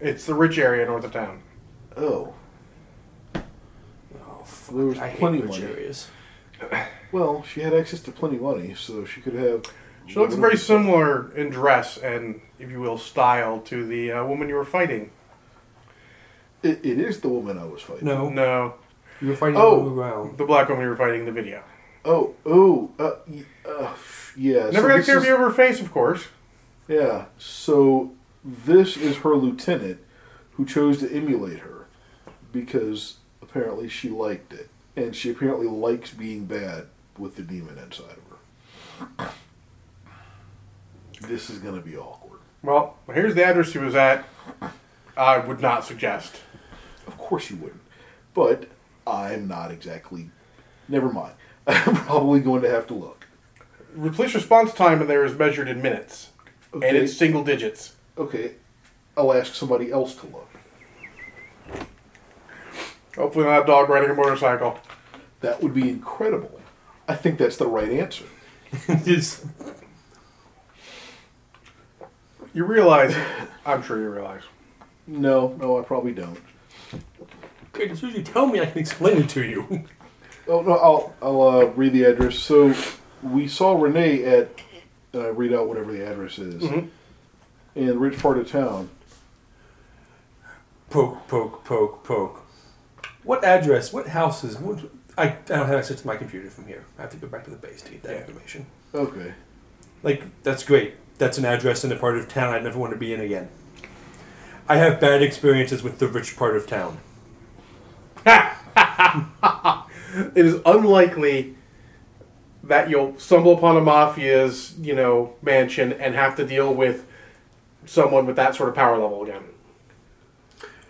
[SPEAKER 1] It's the rich area north of town.
[SPEAKER 4] Oh.
[SPEAKER 5] Oh, fuck.
[SPEAKER 4] There was
[SPEAKER 5] I hate
[SPEAKER 4] plenty of
[SPEAKER 5] rich
[SPEAKER 4] money.
[SPEAKER 5] areas.
[SPEAKER 4] Well, she had access to plenty of money, so she could have.
[SPEAKER 1] She looks very similar in dress and, if you will, style to the uh, woman you were fighting
[SPEAKER 4] It, it is the woman I was fighting.
[SPEAKER 5] No,
[SPEAKER 1] No,
[SPEAKER 5] you were fighting
[SPEAKER 1] Oh.
[SPEAKER 5] all around. *laughs*
[SPEAKER 1] the black woman you were fighting in the video.
[SPEAKER 4] Oh, oh, uh, y- uh, yeah.
[SPEAKER 1] Never
[SPEAKER 4] so
[SPEAKER 1] got a
[SPEAKER 4] this
[SPEAKER 1] clear
[SPEAKER 4] is-
[SPEAKER 1] view of her face, of course.
[SPEAKER 4] Yeah. So this is her lieutenant who chose to emulate her because apparently she liked it. And she apparently likes being bad with the demon inside of her. This is going to be awkward.
[SPEAKER 1] Well, here's the address she was at. I would not suggest.
[SPEAKER 4] Of course you wouldn't. But I'm not exactly. Never mind. *laughs* I'm probably going to have to look.
[SPEAKER 1] The Police response time in there is measured in minutes, and
[SPEAKER 4] Okay.
[SPEAKER 1] it's single digits.
[SPEAKER 4] Okay. I'll ask somebody else to look.
[SPEAKER 1] Hopefully, not a dog riding a motorcycle.
[SPEAKER 4] That would be incredible. I think that's the right answer.
[SPEAKER 5] Just-
[SPEAKER 1] You realize, *laughs* I'm sure you realize.
[SPEAKER 4] No, no, I probably don't.
[SPEAKER 5] Great, as soon as you tell me, I can explain it to you.
[SPEAKER 4] Oh no, I'll I'll uh, read the address. So we saw Renee at and I read out whatever the address is in the rich part of town.
[SPEAKER 5] poke, poke, poke, poke. What address? What houses? What? I, I don't have access to my computer from here. I have to go back to the base to get that information.
[SPEAKER 4] Okay,
[SPEAKER 5] Like that's great. That's an address in a part of town I'd never want to be in again. I have bad experiences with the rich part of town.
[SPEAKER 1] It is unlikely that you'll stumble upon a mafia's, you know, mansion and have to deal with someone with that sort of power level again.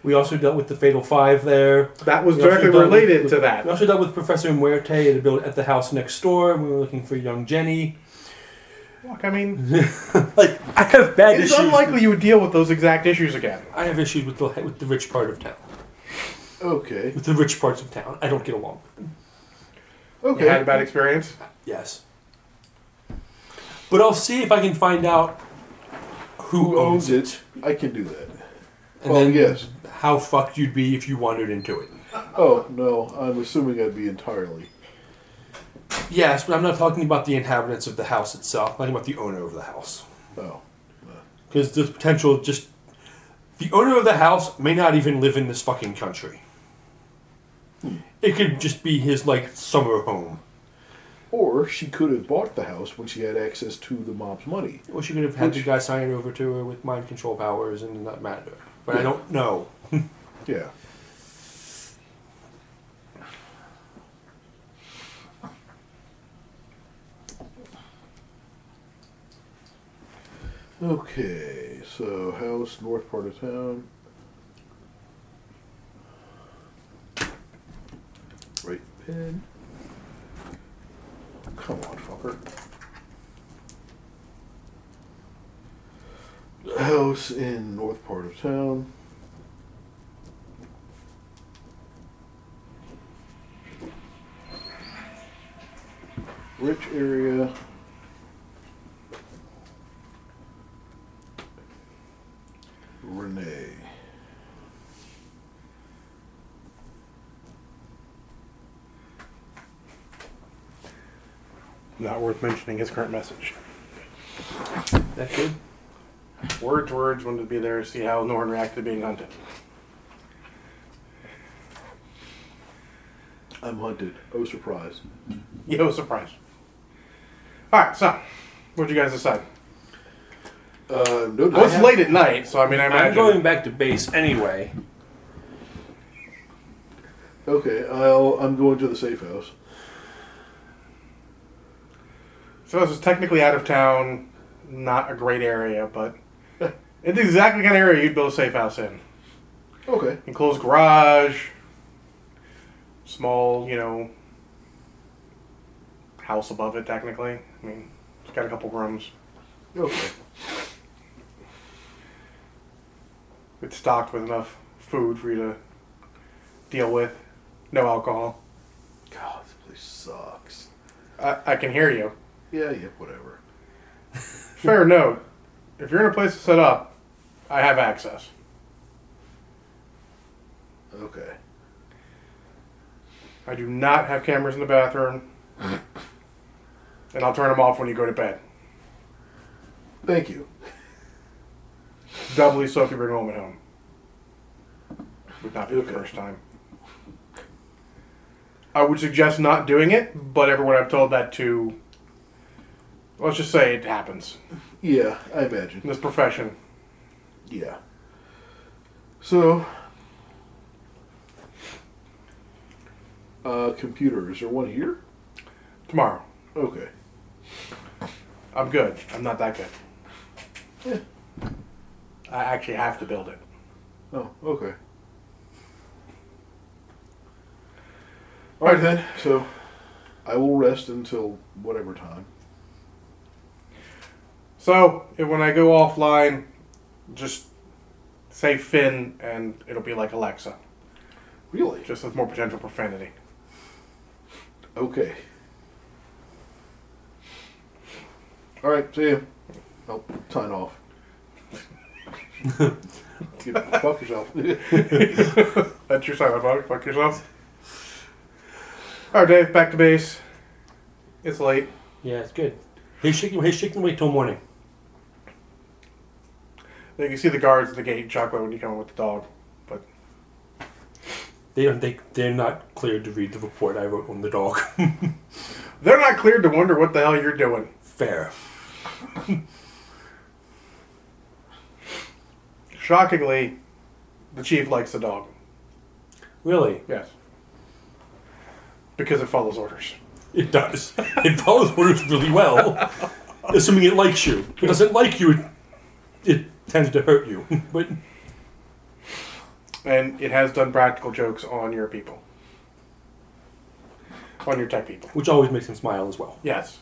[SPEAKER 5] We also dealt with the Fatal Five there.
[SPEAKER 1] That was
[SPEAKER 5] We also
[SPEAKER 1] directly
[SPEAKER 5] dealt with-
[SPEAKER 1] related
[SPEAKER 5] with-
[SPEAKER 1] to that.
[SPEAKER 5] We also dealt with Professor Muerte at, a build, at the house next door. We were looking for young Jenny.
[SPEAKER 1] Look, I mean,
[SPEAKER 5] Like I have bad
[SPEAKER 1] it's
[SPEAKER 5] issues.
[SPEAKER 1] unlikely you would deal with those exact issues again.
[SPEAKER 5] I have issues with the with the rich part of town.
[SPEAKER 4] okay,
[SPEAKER 5] With the rich parts of town, I don't get along with them.
[SPEAKER 1] You had a
[SPEAKER 4] okay.
[SPEAKER 1] bad experience.
[SPEAKER 5] Yes. But I'll see if I can find out who,
[SPEAKER 4] Who owns Oh, it? I can do that.
[SPEAKER 5] and
[SPEAKER 4] well,
[SPEAKER 5] then
[SPEAKER 4] yes.
[SPEAKER 5] how fucked you'd be if you wandered into it.
[SPEAKER 4] Oh no, I'm assuming I'd be entirely.
[SPEAKER 5] Yes, but I'm not talking about the inhabitants of the house itself. I'm talking about the owner of the house.
[SPEAKER 4] Oh,
[SPEAKER 5] Because there's potential just. The owner of the house may not even live in this fucking country. It could just be his, like, summer home.
[SPEAKER 4] or she could have bought the house when she had access to the mob's money.
[SPEAKER 5] Or she could have had the guy sign it over to her with mind control powers and not matter. But I don't know.
[SPEAKER 4] Yeah. Okay, so house, north part of town. Right pin. Come on, fucker. House in north part of town. Rich area. Renee.
[SPEAKER 1] Not worth mentioning his current message.
[SPEAKER 5] That good?
[SPEAKER 1] Words, words, wanted to be there to see how Norn reacted to being hunted.
[SPEAKER 4] I'm hunted. Oh, surprise.
[SPEAKER 1] Yo, surprise. Alright, so, what'd you guys decide?
[SPEAKER 4] Uh, no,
[SPEAKER 1] Well,
[SPEAKER 4] I
[SPEAKER 1] it's
[SPEAKER 4] have-
[SPEAKER 1] late at night, so I mean, I imagine.
[SPEAKER 5] I'm going back to base anyway.
[SPEAKER 4] Okay, I'll, I'm going to the safe house.
[SPEAKER 1] So this is technically out of town, not a great area, but
[SPEAKER 5] *laughs*
[SPEAKER 1] it's exactly the kind of area you'd build a safe house in.
[SPEAKER 4] Okay.
[SPEAKER 1] Enclosed garage, small, you know, house above it, technically. I mean, it's got a couple rooms.
[SPEAKER 4] Okay.
[SPEAKER 1] It's stocked with enough food for you to deal with. No alcohol.
[SPEAKER 4] God, this place sucks.
[SPEAKER 1] I, I can hear you.
[SPEAKER 4] Yeah, yeah, whatever.
[SPEAKER 1] Fair note. If you're in a place to set up, I have access.
[SPEAKER 4] Okay.
[SPEAKER 1] I do not have cameras in the bathroom. and I'll turn them off when you go to bed.
[SPEAKER 4] Thank you.
[SPEAKER 1] Doubly so if you bring a woman home. Would not be the
[SPEAKER 4] Okay.
[SPEAKER 1] first time. I would suggest not doing it, but everyone I've told that to, let's just say it happens
[SPEAKER 4] Yeah, I imagine.
[SPEAKER 1] in this profession.
[SPEAKER 4] Yeah. So, uh, computer. Is there one here?
[SPEAKER 1] Tomorrow,
[SPEAKER 4] Okay.
[SPEAKER 1] I'm good. I'm not that good. I actually have to build it.
[SPEAKER 4] Oh, okay. All right then. So, I will rest until whatever time.
[SPEAKER 1] So if- when I go offline, just say Finn, and it'll be like Alexa,
[SPEAKER 4] Really?
[SPEAKER 1] just with more potential profanity.
[SPEAKER 4] Okay. All right. See ya. I'll sign off. *laughs* Get, fuck yourself. *laughs*
[SPEAKER 1] That's your silent vote. Fuck yourself. All right, Dave, back to base. It's late.
[SPEAKER 5] Yeah, it's good. He's shaking. He's shaking away till morning.
[SPEAKER 1] You can see the guards at the gate chocolate when you come in with the dog. But
[SPEAKER 5] They don't. They they're not cleared to read the report I wrote on the dog. *laughs*
[SPEAKER 1] they're not cleared to wonder what the hell you're doing.
[SPEAKER 5] Fair.
[SPEAKER 1] Shockingly, the chief likes the dog.
[SPEAKER 5] Really,
[SPEAKER 1] Yes. Because it follows orders.
[SPEAKER 5] it does. It follows orders really *laughs* well, assuming it likes you. If it doesn't like you, it, it tends to hurt you. *laughs* But
[SPEAKER 1] And it has done practical jokes on your people. On your tech people.
[SPEAKER 5] which always makes him smile as well.
[SPEAKER 1] Yes.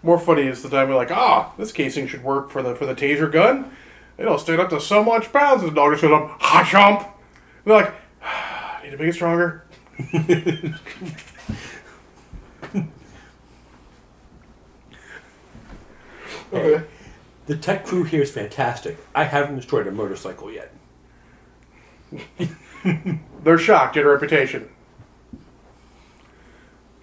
[SPEAKER 1] More funny is the time we're like, ah, this casing should work for the for the taser gun. It'll stand up to so much pounds. And the dog just goes up, ha chomp. And They're like, "Ah, need to make it stronger.
[SPEAKER 4] okay.
[SPEAKER 5] The tech crew here is fantastic. I haven't destroyed a motorcycle yet.
[SPEAKER 1] They're shocked at her reputation.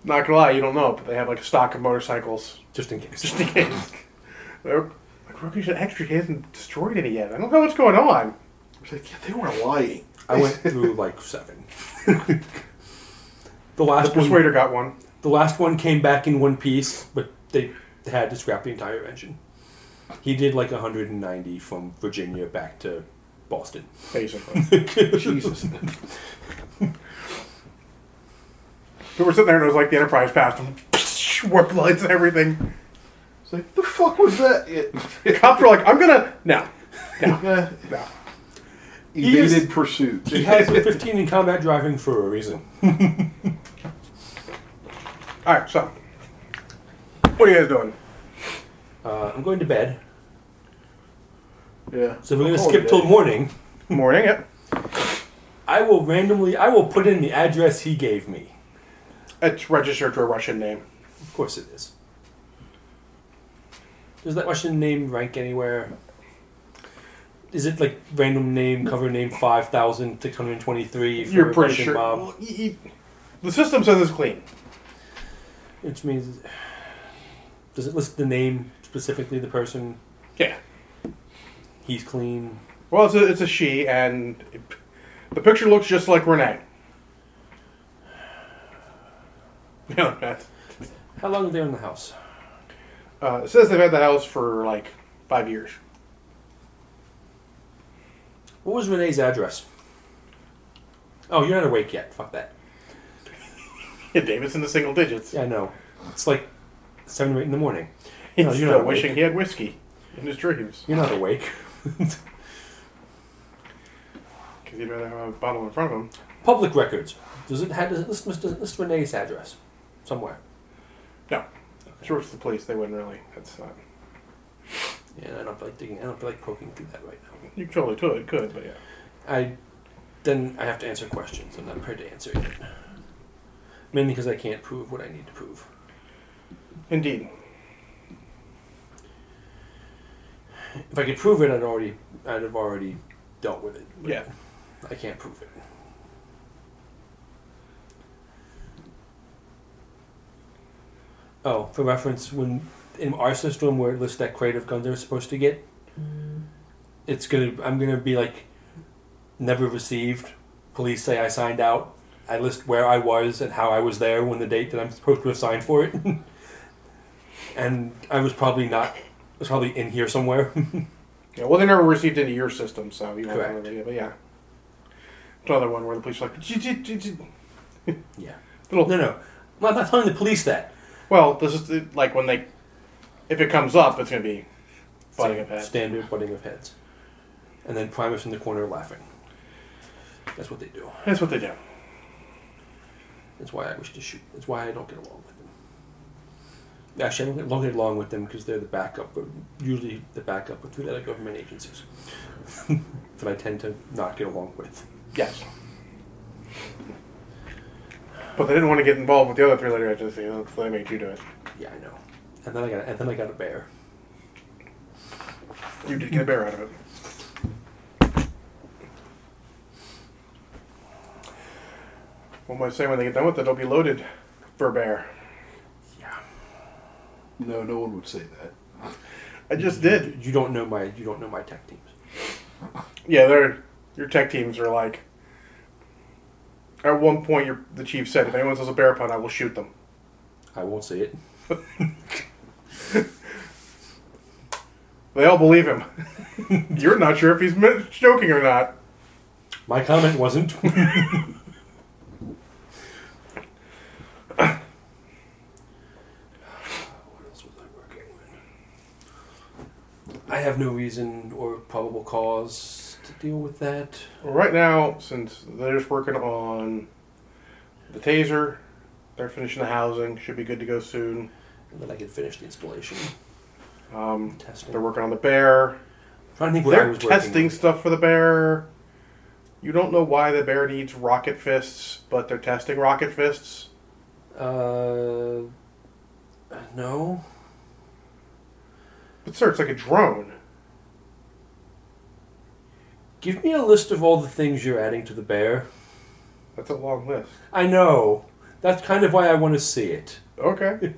[SPEAKER 1] Not gonna lie, you don't know, but they have like a stock of motorcycles.
[SPEAKER 5] Just in case.
[SPEAKER 1] Just in case. *laughs* They're like, Rookie should extra he hasn't destroyed any yet. I don't know what's going on.
[SPEAKER 4] It's like, yeah, they were lying.
[SPEAKER 5] I went through *laughs* like seven. the
[SPEAKER 1] The
[SPEAKER 5] last one,
[SPEAKER 1] persuader got one.
[SPEAKER 5] the last one came back in one piece, but they had to scrap the entire engine. He did like 190 from Virginia back to Boston.
[SPEAKER 1] *laughs* Basically.
[SPEAKER 4] *laughs* Jesus.
[SPEAKER 1] So we're sitting there and it was like the Enterprise passed him. *laughs* Warp lights and everything.
[SPEAKER 4] It's like, the fuck was that? It,
[SPEAKER 1] The cops were like, I'm gonna. No. No.
[SPEAKER 4] yeah.
[SPEAKER 1] No.
[SPEAKER 5] He is-
[SPEAKER 4] Evaded pursuit. *laughs*
[SPEAKER 5] He has *laughs* a 15 in combat driving for a reason.
[SPEAKER 1] Alright, so. What are you guys doing?
[SPEAKER 5] Uh, I'm going to bed,
[SPEAKER 4] yeah.
[SPEAKER 5] so if we're going to
[SPEAKER 4] Oh,
[SPEAKER 5] skip
[SPEAKER 4] yeah.
[SPEAKER 5] till morning.
[SPEAKER 1] Morning, yep.
[SPEAKER 5] I will randomly, I will put in the address he gave me.
[SPEAKER 1] It's registered to a Russian name.
[SPEAKER 5] Of course it is. Does that Russian name rank anywhere? Is it like random name, cover name 5,623? for
[SPEAKER 1] You're pretty
[SPEAKER 5] Russian
[SPEAKER 1] sure.
[SPEAKER 5] mob?
[SPEAKER 1] Well, y- y- the system says it's clean.
[SPEAKER 5] Which means. Does it list the name, specifically the person?
[SPEAKER 1] Yeah.
[SPEAKER 5] He's clean.
[SPEAKER 1] Well, it's a, it's a she, and it, the picture looks just like Renee. *sighs* Yeah, that's-
[SPEAKER 5] How long are they in the house?
[SPEAKER 1] uh, it says they've had the house for like five years. *laughs*
[SPEAKER 5] What was Renee's address? Oh, you're not awake yet. Fuck that.
[SPEAKER 1] Yeah, David's in the single digits.
[SPEAKER 5] Yeah, I know. It's like 7 or 8 in the morning.
[SPEAKER 1] He's
[SPEAKER 5] No, you're
[SPEAKER 1] still
[SPEAKER 5] not awake.
[SPEAKER 1] wishing he had whiskey in his dreams.
[SPEAKER 5] You're not awake. *laughs*
[SPEAKER 1] Because he'd rather have a bottle in front of him.
[SPEAKER 5] Public records. Does it have, does it list, does it list Renee's address somewhere?
[SPEAKER 1] No. Sure, it's the police. They wouldn't really. That's uh, not.
[SPEAKER 5] Yeah, I don't feel like digging. I don't feel like poking through that right now.
[SPEAKER 1] You totally could, could, but yeah.
[SPEAKER 5] I then I have to answer questions. I'm not prepared to answer yet. Mainly because I can't prove what I need to prove.
[SPEAKER 1] Indeed.
[SPEAKER 5] If I could prove it, I'd already I'd have already dealt with it. but
[SPEAKER 1] Yeah.
[SPEAKER 5] I can't prove it. Oh, for reference, when in our system where it lists that crate of guns they're supposed to get, it's gonna I'm gonna be like never received. Police say I signed out. I list where I was and how I was there when the date that I'm supposed to have signed for it. *laughs* and I was probably not I was probably in here somewhere. *laughs*
[SPEAKER 1] Yeah, well, they never received into your system, so you
[SPEAKER 5] Correct.
[SPEAKER 1] don't really. But yeah, it's another one where the police are like, "Gee, gee, gee, gee."
[SPEAKER 5] yeah.
[SPEAKER 1] Little-
[SPEAKER 5] No no. I'm not telling the police that.
[SPEAKER 1] well, this is the, like when they, if it comes up, it's gonna be butting of heads.
[SPEAKER 5] Standard butting of heads. And then Primus in the corner laughing. That's what they do.
[SPEAKER 1] That's what they do.
[SPEAKER 5] That's why I wish to shoot. That's why I don't get along with them. Actually, I don't get along, get along with them because they're the backup, but usually the backup of two other government agencies *laughs* that I tend to not get along with.
[SPEAKER 1] Yes. But they didn't want to get involved with the other three letter agency, so they made you do it.
[SPEAKER 5] Yeah, I know. And then I got and then I got a bear.
[SPEAKER 1] You did get a bear out of it. What am I saying? When they get done with it, they'll be loaded for bear.
[SPEAKER 5] Yeah.
[SPEAKER 4] No, no one would say that.
[SPEAKER 1] I just did.
[SPEAKER 5] You don't know my you don't know my tech teams.
[SPEAKER 1] Yeah, they're your tech teams are like. At one point, your, the chief said, "If anyone says a bear pun, I will shoot them."
[SPEAKER 5] I won't say it.
[SPEAKER 1] They all believe him. *laughs* You're not sure if he's *laughs* mi- joking or not.
[SPEAKER 5] My comment wasn't. What else was I working with? I have no reason or probable cause to deal with that.
[SPEAKER 1] Well, right now, since they're just working on the taser, they're finishing the housing. Should be good to go soon.
[SPEAKER 5] And then I can finish the installation.
[SPEAKER 1] Um,
[SPEAKER 5] Testing.
[SPEAKER 1] they're working on the bear.
[SPEAKER 5] trying to think what I
[SPEAKER 1] They're
[SPEAKER 5] was working
[SPEAKER 1] testing
[SPEAKER 5] with.
[SPEAKER 1] stuff for the bear. You don't know why the bear needs rocket fists, but they're testing rocket fists.
[SPEAKER 5] Uh, no.
[SPEAKER 1] But sir, it's like a drone.
[SPEAKER 5] Give me a list of all the things you're adding to the bear.
[SPEAKER 1] That's a long list.
[SPEAKER 5] I know. That's kind of why I want to see it.
[SPEAKER 1] Okay.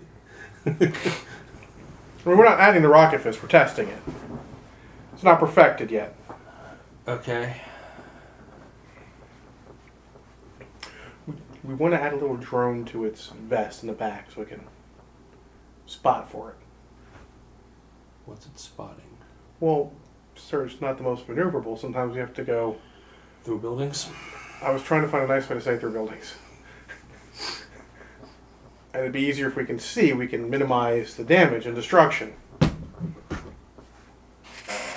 [SPEAKER 1] I mean, we're not adding the rocket fist. We're testing it. It's not perfected yet.
[SPEAKER 5] Okay.
[SPEAKER 1] We want to add a little drone to its vest in the back so we can spot for it.
[SPEAKER 5] What's it spotting?
[SPEAKER 1] Well, sir, it's not the most maneuverable. Sometimes you have to go.
[SPEAKER 5] Through buildings?
[SPEAKER 1] I was trying to find a nice way to say through buildings. and it'd be easier if we can see. We can minimize the damage and destruction.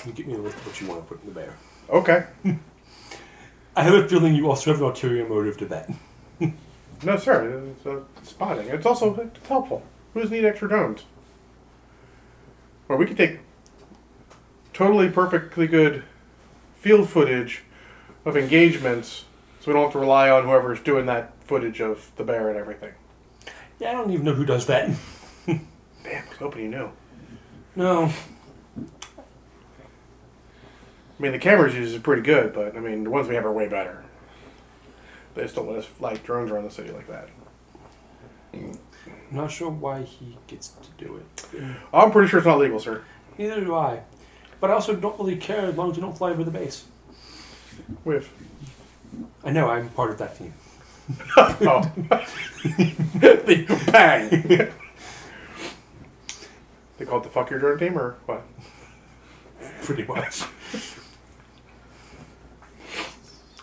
[SPEAKER 5] You give me a list of what you want to put in the bear.
[SPEAKER 1] Okay.
[SPEAKER 5] *laughs* I have a feeling you also have an ulterior motive to that.
[SPEAKER 1] No, sir. It's uh, spotting. It's also it's helpful. Who does need extra drones? Or we could take totally perfectly good field footage of engagements, so we don't have to rely on whoever's doing that footage of the bear and everything.
[SPEAKER 5] Yeah, I don't even know who does that.
[SPEAKER 1] *laughs* Damn, I was hoping you knew.
[SPEAKER 5] No.
[SPEAKER 1] I mean, the cameras used is pretty good, but I mean, the ones we have are way better. They just don't let us fly drones around the city like that.
[SPEAKER 5] I'm not sure why he gets to do it.
[SPEAKER 1] I'm pretty sure it's not legal, sir.
[SPEAKER 5] Neither do I. But I also don't really care as long as you don't fly over the base.
[SPEAKER 1] With
[SPEAKER 5] I know, I'm part of that team. *laughs*
[SPEAKER 1] oh, bang. they call it the fuck your drone team or what?
[SPEAKER 5] Pretty much.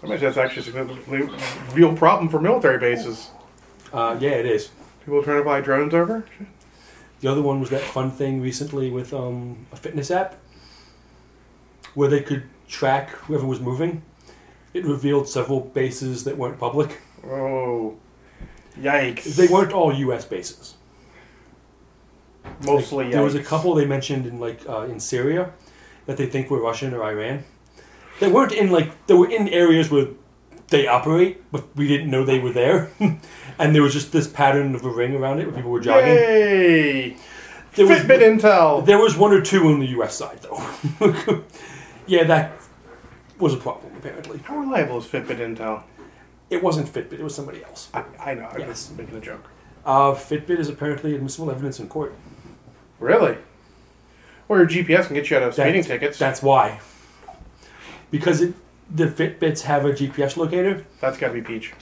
[SPEAKER 1] I mean, that's actually a significantly real problem for military bases.
[SPEAKER 5] Uh, yeah, it is.
[SPEAKER 1] People trying to buy drones over.
[SPEAKER 5] The other one was that fun thing recently with um, a fitness app where they could track whoever was moving. It revealed several bases that weren't public.
[SPEAKER 1] Oh, yikes!
[SPEAKER 5] They weren't all U.S. bases.
[SPEAKER 1] mostly.
[SPEAKER 5] There was a
[SPEAKER 1] yikes.
[SPEAKER 5] couple they mentioned in like uh, in Syria that they think were Russian or Iran. They weren't in like they were in areas where they operate, but we didn't know they were there. *laughs* and there was just this pattern of a ring around it where people were jogging.
[SPEAKER 1] Yay!
[SPEAKER 5] There was-
[SPEAKER 1] Fitbit intel.
[SPEAKER 5] There was one or two on the U.S. side though. *laughs* yeah, that was a problem apparently.
[SPEAKER 1] How reliable is Fitbit intel?
[SPEAKER 5] It wasn't Fitbit; it was somebody else.
[SPEAKER 1] I, I know. I'm
[SPEAKER 5] Yes.
[SPEAKER 1] just making a joke.
[SPEAKER 5] Uh, Fitbit is apparently admissible evidence in court.
[SPEAKER 1] Really? Or your GPS can get you out of speeding
[SPEAKER 5] That's-
[SPEAKER 1] tickets.
[SPEAKER 5] That's why. because it, the Fitbits have a GPS locator.
[SPEAKER 1] That's got to be Peach.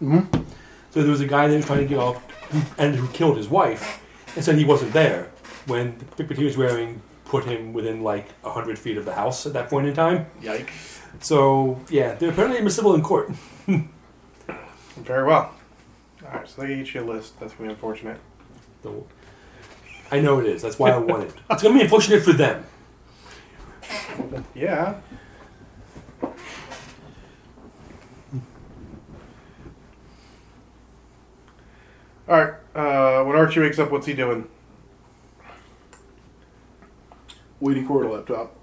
[SPEAKER 5] So there was a guy that was trying to get off, and who killed his wife, and said he wasn't there when the Fitbit he was wearing put him within like hundred feet of the house at that point in time.
[SPEAKER 1] Yikes.
[SPEAKER 5] So yeah, they're apparently admissible in court.
[SPEAKER 1] Very well. All right, so they each get you a list. That's going to be unfortunate.
[SPEAKER 5] The- I know it is. That's why I want it. It's gonna be unfortunate for them.
[SPEAKER 1] Yeah. All right. Uh, when Archie wakes up, what's he doing?
[SPEAKER 4] Waiting for a laptop.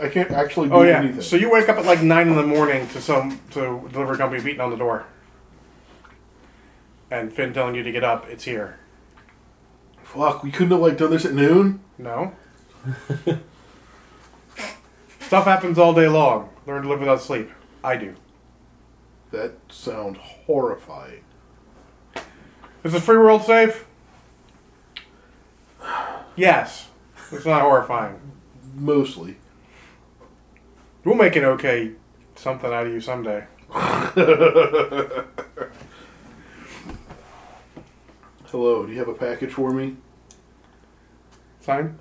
[SPEAKER 4] I can't actually do
[SPEAKER 1] Oh yeah.
[SPEAKER 4] anything.
[SPEAKER 1] So you wake up at like nine in the morning to some to delivery company beating on the door, and Finn telling you to get up. It's here.
[SPEAKER 4] Fuck, we couldn't have like done this at noon.
[SPEAKER 1] No. Stuff happens all day long. Learn to live without sleep. I do.
[SPEAKER 4] That sounds horrifying.
[SPEAKER 1] Is the free world safe? Yes. *laughs* It's not horrifying.
[SPEAKER 4] Mostly. *laughs*
[SPEAKER 1] We'll make an okay something out of you someday.
[SPEAKER 4] Hello, do you have a package for me?
[SPEAKER 1] Sign?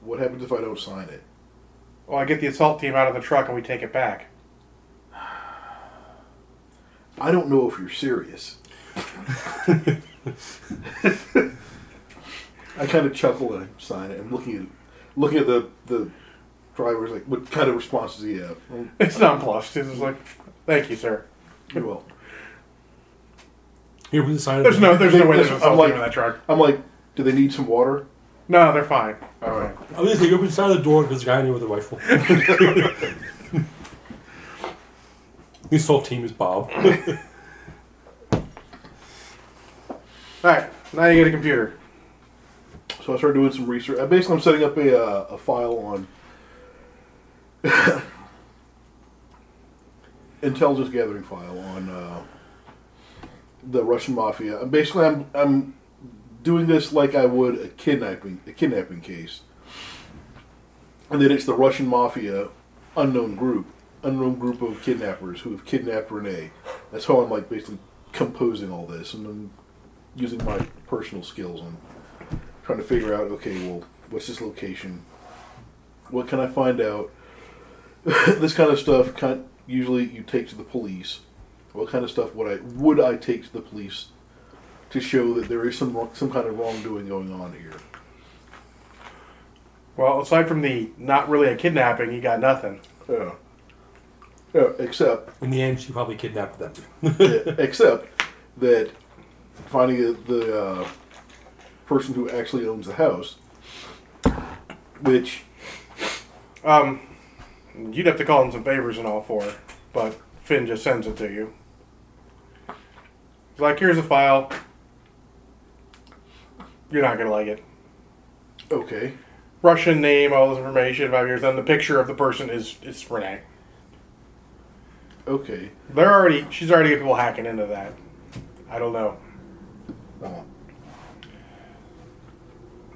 [SPEAKER 4] What happens if I don't sign it?
[SPEAKER 1] Well, I get the assault team out of the truck and we take it back.
[SPEAKER 4] I don't know if you're serious. *laughs* I kind of chuckle and I sign it. I'm looking at looking at the the driver's like, what kind of response does he have? Well,
[SPEAKER 1] It's nonplussed. It's just like, thank you, sir.
[SPEAKER 4] you're welcome.
[SPEAKER 5] Here was the sign. of
[SPEAKER 1] There's
[SPEAKER 5] the-
[SPEAKER 1] no, there's no way there's an
[SPEAKER 4] I'm
[SPEAKER 1] assault
[SPEAKER 4] like-
[SPEAKER 1] team in that truck.
[SPEAKER 4] I'm like, do they need some water?
[SPEAKER 1] No, they're fine.
[SPEAKER 4] All right.
[SPEAKER 5] I was thinking, open the side of the door because the guy in there with a rifle. *laughs* His whole team is Bob.
[SPEAKER 1] All right, now you get a computer.
[SPEAKER 4] So I started doing some research. Uh, Basically, I'm setting up a, uh, a file on *laughs* intelligence gathering file on uh, the Russian mafia. And Basically, I'm I'm doing this like I would a kidnapping a kidnapping case, and then it's the Russian mafia unknown group unknown group of kidnappers who have kidnapped Renee. That's how I'm like basically composing all this, and I'm using my personal skills on trying to figure out okay well what's this location what can i find out *laughs* this kind of stuff kind usually you take to the police what kind of stuff would i would i take to the police to show that there is some wrong, some kind of wrongdoing going on here
[SPEAKER 1] Well, aside from the not really a kidnapping, you got nothing.
[SPEAKER 4] yeah, yeah except
[SPEAKER 5] In the end, she probably kidnapped them. *laughs*
[SPEAKER 4] except that finding the, the uh, person who actually owns the house which
[SPEAKER 1] Um, you'd have to call in some favors and all for it, but Finn just sends it to you. He's like, here's a file. You're not gonna like it.
[SPEAKER 4] okay
[SPEAKER 1] Russian name, all this information, five years. Then the picture of the person is it's Renee.
[SPEAKER 4] okay
[SPEAKER 1] They're already she's already got people hacking into that. I don't know.
[SPEAKER 4] uh,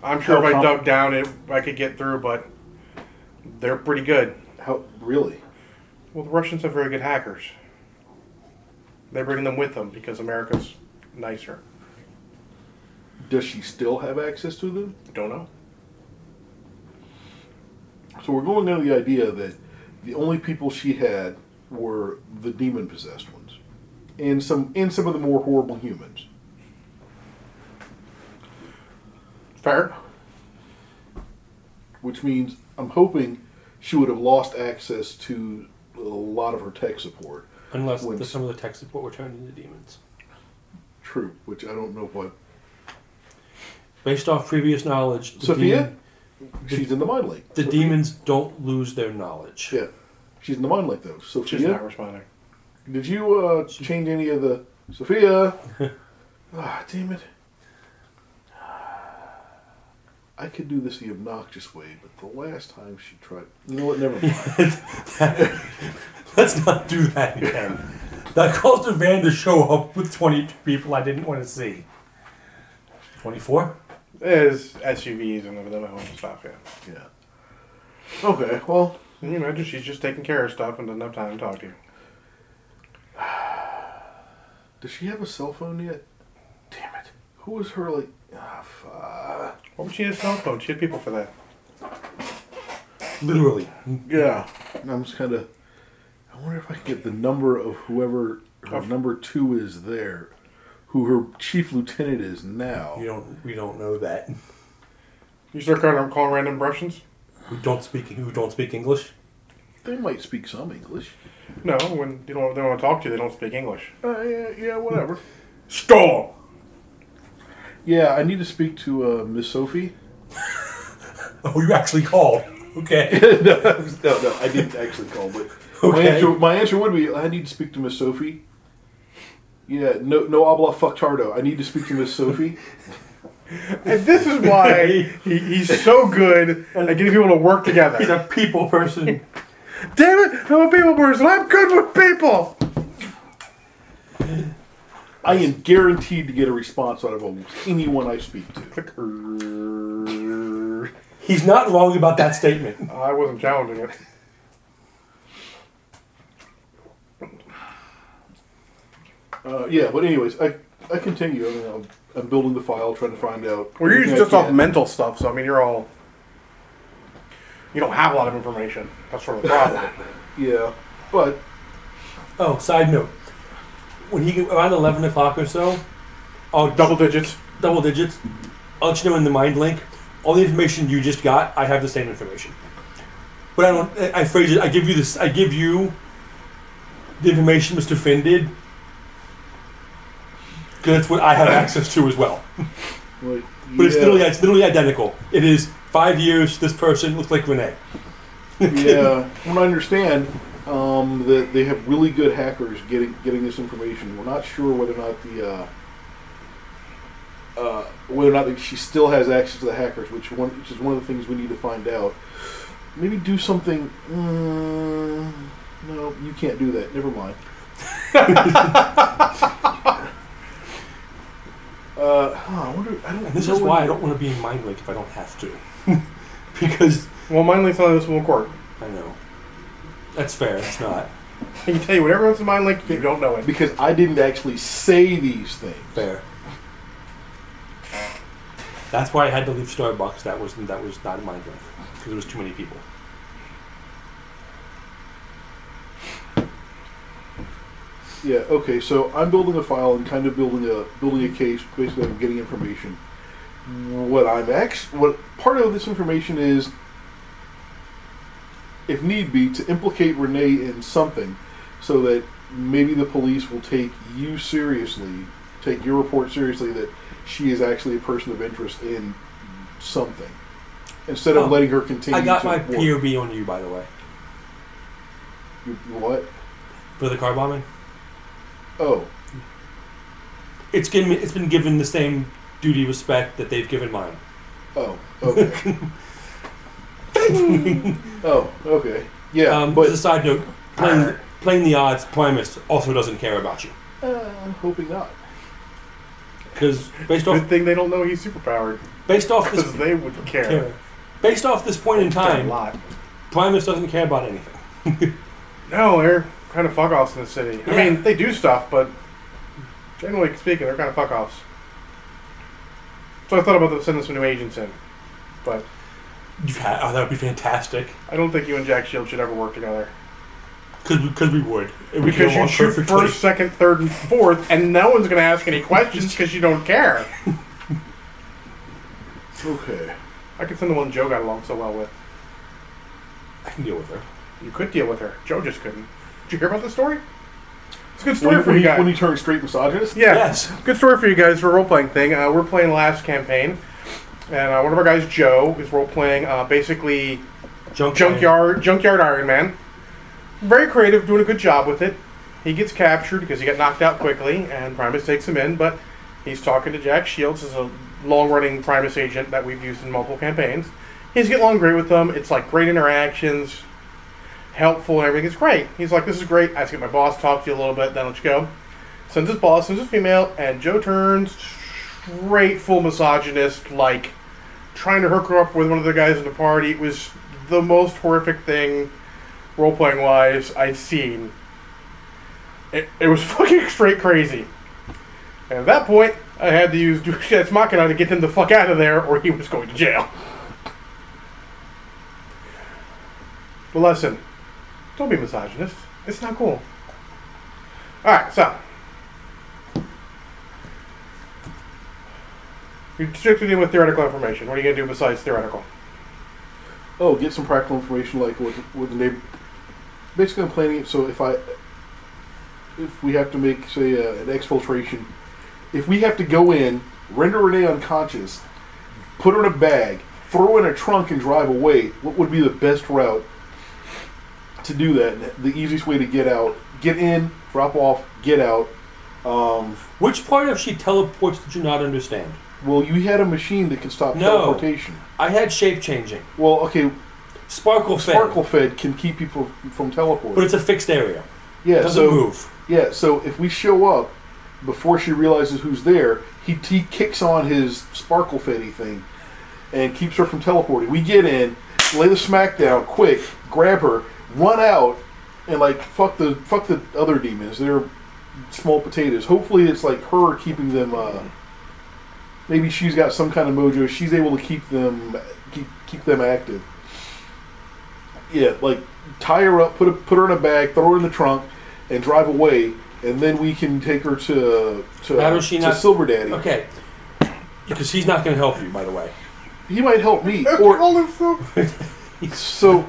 [SPEAKER 1] I'm sure if I
[SPEAKER 4] How com-
[SPEAKER 1] dug down, it I could get through, but they're pretty good.
[SPEAKER 4] how really
[SPEAKER 1] Well, the Russians have very good hackers. They bring them with them because America's nicer.
[SPEAKER 4] Does she still have access to them?
[SPEAKER 1] Don't know.
[SPEAKER 4] So we're going under the idea that the only people she had were the demon possessed ones, and some and some of the more horrible humans.
[SPEAKER 1] Fair.
[SPEAKER 4] Which means I'm hoping she would have lost access to a lot of her tech support.
[SPEAKER 5] Unless the,
[SPEAKER 4] Wouldn't.
[SPEAKER 5] some of the tech support were turned into demons.
[SPEAKER 4] True, which I don't know what
[SPEAKER 5] Based off previous knowledge, the,
[SPEAKER 4] Sophia.
[SPEAKER 5] demon-
[SPEAKER 4] She's in the mind lake.
[SPEAKER 5] the
[SPEAKER 4] Sophia-
[SPEAKER 5] demons don't lose their knowledge.
[SPEAKER 4] Yeah, she's in the mind lake though.
[SPEAKER 1] She's not
[SPEAKER 4] Sophia,
[SPEAKER 1] responding.
[SPEAKER 4] did you uh, change any of the Sophia? ah, damn it. I could do this the obnoxious way, but the last time she tried, you know what? Never
[SPEAKER 5] *laughs*
[SPEAKER 4] mind.
[SPEAKER 5] Let's not do that again. that caused a van to show up with 22 people I didn't want to see. 24?
[SPEAKER 1] There's SUVs and the limo and stuff. Yeah.
[SPEAKER 4] yeah. Okay, well,
[SPEAKER 1] Can you imagine she's just taking care of stuff and doesn't have time to talk to you?
[SPEAKER 4] does she have a cell phone yet? Damn it. Who was her, like. Ah, fuck.
[SPEAKER 1] What would she need a cell phone? She had people for that.
[SPEAKER 5] Literally.
[SPEAKER 4] Yeah. And I'm just kind of. I wonder if I can get the number of whoever her
[SPEAKER 1] Of-
[SPEAKER 4] number two is there, who her chief lieutenant is now.
[SPEAKER 5] You don't. We don't know that.
[SPEAKER 1] You start calling, calling random Russians?
[SPEAKER 5] Who don't speak? Who don't speak English?
[SPEAKER 4] They might speak some English.
[SPEAKER 1] No, when you don't, they don't want to talk to you, they don't speak English.
[SPEAKER 4] Uh, yeah, yeah, whatever.
[SPEAKER 1] Storm!
[SPEAKER 4] yeah, I need to speak to uh, Miss Sophie.
[SPEAKER 5] Oh, you actually called. *laughs* Okay.
[SPEAKER 4] *laughs* no, no, no, I didn't actually call, but my,
[SPEAKER 5] Okay.
[SPEAKER 4] answer, my answer would be I need to speak to Miss Sophie. Yeah, no, no habla fucktardo. I need to speak to Miss Sophie.
[SPEAKER 1] And this is why he, he's so good at getting people to work
[SPEAKER 5] He's
[SPEAKER 1] together.
[SPEAKER 5] a people person.
[SPEAKER 1] *laughs* Damn it, I'm a people person. I'm good with people.
[SPEAKER 4] I am guaranteed to get a response out of almost anyone I speak to.
[SPEAKER 1] Clicker.
[SPEAKER 5] He's not wrong about that statement.
[SPEAKER 1] I wasn't challenging it.
[SPEAKER 4] Uh, yeah, but anyways, I I continue. I mean, I'm, I'm building the file, trying to find out.
[SPEAKER 1] Well, you're
[SPEAKER 4] everything I
[SPEAKER 1] just off
[SPEAKER 4] can.
[SPEAKER 1] mental stuff, so I mean, you're all. You don't have a lot of information. That's sort of the problem. *laughs*
[SPEAKER 4] Yeah, but
[SPEAKER 5] Oh, side note. When he around eleven o'clock or so, I'll
[SPEAKER 1] Double digits.
[SPEAKER 5] double digits. I'll let you know in the mind link. All the information you just got, I have the same information. But I don't. I I phrase it. I give you this. I give you the information Mr. Finn did. 'Cause That's what I have access to as well.
[SPEAKER 4] like,
[SPEAKER 5] But it's
[SPEAKER 4] yeah,
[SPEAKER 5] literally it's literally identical. It is five years. This person looks like Renee.
[SPEAKER 4] yeah. *laughs* From what I understand, um, that they have really good hackers getting getting this information. We're not sure whether or not the uh, uh, whether or not that she still has access to the hackers, which one which is one of the things we need to find out. Maybe do something. Mm, no, you can't do that. Never *laughs* mind. uh, huh, I wonder. I don't.
[SPEAKER 5] And this
[SPEAKER 4] know
[SPEAKER 5] is
[SPEAKER 4] what-
[SPEAKER 5] why I don't want to be in mind link if I don't have to, *laughs* because
[SPEAKER 1] Well, Mind Link's not in this one court.
[SPEAKER 5] I know that's fair. It's not
[SPEAKER 1] He can tell you whatever else in Mind Link, you don't know it.
[SPEAKER 4] because I didn't actually say these things.
[SPEAKER 5] fair. That's why I had to leave Starbucks. That was that was not in mind link because there was too many people.
[SPEAKER 4] Yeah. Okay. So I'm building a file and kind of building a building a case. Basically, I'm getting information. What I'm actually, what part of this information is, if need be, to implicate Renee in something, so that maybe the police will take you seriously, take your report seriously that she is actually a person of interest in something, instead of
[SPEAKER 5] Oh,
[SPEAKER 4] letting her continue.
[SPEAKER 5] I got
[SPEAKER 4] to
[SPEAKER 5] my
[SPEAKER 4] work.
[SPEAKER 5] POB on you, by the way,
[SPEAKER 4] You- What?
[SPEAKER 5] for the car bombing.
[SPEAKER 4] Oh,
[SPEAKER 5] It's given. It's been given the same duty respect that they've given mine.
[SPEAKER 4] oh, okay. oh, okay. Yeah,
[SPEAKER 5] um,
[SPEAKER 4] but
[SPEAKER 5] as a side note, playing, playing the odds, Primus also doesn't care about you
[SPEAKER 4] Uh, I'm hoping not.
[SPEAKER 5] because based off
[SPEAKER 1] Good thing they don't know he's superpowered,
[SPEAKER 5] based off
[SPEAKER 1] *laughs*
[SPEAKER 5] this
[SPEAKER 1] because they would care.
[SPEAKER 5] care. based off this point in
[SPEAKER 1] Care A
[SPEAKER 5] time,
[SPEAKER 1] lot.
[SPEAKER 5] Primus doesn't care about anything.
[SPEAKER 1] No, they're kind of fuck offs in the city. I
[SPEAKER 5] Yeah.
[SPEAKER 1] mean, they do stuff, but generally speaking, they're kind of fuck offs. So I thought about them sending some new agents in, but
[SPEAKER 5] You've had, oh, that would be fantastic
[SPEAKER 1] I don't think you and Jack Shield should ever work together.
[SPEAKER 5] because we would It would get
[SPEAKER 1] Because you
[SPEAKER 5] along
[SPEAKER 1] shoot
[SPEAKER 5] perfectly.
[SPEAKER 1] first, second, third, and fourth, and no one's going to ask any questions because you don't care.
[SPEAKER 4] Okay.
[SPEAKER 1] I could send the one Joe got along so well with.
[SPEAKER 5] I can deal with her.
[SPEAKER 1] You could deal with her. Joe just couldn't. Did you hear about this story? It's a good story
[SPEAKER 4] When,
[SPEAKER 1] for you
[SPEAKER 4] when, you,
[SPEAKER 1] guys.
[SPEAKER 4] when you turn straight misogynist?
[SPEAKER 1] yeah,
[SPEAKER 5] Yes.
[SPEAKER 1] good story for you guys for a role playing thing. Uh, we're playing last campaign, and uh, one of our guys, Joe, is role playing uh, basically
[SPEAKER 5] Junk
[SPEAKER 1] junkyard junkyard Iron Man. Very creative, doing a good job with it. He gets captured because he got knocked out quickly, and Primus takes him in. But he's talking to Jack Shields, who's a long-running Primus agent that we've used in multiple campaigns. He's getting along great with them. It's like great interactions, helpful, and everything. It's great. He's like, "This is great." I have to get my boss talk to you a little bit, then let you go. Sends his boss, sends his female, and Joe turns straight full misogynist, like trying to hook her up with one of the guys in the party. It was the most horrific thing, role playing wise, I'd seen. It, it was *laughs* fucking straight crazy. And at that point, I had to use Duchette's Machina to get him the fuck out of there, or he was going to jail. The lesson don't be misogynist. It's not cool. Alright, so. You're strictly dealing with theoretical information. What are you going to do besides theoretical? *laughs*
[SPEAKER 4] Oh, get some practical information like with with the neighbor. Basically, I'm planning it so if I if we have to make say uh, an exfiltration, if we have to go in, render Renee unconscious, put her in a bag, throw her in a trunk, and drive away. What would be the best route to do that? And The easiest way to get out: get in, drop off, get out. Um,
[SPEAKER 5] Which part of she teleports did you not understand?
[SPEAKER 4] well, you had a machine that can stop
[SPEAKER 5] No.
[SPEAKER 4] teleportation.
[SPEAKER 5] I had shape changing.
[SPEAKER 4] Well, okay,
[SPEAKER 5] Sparkle failed.
[SPEAKER 4] Sparkle Fed can keep people from teleporting.
[SPEAKER 5] But it's a fixed area.
[SPEAKER 4] yeah,
[SPEAKER 5] It doesn't
[SPEAKER 4] so
[SPEAKER 5] move.
[SPEAKER 4] Yeah, so if we show up before she realizes who's there, he, he kicks on his sparkle fetty thing and keeps her from teleporting. We get in, lay the smack down, quick, grab her, run out, and like fuck the fuck the other demons. They're small potatoes. Hopefully, it's like her keeping them. Uh, maybe she's got some kind of mojo. She's able to keep them keep keep them active. Yeah, like tie her up, put a, put her in a bag, throw her in the trunk, and drive away. And then we can take her to to,
[SPEAKER 5] How does she
[SPEAKER 4] to
[SPEAKER 5] not-
[SPEAKER 4] Silver Daddy.
[SPEAKER 5] Okay. Because he's not going to help you, by the way.
[SPEAKER 4] He might help me, or
[SPEAKER 6] All this stuff.
[SPEAKER 4] so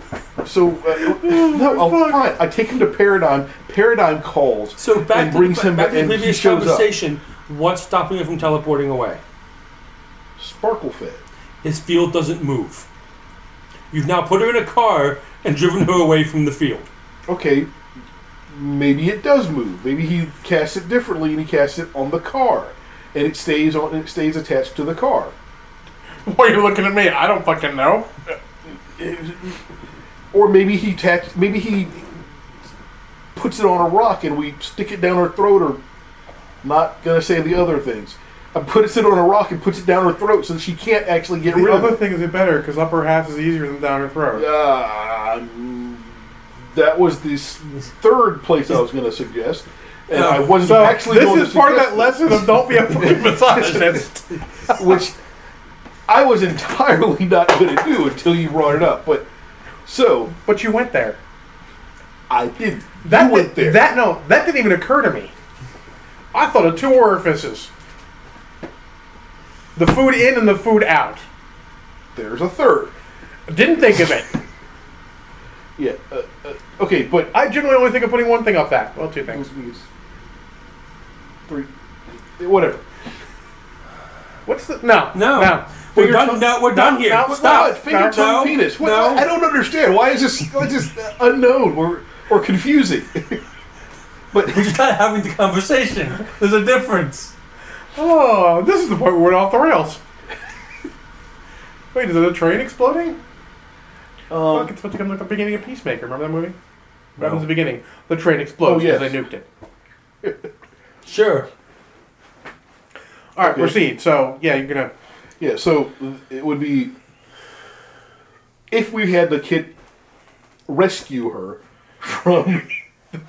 [SPEAKER 4] so. Uh, no, I'll, fine. I take him to Paradigm. Paradigm calls.
[SPEAKER 5] So back
[SPEAKER 4] And
[SPEAKER 5] to
[SPEAKER 4] brings
[SPEAKER 5] the,
[SPEAKER 4] him
[SPEAKER 5] back to
[SPEAKER 4] and
[SPEAKER 5] the
[SPEAKER 4] he
[SPEAKER 5] previous
[SPEAKER 4] shows up.
[SPEAKER 5] conversation. What's stopping him from teleporting away?
[SPEAKER 4] Sparkle Fed.
[SPEAKER 5] His field doesn't move. You've now put her in a car and driven her away from the field.
[SPEAKER 4] okay, maybe it does move. Maybe he casts it differently, and he casts it on the car, and it stays on. It stays attached to the car.
[SPEAKER 1] Why are you looking at me? I don't fucking know.
[SPEAKER 4] Or maybe he tax, Maybe he puts it on a rock, and we stick it down her throat. Or not gonna say the other things. I puts it on a rock and puts it down her throat, so she can't actually get
[SPEAKER 1] The
[SPEAKER 4] rid of
[SPEAKER 1] other
[SPEAKER 4] it.
[SPEAKER 1] thing is better because upper half is easier than down her throat.
[SPEAKER 4] Um, that was the s- third place I was gonna suggest, and I wasn't
[SPEAKER 1] So
[SPEAKER 4] actually.
[SPEAKER 1] this
[SPEAKER 4] going to
[SPEAKER 1] is part of
[SPEAKER 4] suggest
[SPEAKER 1] that lesson of don't be a fucking misogynist.
[SPEAKER 4] which I was *laughs* entirely not going to do until you brought it up. But so
[SPEAKER 1] but you went there.
[SPEAKER 4] I did.
[SPEAKER 1] That
[SPEAKER 4] you went
[SPEAKER 1] did-
[SPEAKER 4] there.
[SPEAKER 1] That no, that didn't even occur to me. I thought of two orifices: the food in and the food out.
[SPEAKER 4] There's a third.
[SPEAKER 1] Didn't think of it.
[SPEAKER 4] Yeah. Uh, uh, okay, but
[SPEAKER 1] I generally only think of putting one thing up that. Well, two
[SPEAKER 4] It
[SPEAKER 1] things.
[SPEAKER 4] was- it was three. eh, Whatever.
[SPEAKER 1] What's the no?
[SPEAKER 5] No.
[SPEAKER 1] no.
[SPEAKER 5] We're
[SPEAKER 1] Finger
[SPEAKER 5] done.
[SPEAKER 1] tongue-
[SPEAKER 5] no, we're done here.
[SPEAKER 1] no, we're
[SPEAKER 5] Stop.
[SPEAKER 4] What? Finger,
[SPEAKER 1] No,
[SPEAKER 4] tongue,
[SPEAKER 5] no,
[SPEAKER 4] penis. What?
[SPEAKER 5] no.
[SPEAKER 4] I don't understand. Why is this why is this unknown or or confusing? *laughs* but
[SPEAKER 5] We're just *laughs* not having the conversation. There's a difference.
[SPEAKER 1] Oh, this is the point where we're off the rails. Wait, is it a train exploding? Fuck,
[SPEAKER 4] um,
[SPEAKER 1] it's supposed to come like the beginning of Peacemaker. Remember that movie? What
[SPEAKER 5] No.
[SPEAKER 1] happens at the beginning? The train explodes
[SPEAKER 4] Oh, yes.
[SPEAKER 1] because they nuked it.
[SPEAKER 5] Sure.
[SPEAKER 1] All right,
[SPEAKER 4] Okay.
[SPEAKER 1] proceed. So yeah, you're gonna.
[SPEAKER 4] yeah. So it would be if we had the kid rescue her from *laughs*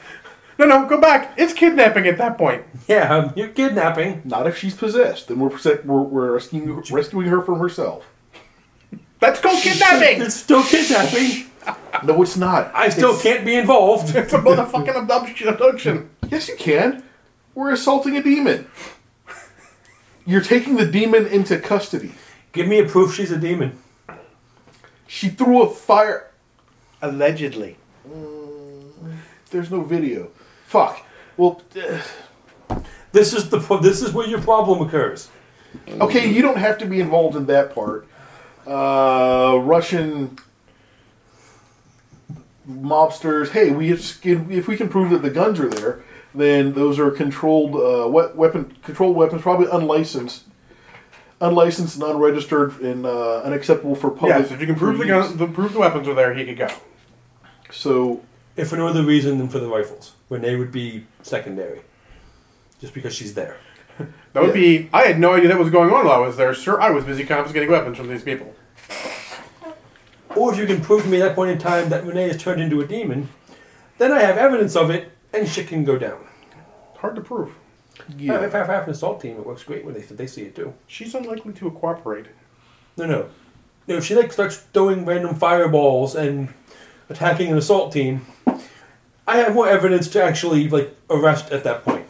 [SPEAKER 1] No, no, go back. It's kidnapping at that point.
[SPEAKER 5] Yeah, um, you're kidnapping.
[SPEAKER 4] Not if she's possessed. Then we're prese- we're, we're rescuing, rescuing her from herself.
[SPEAKER 1] That's called kidnapping.
[SPEAKER 5] It's still kidnapping.
[SPEAKER 4] No, it's not.
[SPEAKER 5] I still can't be involved. *laughs*
[SPEAKER 1] it's a motherfucking abduction. abduction.
[SPEAKER 4] Yes, you can. We're assaulting a demon. You're taking the demon into custody.
[SPEAKER 5] Give me a proof she's a demon.
[SPEAKER 4] She threw a fire. Mm.
[SPEAKER 1] Allegedly.
[SPEAKER 4] There's no video. Fuck. Well, eh,
[SPEAKER 5] This is the pro- this is where your problem occurs.
[SPEAKER 4] okay. You don't have to be involved in that part. Uh, Russian mobsters. Hey, we if if we can prove that the guns are there, then those are controlled uh, we- weapon controlled weapons, probably unlicensed, unlicensed and unregistered and uh, unacceptable for public.
[SPEAKER 1] Yes, if you can prove Oh, the,
[SPEAKER 4] use.
[SPEAKER 1] gun, the prove the weapons are there, he could go.
[SPEAKER 4] So
[SPEAKER 5] If for no other reason than for the rifles, Renee would be secondary, just because she's there.
[SPEAKER 1] That would be. I had no idea that was going on while I was there, sir. I was busy confiscating weapons from these people.
[SPEAKER 5] Or if you can prove to me at that point in time that Renee is turned into a demon, then I have evidence of it and shit can go down.
[SPEAKER 1] Hard to prove.
[SPEAKER 5] If I have, an assault team, it works great when they, they see it too.
[SPEAKER 1] She's unlikely to cooperate.
[SPEAKER 5] No, no. No, If she like starts throwing random fireballs and attacking an assault team, I have more evidence to actually like arrest at that point.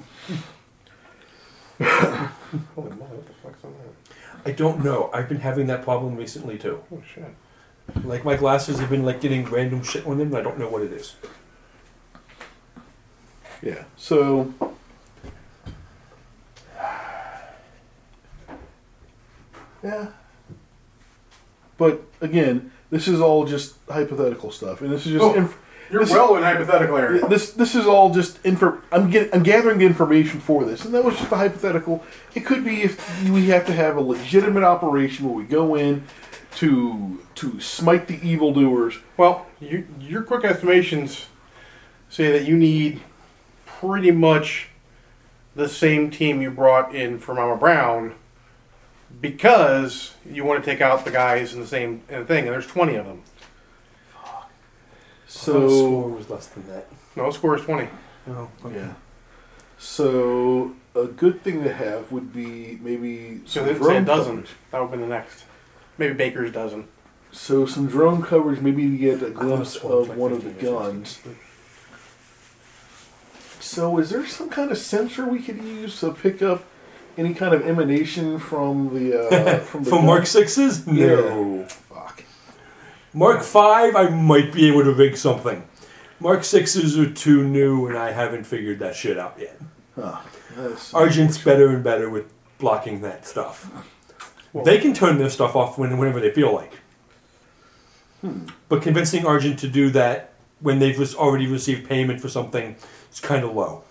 [SPEAKER 1] Holy moly, what the fuck's on that?
[SPEAKER 5] I don't know. I've been having that problem recently too.
[SPEAKER 1] Oh shit.
[SPEAKER 5] Like my glasses have been like getting random shit on them, and I don't know what it is.
[SPEAKER 4] Yeah. So Yeah. But again, this is all just hypothetical stuff and this is just
[SPEAKER 3] Oh.
[SPEAKER 4] inf-
[SPEAKER 3] You're well in hypothetical area.
[SPEAKER 4] this this is all just info I'm get, I'm gathering the information for this and that was just a hypothetical. It could be if we have to have a legitimate operation where we go in to to smite the evildoers.
[SPEAKER 1] Well, you, your quick estimations say that you need pretty much the same team you brought in for Mama Brown because you want to take out the guys in the same in the thing, and there's 20 of them.
[SPEAKER 5] the
[SPEAKER 4] So
[SPEAKER 5] score was less than that.
[SPEAKER 1] No, the score is 20.
[SPEAKER 5] No.
[SPEAKER 4] Yeah. So a good thing to have would be maybe
[SPEAKER 1] So
[SPEAKER 4] some
[SPEAKER 1] they say
[SPEAKER 4] drone
[SPEAKER 1] a dozen.
[SPEAKER 4] coverage.
[SPEAKER 1] That would be the next. Maybe Baker's dozen.
[SPEAKER 4] So some drone coverage, maybe to get a
[SPEAKER 5] I thought it
[SPEAKER 4] glimpse
[SPEAKER 5] scored
[SPEAKER 4] of
[SPEAKER 5] like
[SPEAKER 4] one of the
[SPEAKER 5] 15 or
[SPEAKER 4] guns. So is there some kind of sensor we could use to pick up any kind of emanation from the
[SPEAKER 5] *laughs*
[SPEAKER 4] uh, *laughs* from the
[SPEAKER 5] From
[SPEAKER 4] gun?
[SPEAKER 5] Mark Sixes? No.
[SPEAKER 4] Fuck.
[SPEAKER 5] Mark Five, I might be able to rig something. Mark Sixes are too new, and I haven't figured that shit out yet.
[SPEAKER 4] Huh. That's-
[SPEAKER 5] Argent's better and better with blocking that stuff. they can turn their stuff off when, whenever they feel like. But convincing Argent to do that when they've res- already received payment for something is kind of low.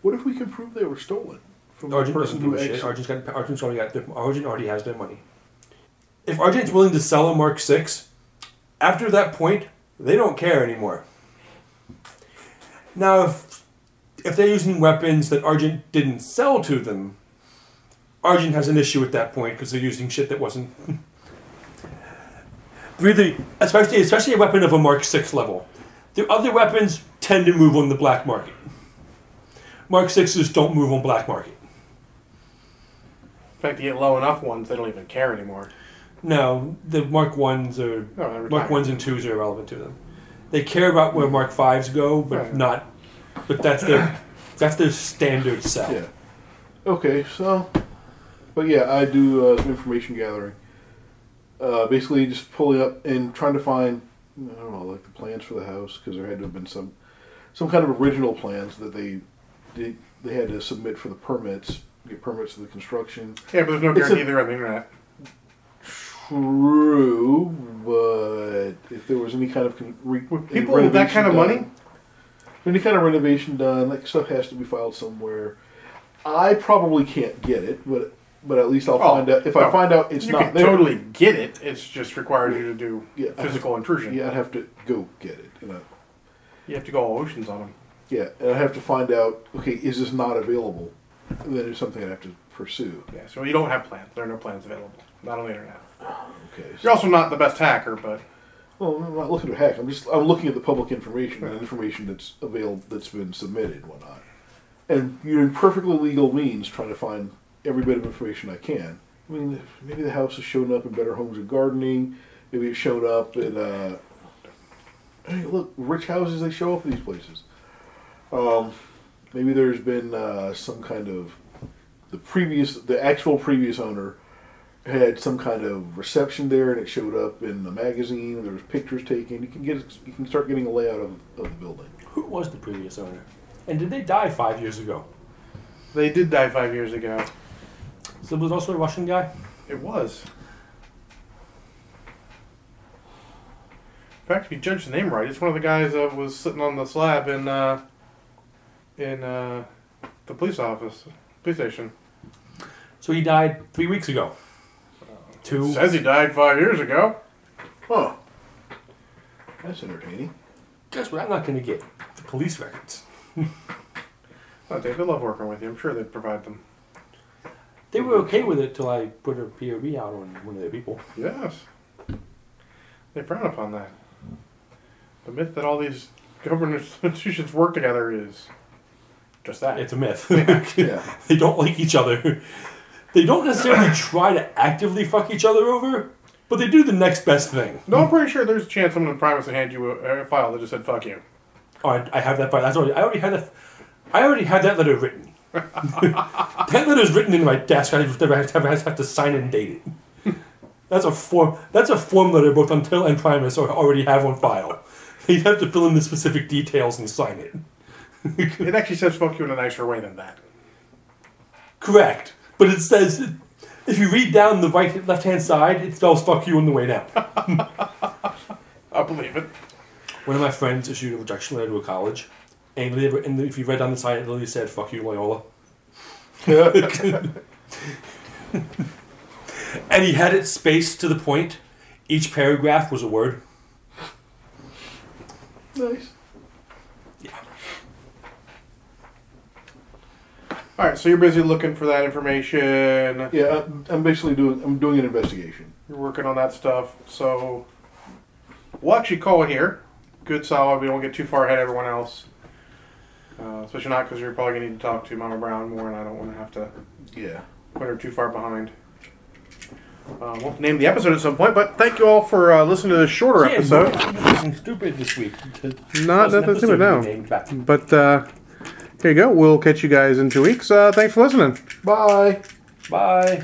[SPEAKER 4] What if we can prove they were stolen from
[SPEAKER 5] Argent
[SPEAKER 4] the
[SPEAKER 5] doesn't
[SPEAKER 4] person
[SPEAKER 5] give
[SPEAKER 4] who
[SPEAKER 5] a shit.
[SPEAKER 4] actually?
[SPEAKER 5] Argent's got Argent's already got their, Argent already has their money. If Argent's willing to sell a Mark Six, after that point, they don't care anymore. Now, if if they're using weapons that Argent didn't sell to them, Argent has an issue at that point because they're using shit that wasn't *laughs* really, especially especially a weapon of a Mark Six level. The other weapons tend to move on the black market. Mark Sixes don't move on black market.
[SPEAKER 1] In fact, you get low enough ones, they don't even care anymore.
[SPEAKER 5] No, the Mark ones are
[SPEAKER 1] No, Oh, they're
[SPEAKER 5] Mark
[SPEAKER 1] retired.
[SPEAKER 5] ones and twos are irrelevant to them. They care about where Mark fives go, but
[SPEAKER 1] Right.
[SPEAKER 5] not. But that's their that's their standard sell.
[SPEAKER 4] Yeah. Okay, so, but yeah, I do uh, some information gathering. Uh, basically, just pulling up and trying to find, I don't know, like the plans for the house because there had to have been some, some kind of original plans that they, did, they had to submit for the permits, get permits for the construction.
[SPEAKER 1] Yeah, but there's no
[SPEAKER 4] It's a-
[SPEAKER 1] guarantee they're on the internet.
[SPEAKER 4] True, but if there was any kind of con- re-
[SPEAKER 1] With
[SPEAKER 4] any
[SPEAKER 1] people with that
[SPEAKER 4] renovation
[SPEAKER 1] kind of
[SPEAKER 4] done-
[SPEAKER 1] money?
[SPEAKER 4] any kind of renovation done, like stuff has to be filed somewhere. I probably can't get it, but but at least I'll
[SPEAKER 1] Oh,
[SPEAKER 4] find out. If
[SPEAKER 1] no.
[SPEAKER 4] I find out it's
[SPEAKER 1] you
[SPEAKER 4] not
[SPEAKER 1] can
[SPEAKER 4] there,
[SPEAKER 1] totally get it. It's just required you to do
[SPEAKER 4] Yeah.
[SPEAKER 1] physical intrusion.
[SPEAKER 4] yeah, I'd have to go get it. You know?
[SPEAKER 1] You have to go all oceans on them.
[SPEAKER 4] Yeah, and I have to find out. Okay, is this not available? And then it's something I would have to pursue.
[SPEAKER 1] Yeah, so you don't have plans. There are no plans available. Not on the internet.
[SPEAKER 4] Okay.
[SPEAKER 1] You're also not the best hacker, but
[SPEAKER 4] well, I'm not looking at hack. I'm just I'm looking at the public information, the information that's available, that's been submitted, and whatnot. And you're in perfectly legal means trying to find every bit of information I can. I mean, if- maybe the house has shown up in Better Homes and Gardening. Maybe it showed up in. Uh, hey, look, rich houses they show up in these places. Um, maybe there's been uh, some kind of the previous, the actual previous owner had some kind of reception there, and it showed up in the magazine. There was pictures taken. You can get, you can start getting a layout of, of the building.
[SPEAKER 5] Who was the previous owner? And did they die five years ago?
[SPEAKER 1] they did die five years ago.
[SPEAKER 5] So it was also a Russian guy.
[SPEAKER 1] It was. In fact, if you judge the name right, it's one of the guys that was sitting on the slab in uh, in uh, the police office, police station.
[SPEAKER 5] So he died three weeks ago. Two.
[SPEAKER 1] Says he died five years ago.
[SPEAKER 4] Huh. That's entertaining.
[SPEAKER 5] Guess what? I'm not going to get the police records.
[SPEAKER 1] Oh, Dave, I love working with you. I'm sure they'd provide them.
[SPEAKER 5] They were okay with it till I put a POV out on one of their people.
[SPEAKER 1] Yes. They frown upon that. The myth that all these government institutions work together is just that.
[SPEAKER 5] It's a myth. *laughs*
[SPEAKER 4] Yeah.
[SPEAKER 5] they don't like each other. *laughs* They don't necessarily try to actively fuck each other over, but they do the next best thing.
[SPEAKER 1] no, I'm pretty sure there's a chance someone in Primus would hand you a, a file that just said "fuck you."
[SPEAKER 5] All right, I have that part. That's already. I already had that. I already had that letter written. *laughs* that letter is written in my desk. I just never have to, have, have to sign and date it. That's a form. That's a form letter. Both Until and Primus are- already have on file. *laughs* They have to fill in the specific details and sign it.
[SPEAKER 1] It actually says "fuck you" in a nicer way than that.
[SPEAKER 5] Correct. But it says if you read down the right left hand side, it spells fuck you on the way down.
[SPEAKER 1] I believe it.
[SPEAKER 5] One of my friends issued a rejection letter to a college, and, they, and if you read down the side, it literally said fuck you, Loyola. *laughs* and he had it spaced to the point. Each paragraph was a word.
[SPEAKER 4] *laughs* Nice.
[SPEAKER 1] All right, so you're busy looking for that information.
[SPEAKER 4] Yeah, I'm- I'm basically doing. I'm doing an investigation.
[SPEAKER 1] You're working on that stuff. So we'll actually call it here. Good solid. We don't get too far ahead of everyone else. Uh, especially not because you're probably going to need to talk to Mama Brown more, and I don't want to have to
[SPEAKER 4] Yeah.
[SPEAKER 1] put her too far behind. Uh, we'll have to name the episode at some point, but thank you all for uh, listening to this shorter
[SPEAKER 5] Yeah,
[SPEAKER 1] episode.
[SPEAKER 5] something Stupid this week.
[SPEAKER 1] Not nothing stupid, no. But uh, here you go. We'll catch you guys in two weeks. Uh, thanks for listening.
[SPEAKER 4] Bye.
[SPEAKER 5] Bye.